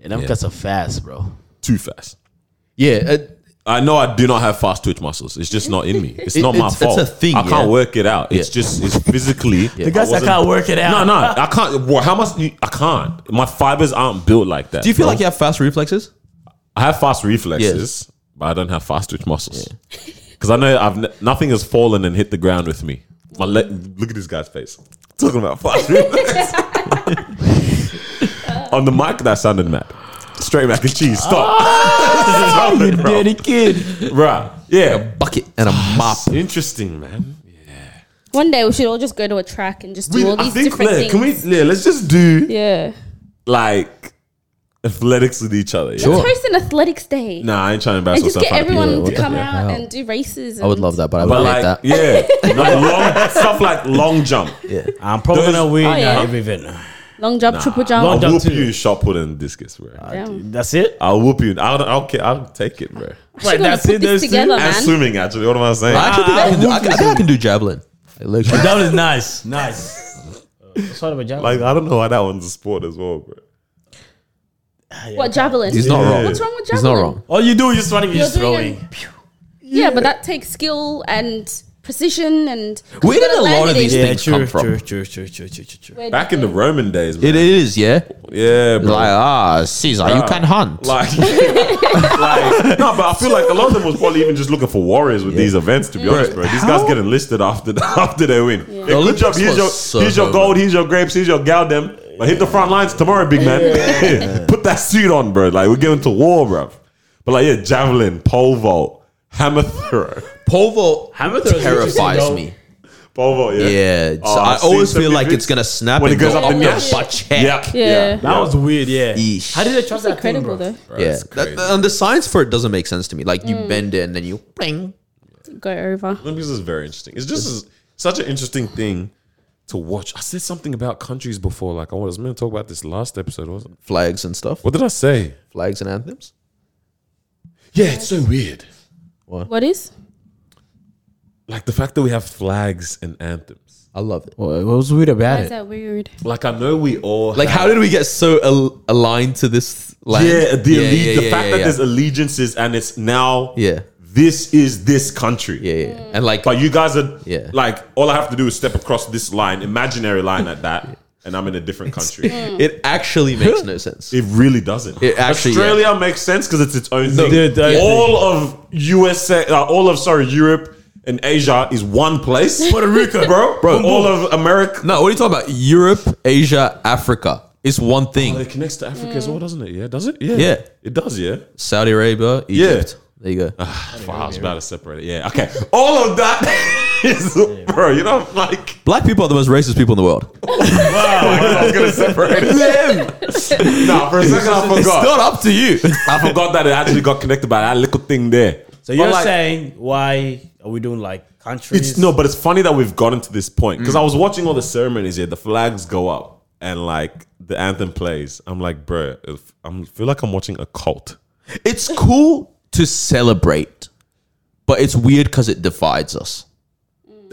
Speaker 5: Yeah, them
Speaker 3: Yeah.
Speaker 5: cuts are fast, bro.
Speaker 3: Too fast.
Speaker 2: Yeah, uh,
Speaker 3: I know I do not have fast twitch muscles. It's just not in me. It's
Speaker 2: It-
Speaker 3: not my
Speaker 2: it's- it's
Speaker 3: fault.
Speaker 2: a thing,
Speaker 3: I
Speaker 2: yeah.
Speaker 3: can't work it out. It's
Speaker 2: Yeah.
Speaker 3: just it's physically.
Speaker 5: The guys that can't work it
Speaker 3: No,
Speaker 5: out.
Speaker 3: no, I can't. Well, how much? I can't. My fibers aren't built like that.
Speaker 2: do you feel
Speaker 3: bro.
Speaker 2: like you have fast reflexes?
Speaker 3: I have fast reflexes, but I don't have fast twitch muscles. Because I know I've n- nothing has fallen and hit the ground with me. My le- look at this guy's face. Talking about fast reflexes. On the mic, that sounded mad. Straight mac and cheese. Stop.
Speaker 4: Oh,
Speaker 3: Stop
Speaker 5: you
Speaker 3: it, bro.
Speaker 5: dirty kid.
Speaker 3: Right. Yeah.
Speaker 2: Bucket and a mop.
Speaker 3: Interesting, man.
Speaker 4: One day we should all just go to a track and just do all these different
Speaker 3: yeah,
Speaker 4: things.
Speaker 3: can we? Yeah, let's just do
Speaker 4: yeah.
Speaker 3: like athletics with each other. Yeah?
Speaker 2: Sure.
Speaker 4: Let's host an athletics day.
Speaker 3: Nah, I ain't trying to embarrass
Speaker 4: and just
Speaker 3: myself.
Speaker 4: get
Speaker 3: out of
Speaker 4: everyone
Speaker 3: people.
Speaker 4: to
Speaker 3: Yeah,
Speaker 4: come
Speaker 3: yeah.
Speaker 4: out
Speaker 2: Wow.
Speaker 4: and do races.
Speaker 2: I would love that, but I would
Speaker 3: But
Speaker 2: hate
Speaker 3: like,
Speaker 2: that.
Speaker 3: yeah, like long stuff like long jump.
Speaker 5: I'm probably
Speaker 3: Those-
Speaker 5: gonna win
Speaker 4: Oh, yeah.
Speaker 5: uh, every event.
Speaker 4: Long jump, triple
Speaker 5: Long
Speaker 4: jump.
Speaker 5: jump
Speaker 3: I'll whoop
Speaker 5: too.
Speaker 3: you in shot put and discus, bro.
Speaker 4: Damn.
Speaker 5: That's it.
Speaker 3: I'll whoop you. in- I don't, I don't care. I'll take it, bro.
Speaker 4: Actually gotta
Speaker 5: that's
Speaker 4: put
Speaker 5: it,
Speaker 4: this
Speaker 5: those two?
Speaker 4: together,
Speaker 3: And
Speaker 4: man.
Speaker 3: swimming, actually. What am I saying?
Speaker 2: I actually think I can do. I, can- I think I can do javelin. Like, look,
Speaker 5: That was nice. Nice. Sort of a jump.
Speaker 3: like, I don't know why that one's a sport as well, bro.
Speaker 4: What javelin?
Speaker 2: he's not wrong.
Speaker 4: What's wrong with javelin?
Speaker 2: He's not wrong.
Speaker 5: All you do is just running, you're just
Speaker 4: doing
Speaker 5: throwing.
Speaker 4: Yeah, but that takes skill and precision and. 'cause
Speaker 2: Where
Speaker 4: you
Speaker 2: did
Speaker 4: gotta
Speaker 2: a lot
Speaker 4: land
Speaker 2: of
Speaker 4: it
Speaker 2: these
Speaker 4: in-
Speaker 2: things come from?
Speaker 5: true, true, true, true, true, true.
Speaker 4: Where
Speaker 3: Back
Speaker 4: did
Speaker 3: in the
Speaker 4: they-
Speaker 3: Roman days, man.
Speaker 2: It is, yeah.
Speaker 3: yeah, bro.
Speaker 2: Like ah, Caesar, you
Speaker 3: Bruh.
Speaker 2: can hunt.
Speaker 3: Like, like, no, but I feel like a lot of them was probably even just looking for warriors with these events. To be honest, bro, these guys get enlisted after after they win. Hey, good
Speaker 2: Olympics
Speaker 3: job. Here's
Speaker 2: was
Speaker 3: your
Speaker 2: so
Speaker 3: here's your
Speaker 2: dope,
Speaker 3: gold. Here's your grapes. Here's your gal. Them, but hit the front lines tomorrow, big man. Put that suit on, bro. Like we're going to war, bro. But like, yeah, javelin, pole vault, hammer throw,
Speaker 2: Pole vault
Speaker 5: Hammer throw is
Speaker 2: terrifies
Speaker 5: interesting,
Speaker 2: me.
Speaker 3: pole vault. Yeah,
Speaker 2: Yeah, so
Speaker 3: Oh,
Speaker 2: I
Speaker 3: I've
Speaker 2: always
Speaker 3: seen
Speaker 2: feel
Speaker 3: some
Speaker 2: like
Speaker 3: videos
Speaker 2: it's gonna snap
Speaker 3: when it
Speaker 2: and
Speaker 3: goes
Speaker 2: go
Speaker 3: up in
Speaker 2: the
Speaker 3: the air.
Speaker 2: butt check.
Speaker 3: yeah,
Speaker 4: Yeah.
Speaker 5: That was weird, yeah.
Speaker 2: Yeesh.
Speaker 5: How did they trust that thing,
Speaker 4: Incredible
Speaker 5: bro?
Speaker 4: though.
Speaker 2: yeah. That, that- and the science for it doesn't make sense to me. Like you bend it and then you bling.
Speaker 4: Go over.
Speaker 3: Olympics is very interesting. It's just is- such an interesting thing to watch. I said something about countries before. Like I was meant to talk about this last episode. Wasn't? it?
Speaker 2: flags and stuff.
Speaker 3: What did I say?
Speaker 2: Flags and anthems.
Speaker 3: Yeah, it's so weird.
Speaker 4: What is?
Speaker 3: Like the fact that we have flags and anthems.
Speaker 2: I love it.
Speaker 5: What was weird
Speaker 4: Why
Speaker 5: about
Speaker 4: is that weird?
Speaker 3: Like I know we all
Speaker 2: Like, how did we get so al- aligned to this? Land?
Speaker 3: yeah the
Speaker 2: yeah,
Speaker 3: alle-
Speaker 2: yeah,
Speaker 3: the
Speaker 2: yeah,
Speaker 3: fact
Speaker 2: yeah,
Speaker 3: that
Speaker 2: yeah.
Speaker 3: there's allegiances and it's now
Speaker 2: Yeah.
Speaker 3: this is this country
Speaker 2: yeah, yeah, and like
Speaker 3: but you guys are
Speaker 2: Yeah.
Speaker 3: like all I have to do is step across this line imaginary line at that and I'm in a different country.
Speaker 2: it actually makes no sense.
Speaker 3: It really doesn't.
Speaker 2: It actually-
Speaker 3: Australia makes sense because it's its own thing.
Speaker 5: dude, that- Yeah.
Speaker 3: All of USA, uh, all of sorry, Europe and Asia is one place. Puerto Rico, bro, bro. All of America.
Speaker 2: No, what are you talking about? Europe, Asia, Africa. It's one
Speaker 3: But
Speaker 2: thing.
Speaker 3: it connects to Africa as well, doesn't it? Yeah, does it? Yeah,
Speaker 2: Yeah.
Speaker 3: it does. Yeah.
Speaker 2: Saudi Arabia, Egypt. There you go.
Speaker 3: Fuck, I was about to separate it. Yeah. Okay. All of that is, bro. You know, like
Speaker 2: Black people are the most racist people in the world.
Speaker 3: I was gonna separate it. nah, for a second I
Speaker 2: It's
Speaker 3: forgot.
Speaker 2: not up to you.
Speaker 3: I forgot that it actually got connected by that little thing there.
Speaker 5: So you're
Speaker 3: But, like,
Speaker 5: saying why are we doing like countries?
Speaker 3: It's no, but it's funny that we've gotten to this point because I was watching all the ceremonies here. The flags go up and like the anthem plays. I'm like, bro, if- I'm feel like I'm watching a cult.
Speaker 2: It's cool to celebrate, but it's weird because it divides us.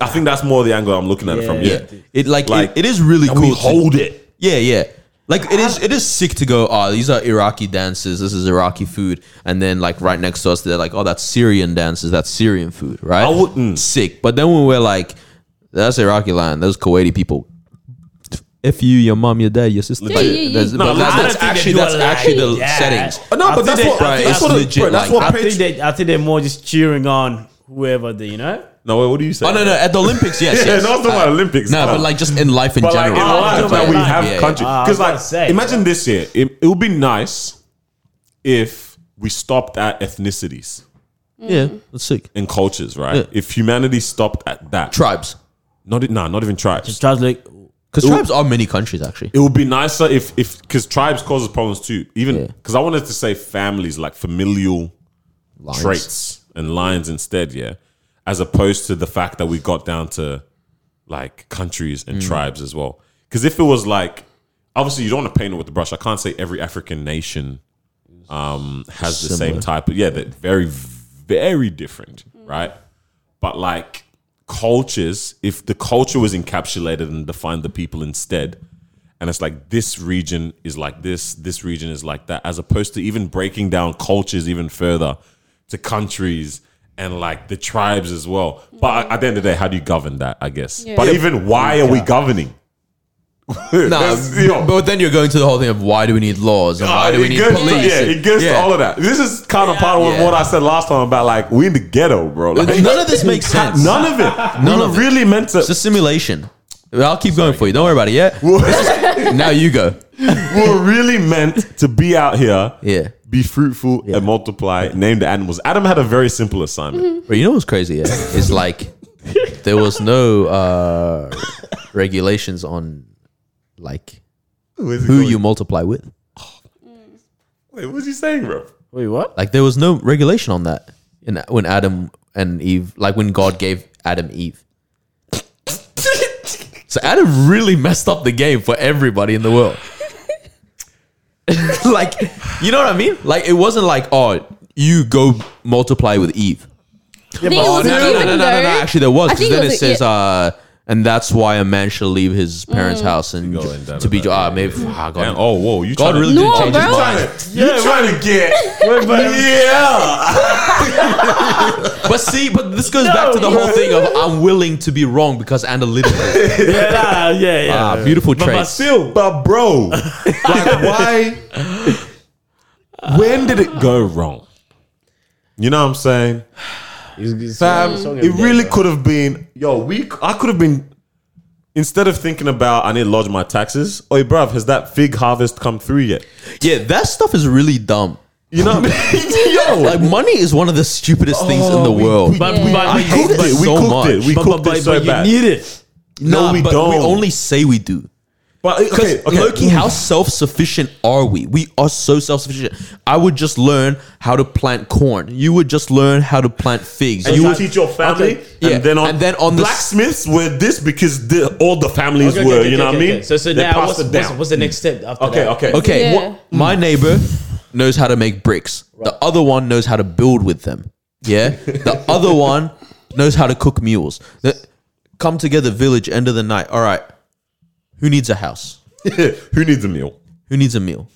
Speaker 3: I think that's more the angle I'm looking at it from.
Speaker 2: Yeah,
Speaker 3: Yeah,
Speaker 2: it like, it-
Speaker 3: Like,
Speaker 2: it is really
Speaker 3: and we
Speaker 2: cool. to-
Speaker 3: hold it.
Speaker 2: yeah, yeah. Like it is, it is sick to go. Oh, these are Iraqi dances. This is Iraqi food, and then like right next to us, they're like, oh, that's Syrian dances. That's Syrian food, right?
Speaker 3: I wouldn't.
Speaker 2: sick. But then when we're like, that's Iraqi line. Those Kuwaiti people. If you, your mom, your dad, your sister.
Speaker 4: Yeah, yeah, yeah.
Speaker 2: That's,
Speaker 3: No,
Speaker 2: but
Speaker 3: I
Speaker 2: that's,
Speaker 3: don't
Speaker 2: that's
Speaker 5: think they
Speaker 2: actually
Speaker 5: do
Speaker 2: that's
Speaker 5: a
Speaker 2: actually the
Speaker 5: lot. Yeah.
Speaker 2: settings.
Speaker 3: Oh, Uh, No,
Speaker 5: I
Speaker 3: but
Speaker 5: think
Speaker 3: that's
Speaker 5: they-
Speaker 3: what.
Speaker 5: I
Speaker 3: I
Speaker 5: think
Speaker 3: think that's
Speaker 5: it's
Speaker 3: what.
Speaker 2: legit,
Speaker 3: bro, that's
Speaker 2: like,
Speaker 3: what.
Speaker 5: I think
Speaker 3: Patri-
Speaker 5: they I think they're more just cheering on whoever they you know?
Speaker 3: no, wait, what do you say?
Speaker 2: Oh no, no. At the Olympics, yes,
Speaker 3: Yeah,
Speaker 2: yes. Uh,
Speaker 3: no, I was talking about Olympics.
Speaker 2: No,
Speaker 3: No.
Speaker 2: but like just in life in
Speaker 3: But like
Speaker 2: general.
Speaker 3: in
Speaker 5: Oh,
Speaker 3: life,
Speaker 5: okay.
Speaker 3: like we
Speaker 5: Yeah,
Speaker 3: have
Speaker 2: yeah,
Speaker 3: country.
Speaker 5: yeah.
Speaker 3: Because
Speaker 5: Ah, I
Speaker 3: like,
Speaker 5: was gonna say.
Speaker 3: imagine this year. It, it would be nice if we stopped at ethnicities
Speaker 2: Yeah, that's sick.
Speaker 3: and cultures, right? If humanity stopped at that,
Speaker 2: Tribes,
Speaker 3: not e-, nah, not even tribes.
Speaker 5: Charles like
Speaker 2: because tribes are many countries actually.
Speaker 3: It would be nicer if if because tribes causes problems too. Even because I wanted to say families like familial
Speaker 2: Lines.
Speaker 3: traits and lines instead, yeah, as opposed to the fact that we got down to like countries and tribes as well. Because if it was like obviously you don't want to paint it with the brush. I can't say every African nation um, has the
Speaker 2: Similar.
Speaker 3: same type of yeah, they're very very different, right? But like cultures, if the culture was encapsulated and defined the people instead, and it's like this region is like this, this region is like that, as opposed to even breaking down cultures even further to countries. And like the tribes as well, but at the end of the day, how do you govern that? I guess. But even why are we governing?
Speaker 2: Nah,
Speaker 3: That's- yo. Ah,
Speaker 2: but then you're going to the whole thing of why do we need laws and why do we
Speaker 3: it
Speaker 2: need
Speaker 3: gets to-
Speaker 2: police?
Speaker 3: yeah,
Speaker 2: and-
Speaker 3: it gets to
Speaker 2: yeah.
Speaker 3: all of that. This is kind of part of
Speaker 2: Yeah.
Speaker 3: what I said last time about like we in the ghetto, bro. Like,
Speaker 2: None of this makes sense.
Speaker 3: None of it.
Speaker 2: None
Speaker 3: we
Speaker 2: of
Speaker 3: were
Speaker 2: it.
Speaker 3: really meant to.
Speaker 2: It's a simulation. I'll keep going for you. Don't worry about it. Yeah. This is- now you go.
Speaker 3: we were really meant to be out here,
Speaker 2: Yeah.
Speaker 3: be fruitful and multiply. Name the animals. Adam had a very simple assignment.
Speaker 2: But you know what's crazy? Yeah, is like there was no uh, regulations on like
Speaker 3: Where's it
Speaker 2: who
Speaker 3: going?
Speaker 2: you multiply with.
Speaker 3: Wait, what was you saying, bro?
Speaker 5: Wait, what?
Speaker 2: Like there was no regulation on that in, when Adam and Eve, like when God gave Adam Eve. so Adam really messed up the game for everybody in the world. like, you know what I mean? Like it wasn't like, oh, you go multiply with Eve.
Speaker 4: I think it was
Speaker 2: oh, no, no, no, no,
Speaker 4: given
Speaker 2: no, no,
Speaker 4: though.
Speaker 2: no, Actually, there was.
Speaker 4: I
Speaker 2: 'cause
Speaker 4: think
Speaker 2: then
Speaker 4: it
Speaker 2: it,
Speaker 4: was a-
Speaker 2: says,
Speaker 4: yeah. Mm.
Speaker 2: uh, and that's why a man shall leave his parents' house and
Speaker 3: go and da-
Speaker 2: j- to
Speaker 3: da-
Speaker 2: be.
Speaker 3: da-
Speaker 2: Ah,
Speaker 3: da-
Speaker 2: maybe. ah, God,
Speaker 3: Man, oh, whoa! You
Speaker 2: God
Speaker 3: trying
Speaker 2: really
Speaker 3: to,
Speaker 4: No,
Speaker 2: did change his
Speaker 4: bro.
Speaker 2: mind.
Speaker 3: you trying to get? yeah,
Speaker 2: But see, but this goes back to the whole thing of I'm willing to be wrong because analytical.
Speaker 5: Yeah, nah, yeah, yeah.
Speaker 2: Ah, beautiful
Speaker 5: but, but
Speaker 2: traits.
Speaker 5: still,
Speaker 3: but bro, like why? When did it go wrong? You know what I'm saying? Fam, it really could have been, yo, we, I could have been, instead of thinking about, I need to lodge my taxes, oi, bruv, has that fig harvest come through yet?
Speaker 2: Yeah, that stuff is really dumb.
Speaker 3: You know what I mean?
Speaker 2: Like money is one of the stupidest things in the
Speaker 3: Oh. we-
Speaker 2: world.
Speaker 3: we-
Speaker 5: But,
Speaker 4: Yeah.
Speaker 5: but,
Speaker 3: I
Speaker 5: but,
Speaker 3: cooked
Speaker 2: but
Speaker 3: it. We
Speaker 2: so
Speaker 3: cooked
Speaker 2: much.
Speaker 3: it. We
Speaker 5: but,
Speaker 3: cooked
Speaker 5: but,
Speaker 3: it so
Speaker 5: but
Speaker 3: bad.
Speaker 5: you need it.
Speaker 3: no, we
Speaker 2: but
Speaker 3: don't.
Speaker 2: We only say we do.
Speaker 3: but,
Speaker 2: Because Loki, how self sufficient are we? We are so self sufficient. I would just learn how to plant corn. You would just learn how to plant figs.
Speaker 3: And
Speaker 2: you
Speaker 3: you
Speaker 2: would
Speaker 3: teach your family,
Speaker 2: Okay. Yeah.
Speaker 3: and then on,
Speaker 2: And then on the-
Speaker 3: blacksmiths were this because the, all the families
Speaker 5: Okay,
Speaker 3: were.
Speaker 5: okay, okay,
Speaker 3: you know
Speaker 5: okay,
Speaker 3: what I
Speaker 5: okay.
Speaker 3: mean?
Speaker 5: So, so
Speaker 3: They
Speaker 5: now
Speaker 3: passed
Speaker 5: what's,
Speaker 3: it
Speaker 5: what's,
Speaker 3: down.
Speaker 5: what's the next step after
Speaker 3: okay,
Speaker 5: that?
Speaker 3: okay,
Speaker 2: Okay,
Speaker 4: Yeah.
Speaker 2: what-
Speaker 3: Hmm.
Speaker 2: my neighbor knows how to make bricks. The other one knows how to build with them. Yeah, the other one knows how to cook meals. The- come together, village, end of the night. All right, who needs a house?
Speaker 3: Who needs a meal?
Speaker 2: Who needs a meal?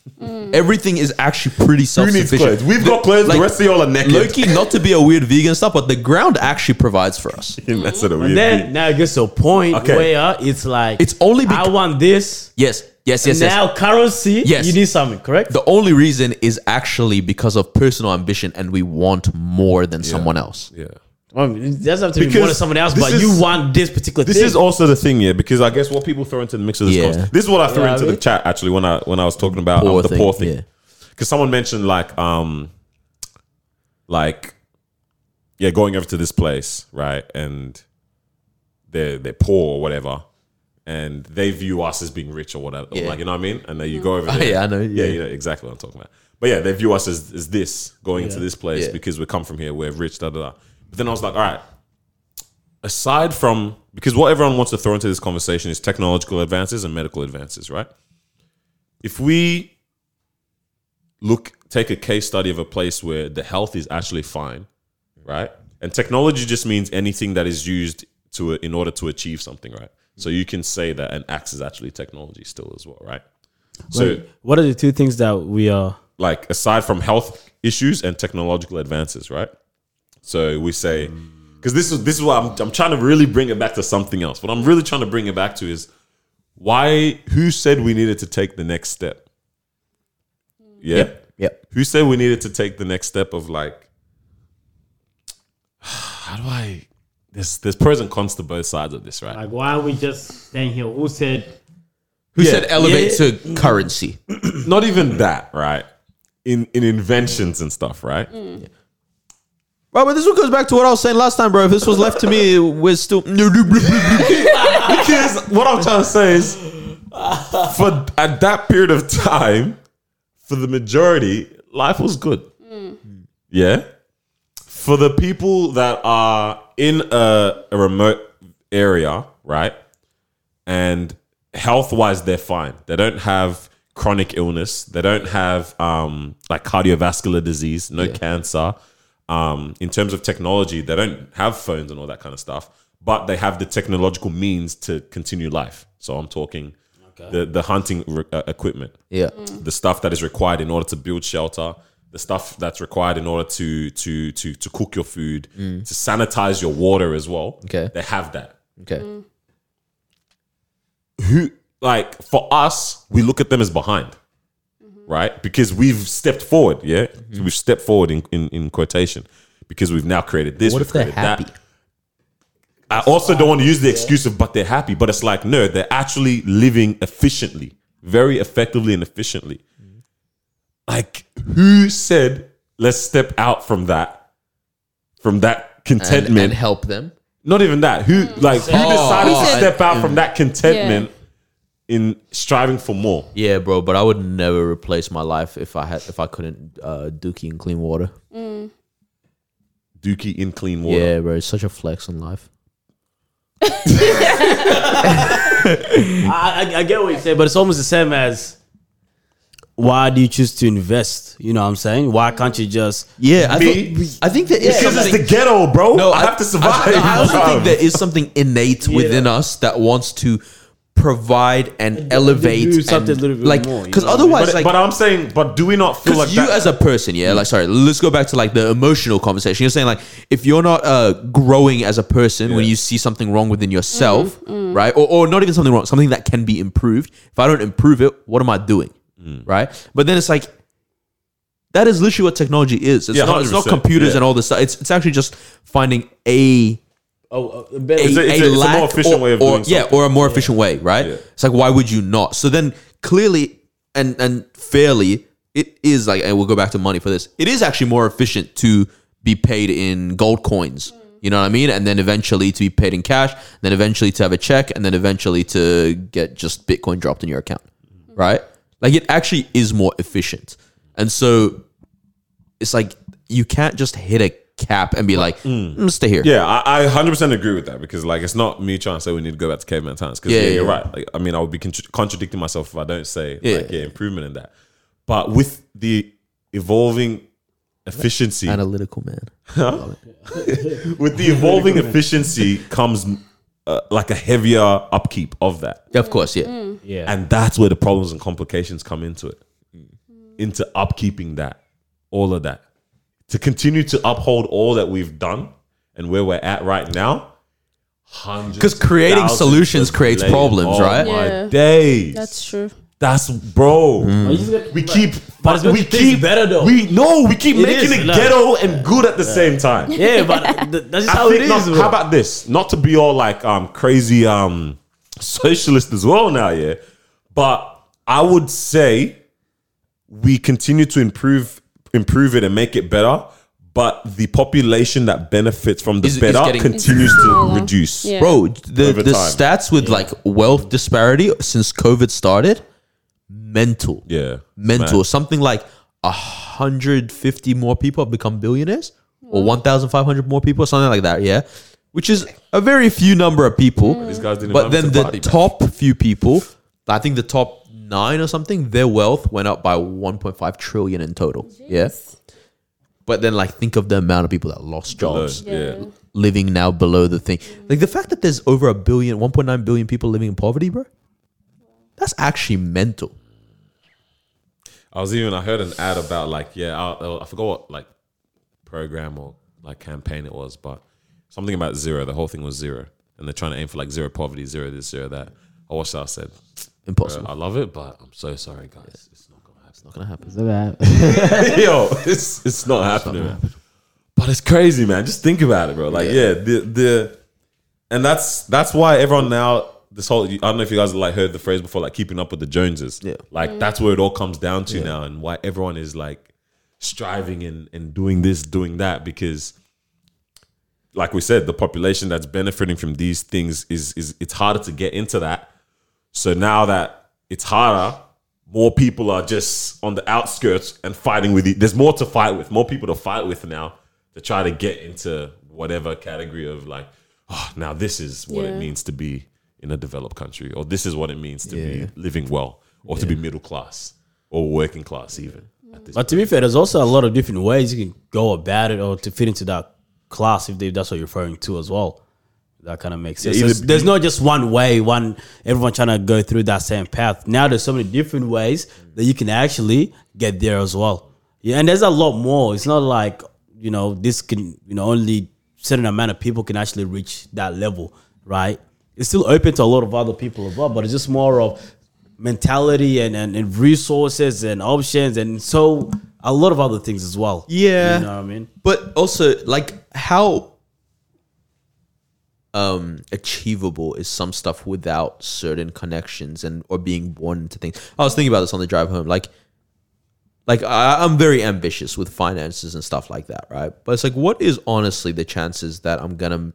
Speaker 2: Everything is actually pretty
Speaker 3: Hmm. Who needs
Speaker 2: self-sufficient.
Speaker 3: clothes? We've got clothes.
Speaker 2: like,
Speaker 3: the rest of y'all are naked.
Speaker 2: Loki, not to be a weird vegan stuff, but the ground actually provides for us.
Speaker 3: That's what it is.
Speaker 5: Then now it gets to a point
Speaker 3: Okay.
Speaker 5: where it's like
Speaker 2: It's only
Speaker 5: I
Speaker 2: bec-
Speaker 5: want this.
Speaker 2: Yes, yes, yes, yes.
Speaker 5: now currency.
Speaker 2: Yes.
Speaker 5: you need something, correct?
Speaker 2: the only reason is actually because of personal ambition, and we want more than someone else.
Speaker 3: yeah.
Speaker 5: Well, Um, it doesn't have to be
Speaker 3: Because
Speaker 5: more than someone else,
Speaker 3: this
Speaker 5: but
Speaker 3: is-
Speaker 5: you want this particular
Speaker 3: This
Speaker 5: thing.
Speaker 3: is also the thing, yeah, because I guess what people throw into the mix of this
Speaker 2: Yeah.
Speaker 3: course. This is what I threw
Speaker 5: Yeah,
Speaker 3: into
Speaker 5: I
Speaker 3: the
Speaker 5: mean-
Speaker 3: chat actually when I when I was talking about um,
Speaker 2: Poor
Speaker 3: the
Speaker 2: thing,
Speaker 3: poor thing.
Speaker 2: yeah.
Speaker 3: Because someone mentioned like um like yeah, going over to this place, right? And they're they're poor or whatever. And they view us as being rich or whatever.
Speaker 2: Yeah.
Speaker 3: Like, you know what I mean? And then you go over there.
Speaker 2: yeah, I know,
Speaker 3: Yeah,
Speaker 2: yeah.
Speaker 3: you know exactly what I'm talking about. But yeah, they view us as, as this, going into this place
Speaker 2: Yeah.
Speaker 3: because we come from here, we're rich, da da da. But then I was like, all right, aside from because what everyone wants to throw into this conversation is technological advances and medical advances, right? If we look take a case study of a place where the health is actually fine, right? And technology just means anything that is used to in order to achieve something, right? So you can say that an axe is actually technology still as well, right? So
Speaker 5: what are the two things that we are?
Speaker 3: like aside from health issues and technological advances, right? So we say because this is this is what I'm I'm trying to really bring it back to something else. What I'm really trying to bring it back to is why who said we needed to take the next step? Yeah.
Speaker 2: Yep.
Speaker 3: Who said we needed to take the next step of like how do I there's there's pros and cons to both sides of this, right?
Speaker 6: Like, why are we just staying here? Who said
Speaker 2: Who
Speaker 3: Yeah.
Speaker 2: said elevate to currency?
Speaker 3: not even that, right? In in inventions and stuff, right?
Speaker 2: Mm. Right, but this one goes back to what I was saying last time, bro. If this was left to me, we're still.
Speaker 3: Because what I'm trying to say is, for at that period of time, for the majority, life was good. Yeah. For the people that are in a, a remote area, right, and health wise, they're fine. They don't have chronic illness. They don't have um, like cardiovascular disease, no cancer. Um, in terms of technology, they don't have phones and all that kind of stuff, but they have the technological means to continue life. So I'm talking the, the hunting re- uh, equipment
Speaker 2: Yeah.
Speaker 3: the stuff that is required in order to build shelter, the stuff that's required in order to to to to cook your food, to sanitize your water as well.
Speaker 2: Okay.
Speaker 3: They have that.
Speaker 2: Okay.
Speaker 3: Who like for us, we look at them as behind. Right? Because we've stepped forward, yeah?
Speaker 2: Mm-hmm.
Speaker 3: We've stepped forward in, in, in quotation. Because we've now created this,
Speaker 2: What
Speaker 3: we've
Speaker 2: if they're
Speaker 3: created
Speaker 2: happy?
Speaker 3: that. I also don't want to use the excuse of but they're happy, but it's like no, they're actually living efficiently, very effectively and efficiently.
Speaker 2: Mm-hmm.
Speaker 3: Like who said let's step out from that, from that
Speaker 2: And,
Speaker 3: contentment?
Speaker 2: and help them.
Speaker 3: Not even that. Who like who
Speaker 2: Oh,
Speaker 3: decided
Speaker 2: oh,
Speaker 3: to
Speaker 2: and-
Speaker 3: step out from that contentment in striving for more?
Speaker 2: Yeah, bro. But I would never replace my life if I had if I couldn't uh, dookie and clean water.
Speaker 3: Dookie in clean water.
Speaker 2: Yeah, bro. It's such a flex on life.
Speaker 5: I, I, I get what you say, but it's almost the same as why do you choose to invest? You know what I'm saying? Why can't you just
Speaker 2: Yeah, I,
Speaker 3: Me?
Speaker 2: thought- I think there is
Speaker 3: Because it's
Speaker 2: something-
Speaker 3: the ghetto, bro.
Speaker 2: No,
Speaker 3: I, have to survive.
Speaker 2: I, no, I also
Speaker 3: bro.
Speaker 2: think there is something innate within us that wants to provide and elevate
Speaker 5: do something
Speaker 2: and,
Speaker 5: a little bit
Speaker 2: like
Speaker 5: more, you
Speaker 2: because
Speaker 5: know what I mean?
Speaker 2: otherwise
Speaker 3: but,
Speaker 2: like
Speaker 3: but I'm saying, but do we not feel like
Speaker 2: because you
Speaker 3: that?
Speaker 2: as a person, yeah, like sorry, let's go back to like the emotional conversation. You're saying like if you're not uh growing as a person when
Speaker 3: Yeah.
Speaker 2: you see something wrong within yourself, right? Or, or not even something wrong, something that can be improved. If I don't improve it, what am I doing?
Speaker 3: Mm.
Speaker 2: Right? But then it's like that is literally what technology is. It's
Speaker 3: Yeah,
Speaker 2: not it's not
Speaker 3: 100%,
Speaker 2: computers
Speaker 3: yeah.
Speaker 2: and all this stuff. It's it's actually just finding a
Speaker 5: oh, a better
Speaker 2: a,
Speaker 3: It's a- it's
Speaker 2: a
Speaker 3: a- it's a
Speaker 2: lack
Speaker 3: more efficient
Speaker 2: or,
Speaker 3: way of
Speaker 2: or-
Speaker 3: doing
Speaker 2: yeah,
Speaker 3: something.
Speaker 2: or a more efficient way, right?
Speaker 3: Yeah.
Speaker 2: It's like why would you not? So then clearly and and fairly, it is like, and we'll go back to money for this. It is actually more efficient to be paid in gold coins. You know what I mean? And then eventually to be paid in cash, then eventually to have a check, and then eventually to get just Bitcoin dropped in your account, right? Like it actually is more efficient. And so it's like you can't just hit a cap and be like, mm, stay here.
Speaker 3: Yeah, I, I 100% agree with that because like it's not me trying to say we need to go back to caveman times because
Speaker 2: Yeah,
Speaker 3: yeah,
Speaker 2: yeah,
Speaker 3: you're
Speaker 2: yeah.
Speaker 3: right. Like I mean, I would be contr contradicting myself if I don't say
Speaker 2: Yeah.
Speaker 3: like yeah, improvement in that. But with the evolving efficiency,
Speaker 2: Analytical man.
Speaker 3: with the evolving efficiency comes uh, like a heavier upkeep of that.
Speaker 2: Of course, yeah. Mm.
Speaker 5: yeah.
Speaker 3: And that's where the problems and complications come into it. Into upkeeping that, all of that. To continue to uphold all that we've done and where we're at right now.
Speaker 2: Because creating solutions creates problems, right?
Speaker 3: Oh My
Speaker 4: Yeah.
Speaker 3: days.
Speaker 4: That's true.
Speaker 3: That's bro.
Speaker 2: Mm.
Speaker 3: We keep
Speaker 5: But it's meant
Speaker 3: we
Speaker 5: to taste
Speaker 3: keep
Speaker 5: better, though.
Speaker 3: We no, we keep
Speaker 5: It
Speaker 3: making
Speaker 5: is,
Speaker 3: it
Speaker 5: like-
Speaker 3: ghetto and good at the same time.
Speaker 5: yeah, but th- that's just
Speaker 3: I
Speaker 5: how it
Speaker 3: think
Speaker 5: is.
Speaker 3: not-
Speaker 5: bro.
Speaker 3: how about this? Not to be all like um crazy um socialist as well now, yeah. But I would say we continue to improve improve it and make it better. But the population that benefits from the
Speaker 2: Is- is
Speaker 3: better
Speaker 2: getting-
Speaker 3: continues to
Speaker 4: Smaller.
Speaker 3: reduce.
Speaker 4: Yeah.
Speaker 2: Bro, the,
Speaker 3: Over
Speaker 2: the
Speaker 3: time.
Speaker 2: stats with like wealth disparity since COVID started, mental.
Speaker 3: Yeah.
Speaker 2: Mental. Something like 150 more people have become billionaires or 1,500 more people, something like that, yeah? Which is a very few number of people.
Speaker 3: These guys didn't
Speaker 2: But
Speaker 3: invite me
Speaker 2: then
Speaker 3: to
Speaker 2: the
Speaker 3: party, man.
Speaker 2: top few people, I think the top nine or something, their wealth went up by 1.5 trillion in total. Yeah. But then, like, think of the amount of people that lost jobs,
Speaker 3: Yeah.
Speaker 2: living now below the thing. Like, the fact that there's over a billion, 1.9 billion people living in poverty, bro, that's actually mental.
Speaker 3: I was even I heard an ad about like yeah I, I forgot what like program or like campaign it was, but something about zero. The whole thing was zero, and they're trying to aim for like zero poverty, zero this, zero that. I watched that. I said, "Bro,
Speaker 2: Impossible.
Speaker 3: I love it, but I'm so sorry, guys. It's not gonna happen.
Speaker 2: Not gonna happen.
Speaker 3: Yo, it's it's not happening, man. But it's crazy, man. Just think about it, bro. Like yeah, the the and that's that's why everyone now this whole I don't know if you guys like heard the phrase before, like keeping up with the Joneses.
Speaker 2: Yeah.
Speaker 3: Like that's where it all comes down to now and why everyone is like striving and, and doing this, doing that, because like we said, the population that's benefiting from these things is is it's harder to get into that. So now that it's harder, more people are just on the outskirts and fighting with it. There's more to fight with, more people to fight with now to try to get into whatever category of like, oh, now this is what
Speaker 4: Yeah.
Speaker 3: it means to be in a developed country, or this is what it means to be living well, or to be middle class, or working class, even. At this
Speaker 5: But to be fair, there's also a lot of different ways you can go about it or to fit into that class if they- that's what you're referring to as well. That kind of makes sense.
Speaker 3: Yeah,
Speaker 5: There's-
Speaker 3: either-
Speaker 5: there's not just one way, one everyone trying to go through that same path. Now there's so many different ways that you can actually get there as well. Yeah, and there's a lot more. It's not like you know this can you know only certain amount of people can actually reach that level, right? It's still open to a lot of other people as well, but it's just more of mentality and, and, and resources and options and so a lot of other things as well.
Speaker 2: Yeah.
Speaker 5: You know what I mean?
Speaker 2: But also, like, how um achievable is some stuff without certain connections and or being born into things? I was thinking about this on the drive home. Like, like I, I'm very ambitious with finances and stuff like that, right? But it's like, what is honestly the chances that I'm gonna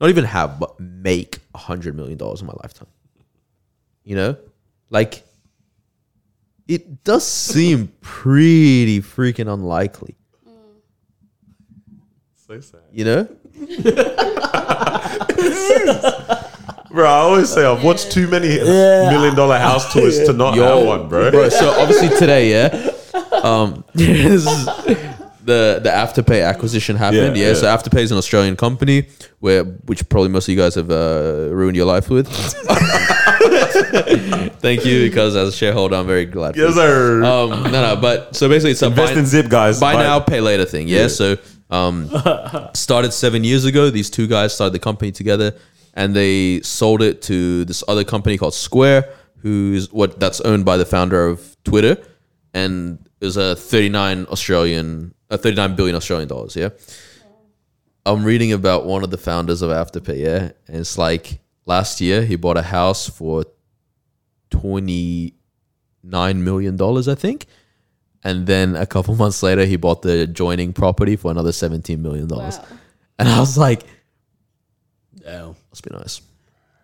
Speaker 2: not even have but make a hundred million dollars in my lifetime? You know, like it does seem pretty freaking unlikely. You know?
Speaker 3: Bro, I always say I've watched too many million dollar house tours to not have one, bro.
Speaker 2: Bro, so obviously today, yeah. Um this is- the the Afterpay acquisition happened.
Speaker 3: Yeah,
Speaker 2: Yeah, so Afterpay is an Australian company where which probably most of you guys have uh, ruined your life with. Thank you, because as a shareholder, I'm very glad. for
Speaker 3: Yes,
Speaker 2: this.
Speaker 3: sir.
Speaker 2: Um, no, no, but so basically, it's a
Speaker 3: Invest in Zip, guys.
Speaker 2: buy
Speaker 3: Buy-
Speaker 2: now, pay later thing. Yeah. So um, started seven years ago. These two guys started the company together, and they sold it to this other company called Square, who's what that's owned by the founder of Twitter, and it was a thirty nine Australian, a thirty nine billion Australian dollars. Yeah. I'm reading about one of the founders of Afterpay, yeah, and it's like last year he bought a house for twenty nine million dollars, I think. And then a couple months later, he bought the adjoining property for another seventeen million dollars.
Speaker 4: Wow.
Speaker 2: And I was like,
Speaker 5: Damn.
Speaker 2: "Must be nice."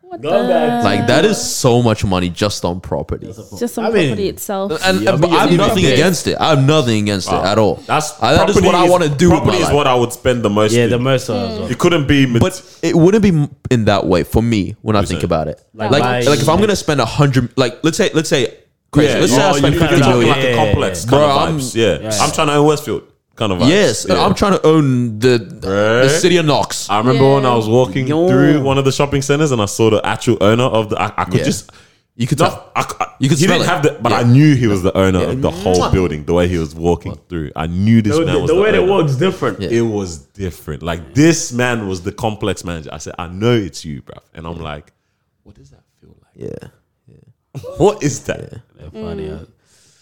Speaker 4: What
Speaker 5: Go back.
Speaker 2: Like that
Speaker 4: Uh.
Speaker 2: is so much money just on property.
Speaker 4: the, just on
Speaker 5: I mean-
Speaker 4: property itself.
Speaker 2: And
Speaker 5: Yeah,
Speaker 2: but
Speaker 5: but
Speaker 2: I have
Speaker 5: you're
Speaker 2: nothing
Speaker 5: okay.
Speaker 2: against it. I have nothing against it at all.
Speaker 3: That's
Speaker 2: I, that is
Speaker 3: property
Speaker 2: what I
Speaker 3: is-
Speaker 2: want to do. with
Speaker 3: Property
Speaker 2: my
Speaker 3: is
Speaker 2: life.
Speaker 3: what I would spend the most.
Speaker 5: Yeah,
Speaker 3: in.
Speaker 5: the most as well.
Speaker 3: you couldn't be. mat-
Speaker 2: But it wouldn't be m- in that way for me when I think about it. Like,
Speaker 4: Like
Speaker 2: like,
Speaker 5: my-
Speaker 2: if I'm gonna spend a hundred, like let's say, let's say, crazy,
Speaker 3: yeah,
Speaker 2: let's
Speaker 3: you,
Speaker 2: say I
Speaker 3: oh, you,
Speaker 2: spend
Speaker 3: you're
Speaker 2: fifty
Speaker 3: talking
Speaker 2: million.
Speaker 3: like a
Speaker 5: Yeah.
Speaker 3: complex
Speaker 2: Bro,
Speaker 3: kind
Speaker 2: I'm-
Speaker 3: of vibes. Yeah. I'm trying to own Westfield kind of vibes.
Speaker 2: Yes, and
Speaker 3: Yeah.
Speaker 2: I'm trying to own the the
Speaker 3: Right?
Speaker 2: city of Knox.
Speaker 3: I remember when I was walking
Speaker 5: Yo.
Speaker 3: through one of the shopping centers and I saw the actual owner of the. I, I could
Speaker 2: Yeah.
Speaker 3: just.
Speaker 2: You could
Speaker 3: No,
Speaker 2: tell.
Speaker 3: I, I,
Speaker 2: You could
Speaker 3: he
Speaker 2: smell
Speaker 3: didn't
Speaker 2: it.
Speaker 3: have the, but
Speaker 2: Yeah.
Speaker 3: I knew he was the owner of the whole building. The way he was walking through, I knew this
Speaker 6: The,
Speaker 3: man
Speaker 6: the-
Speaker 3: was
Speaker 6: the way they
Speaker 3: owner.
Speaker 6: work's different.
Speaker 2: Yeah.
Speaker 3: It was different. Like this man was the complex manager. I said, I know it's you, bruv. And I'm like, what does that feel like?
Speaker 2: Yeah.
Speaker 3: What is that?
Speaker 5: Funny.
Speaker 2: Mm.
Speaker 5: huh?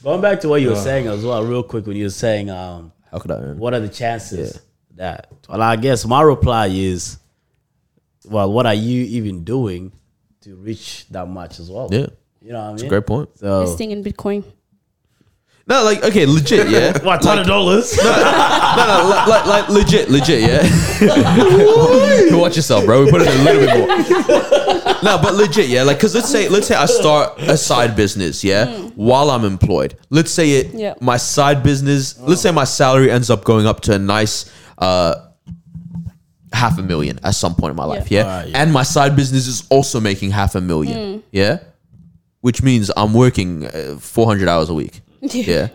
Speaker 5: Going back to what you were saying as well, real quick, when you were saying um,
Speaker 2: How could I own?
Speaker 5: what are the chances that well i guess my reply is well what are you even doing to reach that much as well
Speaker 2: Yeah.
Speaker 5: you know what i mean
Speaker 2: Great point.
Speaker 5: so
Speaker 4: investing in Bitcoin.
Speaker 2: No, like okay, legit, yeah.
Speaker 5: what hundred dollars
Speaker 2: No, no, like, like, like legit, legit, yeah. Watch yourself, bro. We put it in a little bit more. No, but legit, yeah. Like, cause let's say, let's say I start a side business, yeah, while I'm employed. Let's say it,
Speaker 4: Yeah.
Speaker 2: my side business. Let's say my salary ends up going up to a nice, uh, half a million at some point in my life, yeah.
Speaker 5: Alright, yeah.
Speaker 2: And my side business is also making half a million, yeah. Which means I'm working uh, 400 hours a week. Yeah.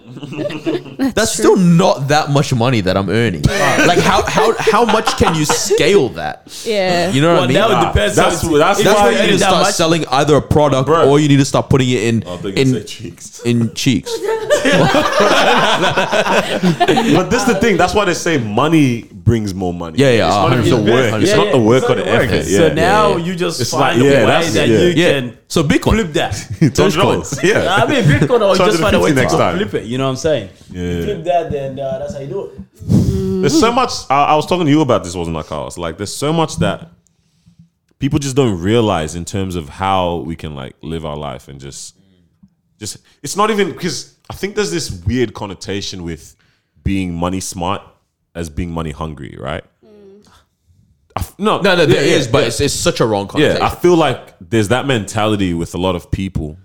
Speaker 2: That's, still not that much money that I'm earning. like how how how much can you scale that?
Speaker 4: Yeah.
Speaker 2: You know what I mean?
Speaker 5: that
Speaker 3: Ah,
Speaker 5: would depend
Speaker 3: that's-
Speaker 5: so it's-
Speaker 3: that's
Speaker 5: if
Speaker 2: That's
Speaker 3: why
Speaker 2: why
Speaker 5: you
Speaker 2: you need
Speaker 5: earn
Speaker 2: to
Speaker 5: that
Speaker 2: start
Speaker 5: much-
Speaker 2: selling either a product
Speaker 3: Bro.
Speaker 2: or you need to start putting it in
Speaker 3: I think it's
Speaker 2: in
Speaker 3: their Oh, cheeks.
Speaker 2: in cheeks.
Speaker 3: but this is the thing. That's why they say money brings more money.
Speaker 2: Yeah, yeah,
Speaker 3: It's not even the
Speaker 2: 100%.
Speaker 3: work. It's
Speaker 2: Yeah,
Speaker 3: not the
Speaker 5: yeah.
Speaker 3: work
Speaker 5: It's
Speaker 3: or
Speaker 5: not the
Speaker 3: the
Speaker 5: work.
Speaker 3: effort.
Speaker 5: so
Speaker 3: Yeah.
Speaker 5: now you just
Speaker 3: It's
Speaker 5: find
Speaker 3: like-
Speaker 5: a
Speaker 3: yeah,
Speaker 5: way
Speaker 3: that's-
Speaker 5: that
Speaker 3: yeah.
Speaker 5: you
Speaker 2: Yeah.
Speaker 5: can
Speaker 2: So Bitcoin.
Speaker 5: flip that
Speaker 3: Hundred
Speaker 2: Dogecoin.
Speaker 3: dollars. Yeah.
Speaker 5: I mean, Bitcoin or just find a way
Speaker 3: 250
Speaker 5: to
Speaker 3: next time.
Speaker 5: flip it. You know what I'm saying?
Speaker 3: Yeah.
Speaker 5: Flip that, then uh, that's how you do it.
Speaker 3: There's so much. I, I was talking to you about this, wasn't I, Carlos? Like, there's so much that people just don't realize in terms of how we can like live our life and just, just. It's not even because I think there's this weird connotation with being money smart as being money hungry, right? I f- no,
Speaker 2: Mm. No, no, there is,
Speaker 3: yeah,
Speaker 2: but it's, it's such a wrong
Speaker 3: yeah,
Speaker 2: connotation.
Speaker 3: I feel like there's that mentality with a lot of people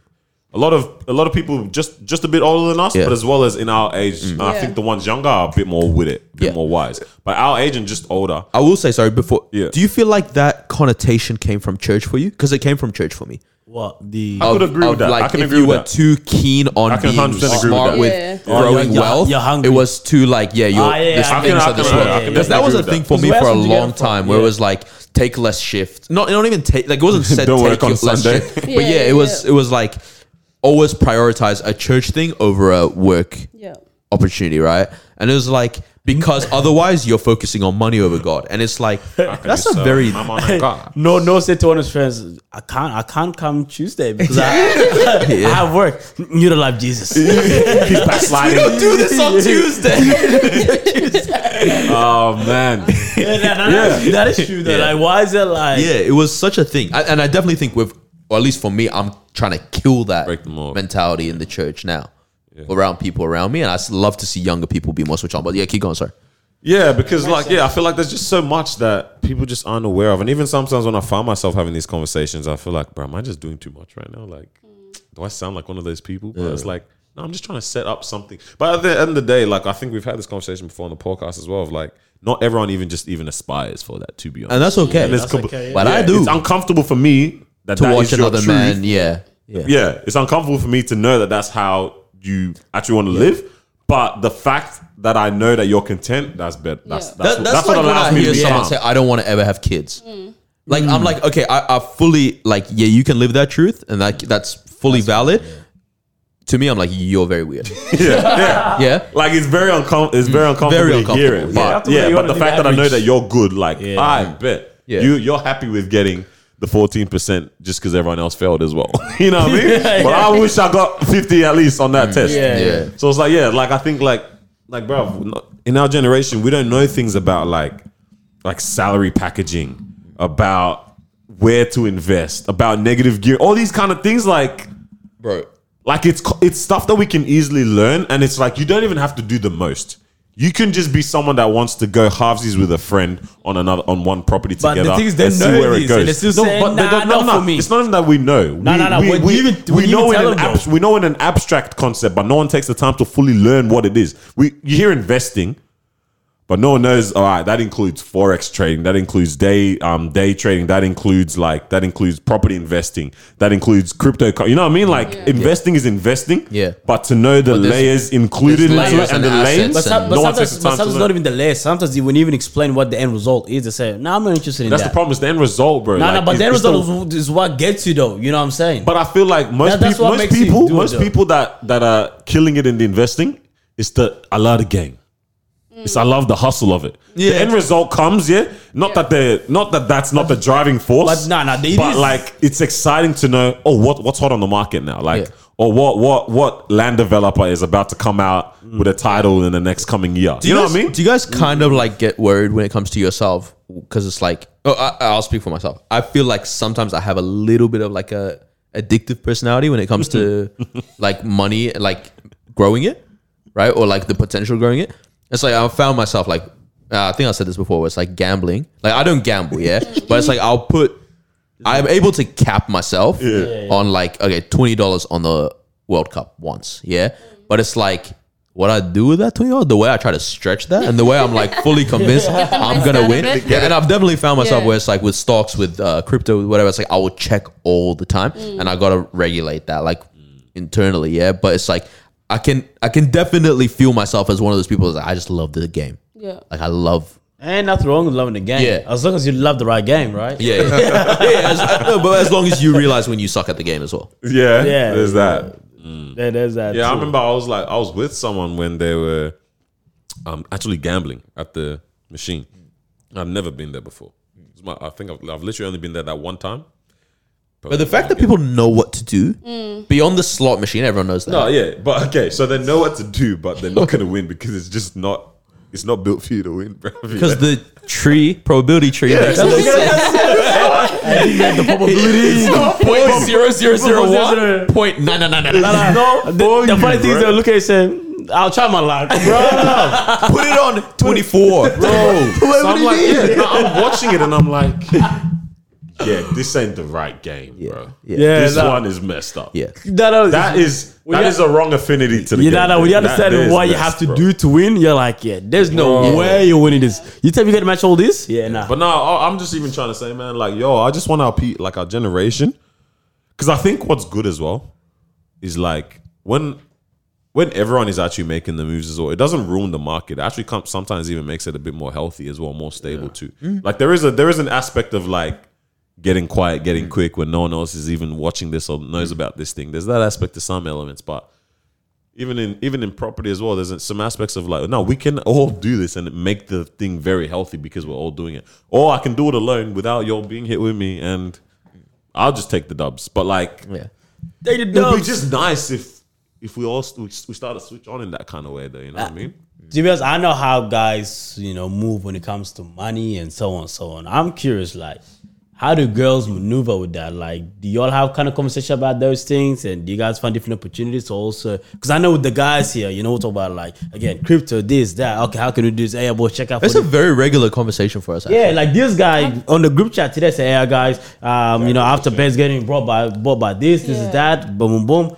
Speaker 3: a lot of a lot of people just just a bit older than us,
Speaker 2: Yeah. Mm.
Speaker 3: but as well as in our age, and I
Speaker 4: Yeah.
Speaker 3: think the ones younger are a bit more with it, a bit
Speaker 2: Yeah.
Speaker 3: more wise. But our age and just older,
Speaker 2: I will say sorry before.
Speaker 3: Yeah.
Speaker 2: Do you feel like that connotation came from church for you? Because it came from church for me.
Speaker 5: What the
Speaker 3: I could agree with that. I can
Speaker 2: if
Speaker 3: agree
Speaker 2: you were
Speaker 3: with that.
Speaker 2: too keen on
Speaker 3: I can
Speaker 2: being
Speaker 3: 100% agree with
Speaker 2: smart
Speaker 3: that. Oh,
Speaker 2: with,
Speaker 4: Yeah.
Speaker 5: Yeah,
Speaker 2: growing
Speaker 5: you're-
Speaker 2: wealth,
Speaker 5: you're hungry.
Speaker 2: it was too like yeah, you're
Speaker 5: Ah, yeah,
Speaker 2: this
Speaker 5: yeah, I
Speaker 2: thing
Speaker 5: can-
Speaker 2: is
Speaker 5: I
Speaker 2: at this
Speaker 5: can-
Speaker 2: level.
Speaker 5: I can
Speaker 2: Because that
Speaker 3: definitely
Speaker 2: was
Speaker 3: agree
Speaker 2: a
Speaker 3: with
Speaker 2: thing
Speaker 3: that.
Speaker 2: for me
Speaker 5: Because
Speaker 2: for a
Speaker 5: we had something
Speaker 2: long
Speaker 5: to get
Speaker 2: time
Speaker 5: from,
Speaker 2: where it
Speaker 5: yeah.
Speaker 2: was like take less shift. Not not even take like it wasn't said
Speaker 3: Don't
Speaker 2: take
Speaker 3: work on
Speaker 2: your less
Speaker 3: Sunday.
Speaker 2: shift,
Speaker 4: Yeah,
Speaker 2: but yeah,
Speaker 4: yeah,
Speaker 2: it was
Speaker 4: yeah.
Speaker 2: it was like always prioritize a church thing over a work
Speaker 4: Yeah.
Speaker 2: opportunity, right? And it was like because otherwise you're focusing on money over God, and it's like that's a
Speaker 3: So,
Speaker 2: very
Speaker 3: I'm on that guy.
Speaker 5: No, no, said to one of his friends, I can't, I can't come Tuesday because I, I have work. You don't love Jesus.
Speaker 2: we don't do this on Tuesday.
Speaker 3: Oh man,
Speaker 5: Yeah, that- that- that is true. Though.
Speaker 2: Yeah.
Speaker 5: Like, why is that like?
Speaker 2: yeah, it was such a thing, I, and I definitely think with, or at least for me, I'm trying to kill that
Speaker 3: Break them up.
Speaker 2: mentality in the church now. Around people around me, and I s- love to see younger people be more switched on. But yeah, keep going. Sorry.
Speaker 3: yeah, because like yeah, I feel like there's just so much that people just aren't aware of, and even sometimes when I find myself having these conversations, I feel like, bro, am I just doing too much right now? Like, do I sound like one of those people? But it's like, no, I'm just trying to set up something. But at the end of the day, like I think we've had this conversation before on the podcast as well. Of like, not everyone even just even aspires for that. To be honest,
Speaker 2: And that's okay.
Speaker 3: And it's
Speaker 5: That's
Speaker 3: compl-
Speaker 5: okay, yeah.
Speaker 2: But I do.
Speaker 3: It's uncomfortable for me that
Speaker 2: to
Speaker 3: that
Speaker 2: watch
Speaker 3: is your
Speaker 2: another
Speaker 3: truth.
Speaker 2: man, yeah, yeah,
Speaker 3: yeah, it's uncomfortable for me to know that that's how you actually want to live. But the fact that I know that you're content, that's better. That's,
Speaker 4: Yeah.
Speaker 3: that's, that's,
Speaker 2: That- that's,
Speaker 3: what
Speaker 2: like when
Speaker 3: allows
Speaker 2: I
Speaker 3: me to
Speaker 2: hear
Speaker 3: be
Speaker 2: someone
Speaker 3: calm.
Speaker 2: say, "I don't want to ever have kids." Like I'm like, okay, I, I fully like, yeah, you can live that truth, and like that's fully valid. To me, I'm like, you're very weird.
Speaker 3: yeah, yeah.
Speaker 2: yeah,
Speaker 3: Like it's very uncomfortable. It's very uncomfortable
Speaker 2: Mm. Very
Speaker 3: to hear it.
Speaker 2: uncomfortable, yeah.
Speaker 3: But
Speaker 5: After
Speaker 3: yeah,
Speaker 5: you
Speaker 3: but
Speaker 5: wanna
Speaker 3: the
Speaker 5: do
Speaker 3: fact
Speaker 5: the
Speaker 3: that I know
Speaker 5: average.
Speaker 3: that you're good, like
Speaker 5: Yeah.
Speaker 3: I bet
Speaker 2: Yeah.
Speaker 3: you you're happy with getting. The fourteen percent, just because everyone else failed as well. you know what I mean?
Speaker 5: Yeah,
Speaker 3: But
Speaker 5: yeah.
Speaker 3: I wish I got fifty at least on that test.
Speaker 5: Yeah.
Speaker 2: Mm. yeah.
Speaker 3: So it's like, yeah, like I think like like bro, in our generation, we don't know things about like like salary packaging, about where to invest, about negative gear, all these kind of things like
Speaker 2: bro.
Speaker 3: like it's co- it's stuff that we can easily learn and it's like you don't even have to do the most. You can just be someone that wants to go halvesies with a friend on another on one property
Speaker 5: But the
Speaker 3: together
Speaker 5: thing is, they
Speaker 3: and see
Speaker 5: know
Speaker 3: where it
Speaker 5: this, and
Speaker 3: goes.
Speaker 5: they still say, "Nah, not for me."
Speaker 3: It's not even that we know.
Speaker 5: Nah,
Speaker 3: we,
Speaker 5: nah, nah,
Speaker 3: We,
Speaker 5: when
Speaker 3: we,
Speaker 5: you even-
Speaker 3: we
Speaker 5: when you
Speaker 3: know
Speaker 5: even
Speaker 3: in
Speaker 5: tell
Speaker 3: an
Speaker 5: them,
Speaker 3: abs- we know in an abstract concept, but no one takes the time to fully learn what it is. We you hear investing, but no one knows. All right, that includes forex trading. That includes day um day trading. That includes like that includes property investing. That includes crypto. co- You know what I mean? Like investing is investing.
Speaker 2: Yeah.
Speaker 3: But to know the
Speaker 2: there's-
Speaker 3: layers included
Speaker 2: there's
Speaker 3: into
Speaker 2: layers
Speaker 3: it
Speaker 2: and
Speaker 3: and the
Speaker 5: But,
Speaker 3: lanes.
Speaker 2: assets.
Speaker 5: some, but
Speaker 3: No one
Speaker 5: sometimes,
Speaker 3: takes
Speaker 5: but
Speaker 3: the time to
Speaker 5: sometimes it's
Speaker 3: learn.
Speaker 5: not even the last. Sometimes you wouldn't even explain what the end result is. They say, "No, I'm not interested in
Speaker 3: That's
Speaker 5: that."
Speaker 3: the problem. It's the end result, bro.
Speaker 5: No,
Speaker 3: Like,
Speaker 5: no, but
Speaker 3: it's-
Speaker 5: the end
Speaker 3: it's the-
Speaker 5: result is, is what gets you, though. You know what I'm saying?
Speaker 3: But I feel like most
Speaker 5: That- that's
Speaker 3: people,
Speaker 5: what
Speaker 3: most
Speaker 5: makes you
Speaker 3: people,
Speaker 5: do it,
Speaker 3: most
Speaker 5: though.
Speaker 3: people that that are killing it in the investing is the I love the game. It's I love the hustle of it. The
Speaker 2: Yeah.
Speaker 3: end result comes, yeah. Not that they're not that that's not the driving force.
Speaker 5: but nah, nah, it
Speaker 3: but
Speaker 5: is.
Speaker 3: like it's exciting to know. Oh, what what's hot on the market now? Like.
Speaker 2: Yeah.
Speaker 3: Or what what what land developer is about to come out
Speaker 5: Mm.
Speaker 3: with a title in the next coming year?
Speaker 2: Do
Speaker 3: you, know
Speaker 2: guys,
Speaker 3: what I mean?
Speaker 2: Do you guys kind of like get worried when it comes to yourself? Because it's like, oh, I, I'll speak for myself. I feel like sometimes I have a little bit of like a addictive personality when it comes to like money, like growing it, right? Or like the potential growing it. It's like I found myself like, uh, I think I said this before. Where it's like gambling. Like I don't gamble, yeah, but it's like I'll put. I'm able to cap myself on like okay, twenty dollars on the World Cup once, yeah. But it's like what I do with that twenty dollars, the way I try to stretch that, and the way I'm like fully convinced I'm gonna win.
Speaker 4: out of it.
Speaker 2: Yeah, and I've definitely found myself
Speaker 4: Yeah.
Speaker 2: where it's like with stocks, with uh, crypto, with whatever. It's like I will check all the time,
Speaker 4: Mm.
Speaker 2: and I gotta regulate that like internally, yeah. But it's like I can I can definitely feel myself as one of those people that's like I just love the game.
Speaker 4: Yeah.
Speaker 2: Like I love
Speaker 5: Ain't nothing wrong with loving the game.
Speaker 2: Yeah.
Speaker 5: As long as you love the right game, right?
Speaker 2: yeah, yeah, yeah. yeah, as- no, but as long as you realize when you suck at the game as well.
Speaker 3: Yeah,
Speaker 5: Yeah.
Speaker 3: there's that.
Speaker 5: There- there's that.
Speaker 3: Yeah, I
Speaker 5: too.
Speaker 3: remember I was like I was with someone when they were um, actually gambling at the machine. I've never been there before. It's my, I think I've, I've literally only been there that one time.
Speaker 2: But the fact that people know what to do beyond the slot machine, everyone knows that.
Speaker 3: no, yeah, but okay, so they know what to do, but they're not gonna win because it's just not it's not built for you to win, bro.
Speaker 2: Because the tree, probability tree, makes no sense. It's not point zero zero zero one point nine nine nine nine.
Speaker 5: The, the funny thing is, they look at you saying, "I'll try my luck, bro."
Speaker 2: Put it on twenty four.
Speaker 3: bro. so I'm like, yeah, no, I'm watching it and I'm like, yeah, this ain't the right game, bro.
Speaker 2: Yeah.
Speaker 5: Yeah,
Speaker 3: this
Speaker 5: that-
Speaker 3: one is messed up.
Speaker 2: Yeah.
Speaker 5: That, that,
Speaker 3: That is
Speaker 5: Well,
Speaker 3: that
Speaker 5: yeah.
Speaker 3: is a wrong affinity to the
Speaker 5: you
Speaker 3: game.
Speaker 5: know, that when you
Speaker 3: man. That-
Speaker 5: understand
Speaker 3: that is
Speaker 5: what you
Speaker 3: messed,
Speaker 5: have to
Speaker 3: bro.
Speaker 5: do to win, you're like, yeah, there's no
Speaker 3: Bro.
Speaker 5: way you're winning this. You tell me you gotta match all this? Yeah, nah.
Speaker 3: But no, I- I'm just even trying to say, man, like, yo, I just want our pe- like our generation, because I think what's good as well is like when when everyone is actually making the moves as well, it doesn't ruin the market. It actually, com- sometimes even makes it a bit more healthy as well, more stable too. Like there is a there is an aspect of like getting quiet, getting quick when no one else is even watching this or knows about this thing. There's that aspect to some elements, but even in even in property as well, there's some aspects of like, no, we can all do this and make the thing very healthy because we're all doing it. Or I can do it alone without y'all being here with me, and I'll just take the dubs. But like,
Speaker 2: Yeah.
Speaker 5: They the
Speaker 3: it would be
Speaker 5: dubs.
Speaker 3: just nice if if we all st- we, s- we start to switch on in that kind of way, though. You know what I mean?
Speaker 5: To be honest, I know how guys, you know, move when it comes to money and so on and so on. I'm curious, like, how do girls maneuver with that? Like, do y'all have kind of conversation about those things? And do you guys find different opportunities to also? Because I know with the guys here, you know, we talk about like again, crypto, this, that. Okay, how can we do this? Hey, boy, check out. for
Speaker 2: That's a
Speaker 5: this.
Speaker 2: very regular conversation for us.
Speaker 5: Yeah, like this guy on the group chat today said, "Hey guys, um, you know, after bets getting brought by bought by this, this is
Speaker 4: Yeah.
Speaker 5: that, boom, boom, boom,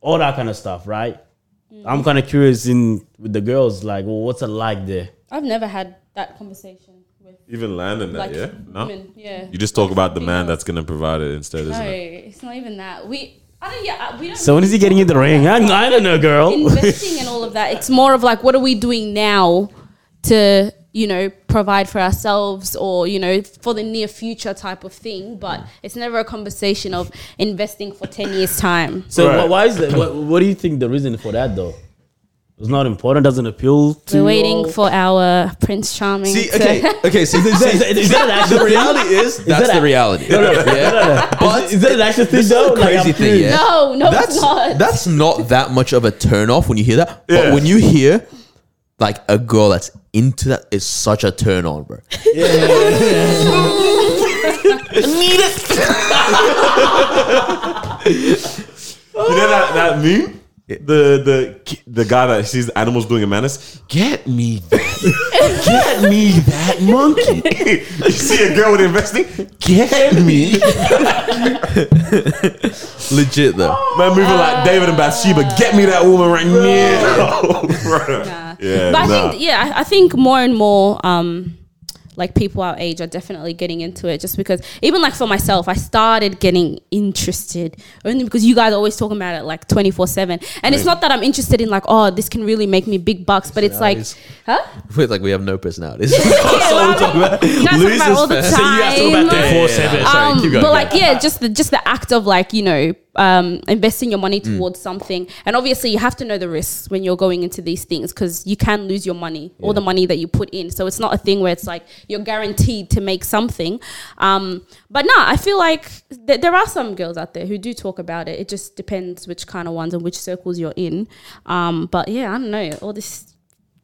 Speaker 5: all that kind of stuff, right?" I'm kind of curious in with the girls, like, well, what's it like there?
Speaker 4: I've never had that conversation with
Speaker 3: Even landing
Speaker 2: Uh,
Speaker 3: that,
Speaker 4: like
Speaker 3: yeah. No,
Speaker 4: women. Yeah.
Speaker 3: you just talk about the man
Speaker 4: females.
Speaker 3: that's gonna provide it instead,
Speaker 4: No,
Speaker 3: isn't it?
Speaker 4: it's not even that. We I don't yeah, I- we don't
Speaker 5: So when is he getting in the ring? I, I don't know,
Speaker 2: Oh.
Speaker 5: girl.
Speaker 4: investing and all of that. It's more of like, what are we doing now to, you know, provide for ourselves or, you know, for the near future type of thing. But it's never a conversation of investing for 10 years' time.
Speaker 5: so
Speaker 3: Right.
Speaker 5: wh- why is that? What, what do you think the reason for that though? It's not important. Doesn't appeal to.
Speaker 4: We're waiting
Speaker 5: all-
Speaker 4: for our Prince Charming.
Speaker 2: See,
Speaker 4: to-
Speaker 2: okay, okay. See,
Speaker 5: Is that- is that an actual
Speaker 2: the
Speaker 5: thing?
Speaker 2: reality is that's
Speaker 5: that
Speaker 2: the
Speaker 5: a-
Speaker 2: reality. Yeah. But
Speaker 5: Is that an actual thing
Speaker 2: That's
Speaker 5: though?
Speaker 2: the crazy
Speaker 5: I'm
Speaker 2: thing,
Speaker 5: curious.
Speaker 2: yeah.
Speaker 4: No, no,
Speaker 2: that's
Speaker 4: it's not.
Speaker 2: that's not that much of a turn off when you hear that. But
Speaker 3: Yeah.
Speaker 2: when you hear like a girl that's into that, it's such a turn on, bro.
Speaker 3: You know that that meme. The the ki- the guy that sees the animals doing a menace, get me that, get me that monkey. you see a girl with investing, get me.
Speaker 2: Legit though.
Speaker 3: Man, moving like David and Bathsheba, get me that woman right now. Bro.
Speaker 4: Nah.
Speaker 3: Yeah,
Speaker 4: but I
Speaker 3: nah.
Speaker 4: think yeah, I, I think more and more um like people our age are definitely getting into it just because even like for myself, I started getting interested only because you guys are always talking about it like twenty four seven. And it's not that I'm interested in like, oh, this can really make me big bucks, but it's like
Speaker 2: Personalities.
Speaker 4: huh?
Speaker 2: It's like we have no personalities. that's all we talk about.
Speaker 4: You guys talk about all the time.
Speaker 2: Sorry,
Speaker 4: Um,
Speaker 2: keep
Speaker 4: but
Speaker 2: going.
Speaker 4: like yeah, just the just the act of like you know um, investing your money
Speaker 2: Mm.
Speaker 4: towards something, and obviously you have to know the risks when you're going into these things because you can lose your money, all the money that you put in. So it's not a thing where it's like you're guaranteed to make something. Um, but no, I feel like th- there are some girls out there who do talk about it. It just depends which kind of ones and which circles you're in. Um, but yeah, I don't know all this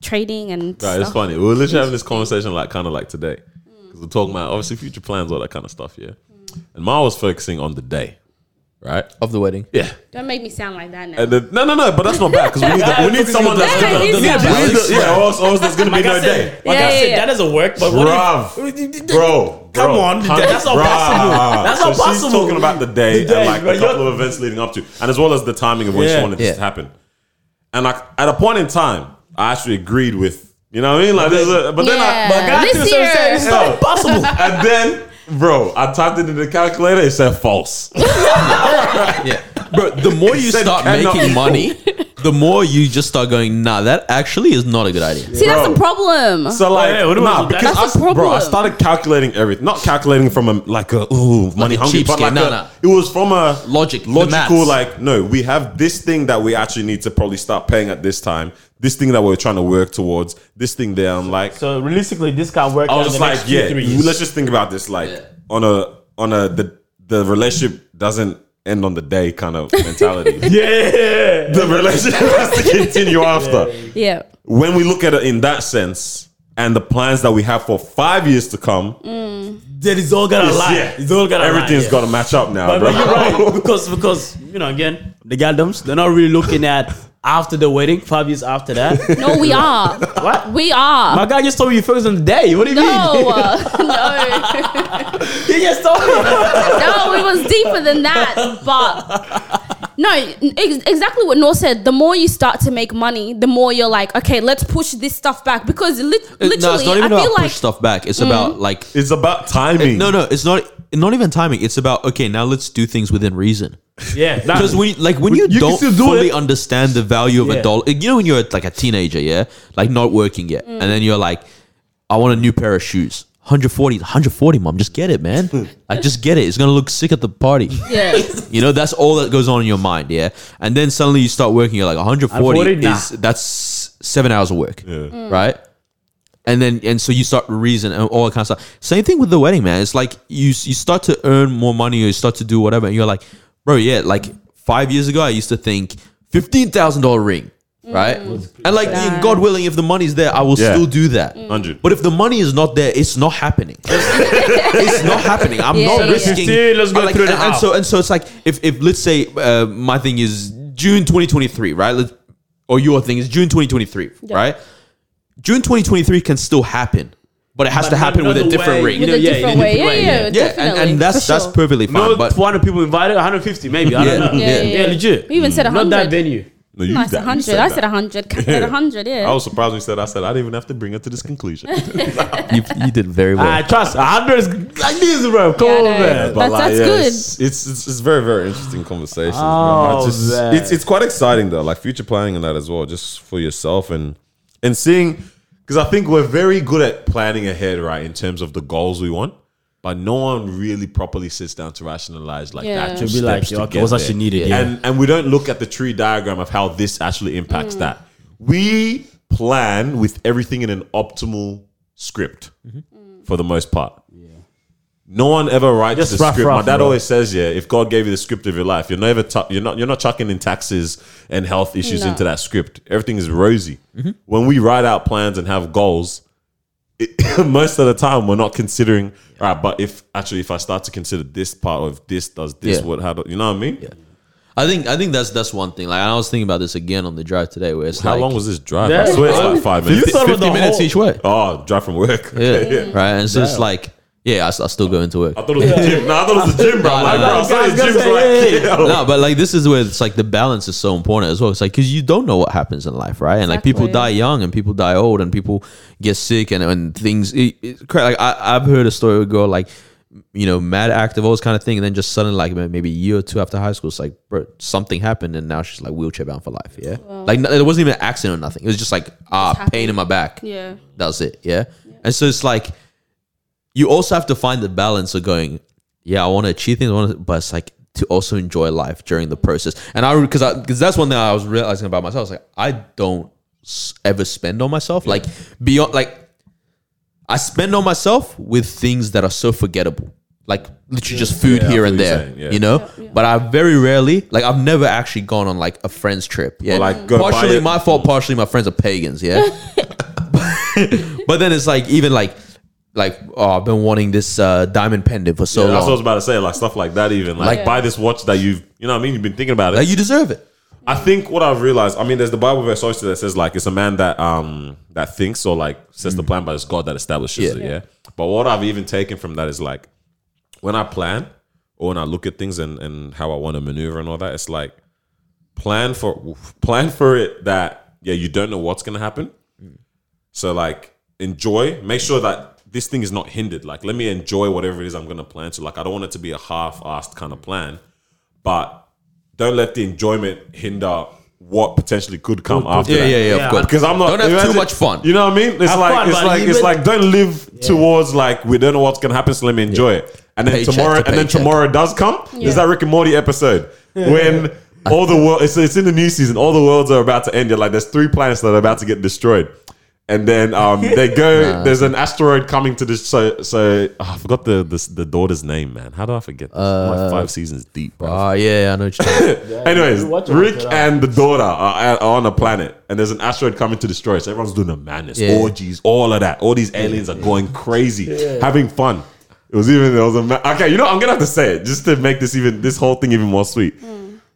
Speaker 4: trading and
Speaker 3: Right, it's
Speaker 4: stuff.
Speaker 3: funny. We were literally having this conversation like kind of like today.
Speaker 4: Hmm.
Speaker 3: Because we're talking about obviously future plans, all that kind of stuff, yeah. And Ma was focusing on the day. Right?
Speaker 2: of the wedding.
Speaker 3: Yeah.
Speaker 4: Don't make me sound like that now.
Speaker 3: And then, no, no, no, but that's not bad because we need, the, we need someone that's
Speaker 4: Yeah,
Speaker 3: gonna,
Speaker 4: it is
Speaker 3: we need
Speaker 2: bad.
Speaker 3: the- yeah, or else, or else there's gonna be no day.
Speaker 5: Like
Speaker 4: Yeah,
Speaker 5: I
Speaker 4: yeah,
Speaker 5: said,
Speaker 4: yeah.
Speaker 5: that doesn't work. But what if-
Speaker 3: Bruv, bro, bro,
Speaker 5: Come on,
Speaker 3: Hun-
Speaker 5: that's not possible. That's not
Speaker 3: so She's
Speaker 5: possible.
Speaker 3: talking about the day,
Speaker 5: The day,
Speaker 3: and like
Speaker 5: bro,
Speaker 3: a
Speaker 5: you're-
Speaker 3: couple of events leading up to, and as well as the timing of when
Speaker 5: Yeah.
Speaker 3: she wanted this
Speaker 2: Yeah.
Speaker 3: to happen. And like at a point in time, I actually agreed with you know what I mean. Like, this is a, but then I,
Speaker 4: Yeah.
Speaker 3: but I got
Speaker 4: This
Speaker 3: to a certain
Speaker 4: year.
Speaker 3: stage, it's not
Speaker 5: possible.
Speaker 3: and then, bro, I typed it in the calculator. It said false.
Speaker 2: Yeah. Bro, the more you
Speaker 3: said
Speaker 2: start
Speaker 3: cannot
Speaker 2: making
Speaker 3: equal.
Speaker 2: money, the more you just start going, nah, that actually is not a good idea.
Speaker 4: See, that's
Speaker 3: Bro.
Speaker 4: the problem.
Speaker 3: So like,
Speaker 5: Oh, yeah, what do we
Speaker 3: nah,
Speaker 5: do?
Speaker 3: because
Speaker 4: That's the
Speaker 3: I, bro, I
Speaker 4: problem.
Speaker 3: started calculating everything. Not calculating from a like a ooh money
Speaker 2: a
Speaker 3: hungry, but
Speaker 2: cheapskate.
Speaker 3: like
Speaker 2: No,
Speaker 3: a-
Speaker 2: no.
Speaker 3: it was from a
Speaker 2: Logic, the
Speaker 3: logical.
Speaker 2: maths.
Speaker 3: Like, no, we have this thing that we actually need to probably start paying at this time. This thing that we're trying to work towards. This thing there. I'm like,
Speaker 5: So realistically, this can't work.
Speaker 3: I
Speaker 5: out in
Speaker 3: was just
Speaker 5: the
Speaker 3: like,
Speaker 5: next two,
Speaker 3: yeah.
Speaker 5: three years.
Speaker 3: Let's just think about this. Like on a on a the the relationship doesn't end on the day kind of mentality.
Speaker 5: yeah.
Speaker 3: The relationship has to continue after
Speaker 4: yeah.
Speaker 3: when we look at it in that sense and the plans that we have for five years to come,
Speaker 5: That is all gonna lie.
Speaker 3: yeah,
Speaker 5: It's all gonna
Speaker 3: everything's
Speaker 5: lie.
Speaker 3: got to match up now,
Speaker 5: But,
Speaker 3: bro.
Speaker 5: but you're right because because you know again the Galdums they're not really looking at after the wedding, five years after that.
Speaker 4: No, we are.
Speaker 5: what?
Speaker 4: We are.
Speaker 5: My guy just told me you focus on the day. What do you
Speaker 4: no, uh, no,
Speaker 5: mean? He just told me.
Speaker 4: no. It was deeper than that, but no, ex- exactly what Nor said. The more you start to make money, the more you're like, okay, let's push this stuff back because lit- literally,
Speaker 2: Uh, no, it's not even
Speaker 4: I
Speaker 2: about
Speaker 4: feel
Speaker 2: push
Speaker 4: like Mm.
Speaker 2: stuff back. It's about like
Speaker 3: It's about timing.
Speaker 2: no, no. It's not not even timing. It's about okay. Now let's do things within reason.
Speaker 5: Yeah, that,
Speaker 2: Because when like when
Speaker 3: You
Speaker 2: you,
Speaker 3: can
Speaker 2: don't
Speaker 3: still do
Speaker 2: fully
Speaker 3: it.
Speaker 2: understand the value of
Speaker 5: Yeah.
Speaker 2: a dollar, you know when you're like a teenager, yeah, like not working yet, and then you're like, I want a new pair of shoes. 140, 140, mom. Just get it, man. like, just get it. It's gonna look sick at the party.
Speaker 4: yeah,
Speaker 2: You know, that's all that goes on in your mind, yeah. And then suddenly you start working. You're like, 140
Speaker 5: 140, nah.
Speaker 2: is that's seven hours of work, right? And then and so you start reason and all that kind of stuff. Same thing with the wedding, man. It's like you you start to earn more money or you start to do whatever, and you're like, bro, yeah. Like five years ago, I used to think fifteen thousand dollar ring, right? And like, God willing, if the money's there, I will
Speaker 3: Yeah.
Speaker 2: still do that.
Speaker 3: 100.
Speaker 2: But if the money is not there, it's not happening. it's not happening. I'm
Speaker 4: Yeah, yeah,
Speaker 2: not
Speaker 4: yeah.
Speaker 2: risking.
Speaker 5: 15, let's go
Speaker 2: like,
Speaker 5: through the
Speaker 2: and, and so and so it's like if if let's say uh, my thing is June 2023, right? Let's, or your thing is June 2023, right? June 2023 can still happen, but it has to happen with a
Speaker 5: another
Speaker 2: different
Speaker 5: way.
Speaker 2: ring.
Speaker 4: with
Speaker 5: know,
Speaker 4: a
Speaker 5: yeah,
Speaker 4: different
Speaker 5: yeah,
Speaker 4: way. Yeah,
Speaker 5: yeah,
Speaker 4: yeah,
Speaker 5: yeah.
Speaker 2: yeah, and,
Speaker 4: definitely.
Speaker 2: and that's
Speaker 4: for
Speaker 2: that's
Speaker 4: sure.
Speaker 2: perfectly fine.
Speaker 5: no,
Speaker 2: but
Speaker 5: 400 people invited, 150 maybe. I
Speaker 2: Yeah.
Speaker 5: don't know.
Speaker 2: Yeah, yeah,
Speaker 5: yeah, legit.
Speaker 4: We even said
Speaker 5: Not that
Speaker 4: 100.
Speaker 5: venue.
Speaker 3: No, you-
Speaker 4: Nice,
Speaker 3: that- you
Speaker 4: 100.
Speaker 3: said
Speaker 4: I
Speaker 3: that.
Speaker 4: said 100. Kat said 100, yeah.
Speaker 3: I was surprised when you said I said I didn't even have to bring her to this conclusion.
Speaker 2: you, you did very well.
Speaker 5: I Uh, trust 100 is like this, bro. Come
Speaker 4: Yeah, I
Speaker 5: on,
Speaker 4: know.
Speaker 5: man.
Speaker 4: That's-
Speaker 3: like,
Speaker 4: that's
Speaker 3: yeah,
Speaker 4: good.
Speaker 3: It's, it's it's it's very very interesting conversations. bro. I
Speaker 5: Oh,
Speaker 3: just-
Speaker 5: man.
Speaker 3: it's it's quite exciting though, like future planning and that as well, just for yourself and and seeing because I think we're very good at planning ahead, right, in terms of the goals we want, but no one really properly sits down to rationalize like
Speaker 4: Yeah.
Speaker 3: that.
Speaker 4: To
Speaker 5: be like, yeah, okay, what's actually needed, yeah.
Speaker 3: and and we don't look at the tree diagram of how this actually impacts
Speaker 4: Mm.
Speaker 3: that. We plan with everything in an optimal script for the most part. No one ever writes
Speaker 5: Just
Speaker 3: the
Speaker 5: rough,
Speaker 3: script.
Speaker 5: rough,
Speaker 3: My dad
Speaker 5: bro.
Speaker 3: always says, "Yeah, if God gave you the script of your life, you're never tu- you're not you're not chucking in taxes and health issues
Speaker 4: No.
Speaker 3: into that script. Everything is rosy.
Speaker 5: Mm-hmm.
Speaker 3: When we write out plans and have goals, it, most of the time we're not considering. All right, but if actually if I start to consider this part of this does this
Speaker 2: Yeah.
Speaker 3: what how do, you know what I mean?
Speaker 2: I think I think that's that's one thing. Like I was thinking about this again on the drive today, where it's
Speaker 3: How
Speaker 2: like
Speaker 3: long was this drive?
Speaker 5: Yeah.
Speaker 3: I swear it's like five
Speaker 5: You
Speaker 3: minutes.
Speaker 5: thought about the
Speaker 2: minutes
Speaker 5: whole-
Speaker 2: each way.
Speaker 3: Oh, drive from work.
Speaker 2: Yeah,
Speaker 3: Okay, yeah.
Speaker 2: right. And so it's like, yeah, I, s- I still go into work.
Speaker 3: I thought it was the gym. No, I thought it was the gym, bro.
Speaker 2: No,
Speaker 3: I'm
Speaker 2: no, no.
Speaker 3: like, bro, I saw
Speaker 5: Guys,
Speaker 3: the
Speaker 5: guys,
Speaker 3: gym's
Speaker 5: hey,
Speaker 3: like,
Speaker 5: hey, hey.
Speaker 3: yo.
Speaker 2: no, but like this is where it's like the balance is so important as well. It's like because you don't know what happens in life, right? And like people
Speaker 4: Exactly.
Speaker 2: die young, and people die old, and people get sick, and and things. It, it's cra- like I, I've heard a story of a girl like, you know, mad active, all this kind of thing, and then just suddenly like ma- maybe a year or two after high school, it's like bro, something happened, and now she's like wheelchair bound for life. Yeah, like no- it wasn't even an accident or nothing. It was just like ah, pain in my back.
Speaker 4: Yeah.
Speaker 2: That was it. Yeah. And so it's like you also have to find the balance of going, yeah, I want to achieve things, I want to, but it's like to also enjoy life during the process. And I, because I, because that's one thing I was realizing about myself. I was like, I don't s- ever spend on myself. Like beyond, like I spend on myself with things that are so forgettable. Like literally just food
Speaker 3: Yeah, I
Speaker 2: here
Speaker 3: feel
Speaker 2: and
Speaker 3: what you're
Speaker 2: there,
Speaker 3: saying, yeah.
Speaker 2: you know. But I very rarely, like, I've never actually gone on like a friend's trip. Yeah,
Speaker 3: like, go buy
Speaker 2: partially
Speaker 3: it.
Speaker 2: my fault, partially my friends are pagans. Yeah, but then it's like even like like oh I've been wanting this uh, diamond pendant for so
Speaker 3: That's what I
Speaker 2: long.
Speaker 3: was about to say, like stuff like that. Even like,
Speaker 2: Like-
Speaker 3: buy this watch that you've, you know, what I mean, you've been thinking about it.
Speaker 2: Like you deserve it.
Speaker 3: I think what I've realized, I mean, there's the Bible verse also that says like it's a man that um that thinks or like sets the plan, but it's God that establishes
Speaker 2: Mm. Yeah.
Speaker 3: it. Yeah. But what I've even taken from that is like when I plan or when I look at things and and how I want to maneuver and all that, it's like plan for plan for it that yeah you don't know what's gonna happen. So like enjoy, make sure that this thing is not hindered. Like let me enjoy whatever it is I'm gonna plan. So like I don't want it to be a half-assed kind of plan, but don't let the enjoyment hinder what potentially could come after.
Speaker 2: Yeah,
Speaker 3: that.
Speaker 2: yeah, yeah,
Speaker 5: Yeah.
Speaker 2: Of course.
Speaker 3: Because I'm not
Speaker 2: Don't have
Speaker 3: imagine-
Speaker 2: too much fun.
Speaker 3: You know what I mean? It's
Speaker 5: Have
Speaker 3: like
Speaker 5: fun,
Speaker 3: it's
Speaker 5: but
Speaker 3: like
Speaker 5: you
Speaker 3: it's
Speaker 5: bet-
Speaker 3: like don't live towards like we don't know what's gonna happen, so let me enjoy it. And then
Speaker 2: Paycheck
Speaker 3: tomorrow,
Speaker 2: to
Speaker 3: and then
Speaker 2: paycheck.
Speaker 3: tomorrow does come.
Speaker 4: Yeah.
Speaker 3: There's that Rick and Morty episode when all the world it's, it's in the new season. All the worlds are about to end. You're like, there's three planets that are about to get destroyed, and then um, they go. There's an asteroid coming to this. So, so oh, I forgot the, the the daughter's name, man. How do I forget? This? I'm like five seasons deep, bro.
Speaker 2: Oh yeah, I know. What you're talking about.
Speaker 3: Anyways,
Speaker 5: Watch it, watch
Speaker 3: Rick
Speaker 5: it out.
Speaker 3: and the daughter are, are on a planet, and there's an asteroid coming to destroy us. Everyone's doing a madness,
Speaker 2: Yeah.
Speaker 3: orgies, all of that. All these aliens are going crazy, having fun. It was even there was a ma- okay. You know, I'm gonna have to say it
Speaker 4: Hmm.
Speaker 3: just to make this even this whole thing even more sweet.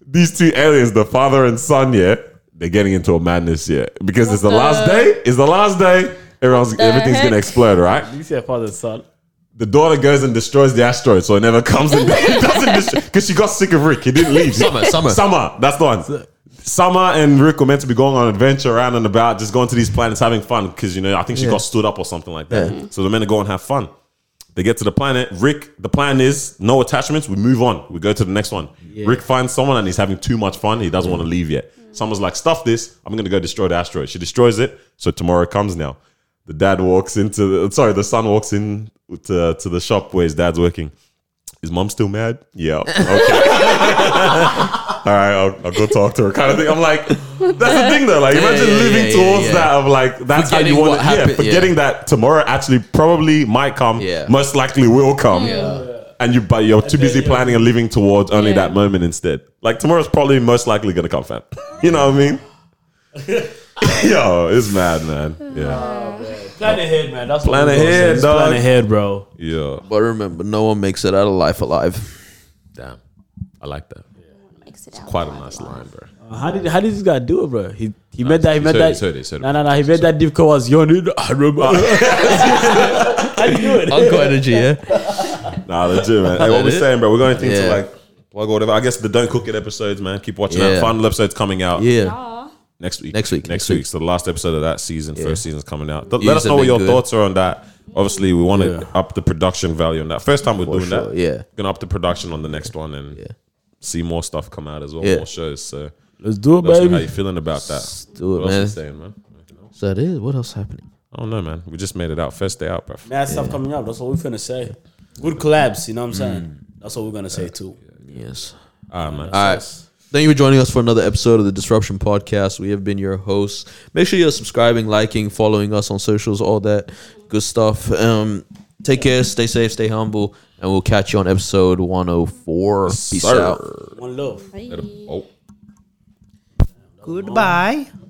Speaker 3: These two aliens, the father and son, yeah, they're getting into a madness here because it's the,
Speaker 4: What
Speaker 3: last
Speaker 4: the-
Speaker 3: day. It's the last day. Everyone's everything's
Speaker 4: heck?
Speaker 3: gonna explode, right?
Speaker 5: You see her father and son.
Speaker 3: The daughter goes and destroys the asteroid, so it never comes and doesn't destroy because she got sick of Rick. He didn't leave.
Speaker 2: Summer, summer.
Speaker 3: Summer, that's the one. Summer and Rick were meant to be going on an adventure around and about, just going to these planets, having fun. Because you know, I think she got stood up or something like that. So they're meant to go and have fun. They get to the planet. Rick, the plan is no attachments. We move on. We go to the next one. Rick finds someone and he's having too much fun. He doesn't want to leave yet. Someone's like, "Stuff this! I'm gonna go destroy the asteroid." She destroys it. So tomorrow comes now. The dad walks into. The, sorry, the son walks in to, to the shop where his dad's working. Is mom still mad? Yeah. Okay. all right, I'll, I'll go talk to her, kind of thing. I'm like, that's the thing though. Like, imagine
Speaker 2: yeah,
Speaker 3: living
Speaker 2: yeah,
Speaker 3: towards
Speaker 2: yeah.
Speaker 3: that of like, that's
Speaker 2: Forgetting
Speaker 3: how you
Speaker 2: what
Speaker 3: want to, yeah,
Speaker 2: happened, yeah.
Speaker 3: forgetting that tomorrow actually probably might come,
Speaker 2: Yeah.
Speaker 3: most likely will come. And you, but you're too busy planning and living towards only
Speaker 4: Yeah.
Speaker 3: that moment instead. Like tomorrow's probably most likely gonna come, fam. You know what I mean? Yo, it's mad, man. Yeah,
Speaker 5: Plan ahead, man. That's
Speaker 3: Plan
Speaker 5: what we're
Speaker 3: ahead,
Speaker 5: saying. Just Plan
Speaker 3: dog.
Speaker 5: ahead, bro.
Speaker 3: yeah.
Speaker 2: But remember, no one makes it out of life alive.
Speaker 3: Damn, I like that.
Speaker 4: Makes it out.
Speaker 3: Quite a nice line, bro.
Speaker 5: How did how did this guy do it, bro? He he met that he
Speaker 3: he's
Speaker 5: met
Speaker 3: heard it,
Speaker 5: that.
Speaker 3: he's heard it, he's heard it.
Speaker 5: No, no, no. He met that deep was yawning. I remember. How did you do it?
Speaker 2: Uncle energy, yeah.
Speaker 3: Nah, legit, man. Hey, what
Speaker 2: That
Speaker 3: we
Speaker 2: it?
Speaker 3: saying, bro? We're going to
Speaker 2: Yeah.
Speaker 3: like plug or whatever. I guess the don't cook it episodes, man. Keep watching that.
Speaker 2: Yeah.
Speaker 3: Final episode's coming out
Speaker 2: Yeah.
Speaker 3: next week.
Speaker 2: Next week,
Speaker 3: Next,
Speaker 2: next
Speaker 3: week.
Speaker 2: week.
Speaker 3: So the last episode of that season, first season's coming out. Th-
Speaker 2: Years
Speaker 3: Let us
Speaker 2: have
Speaker 3: know what
Speaker 2: been
Speaker 3: your
Speaker 2: good.
Speaker 3: thoughts are on that. Obviously, we want to
Speaker 5: Yeah.
Speaker 3: up the production value on that. First time we're doing
Speaker 2: sure,
Speaker 3: that.
Speaker 2: yeah.
Speaker 3: gonna up the production on the next one and see more stuff come out as well,
Speaker 2: Yeah.
Speaker 3: more shows. So
Speaker 5: Let's do it,
Speaker 3: let us know how you
Speaker 5: baby.
Speaker 3: feeling about that.
Speaker 2: do it,
Speaker 3: what else
Speaker 2: man.
Speaker 3: we saying, man?
Speaker 2: So that is what else happening?
Speaker 3: I don't know, man. We just made it out. First day out, bro.
Speaker 5: Mad stuff coming up. That's what we're gonna say. Good collabs. You know what I'm saying? That's what we're gonna say too.
Speaker 2: Yes.
Speaker 3: All right, man.
Speaker 2: All right. Thank you for joining us for another episode of the Disruption Podcast. We have been your hosts. Make sure you're subscribing, liking, following us on socials, all that good stuff. Um, take care, stay safe, stay humble, and we'll catch you on episode 104. Peace
Speaker 3: Sir.
Speaker 2: out.
Speaker 5: One love.
Speaker 3: Let 'em- Oh.
Speaker 7: Goodbye.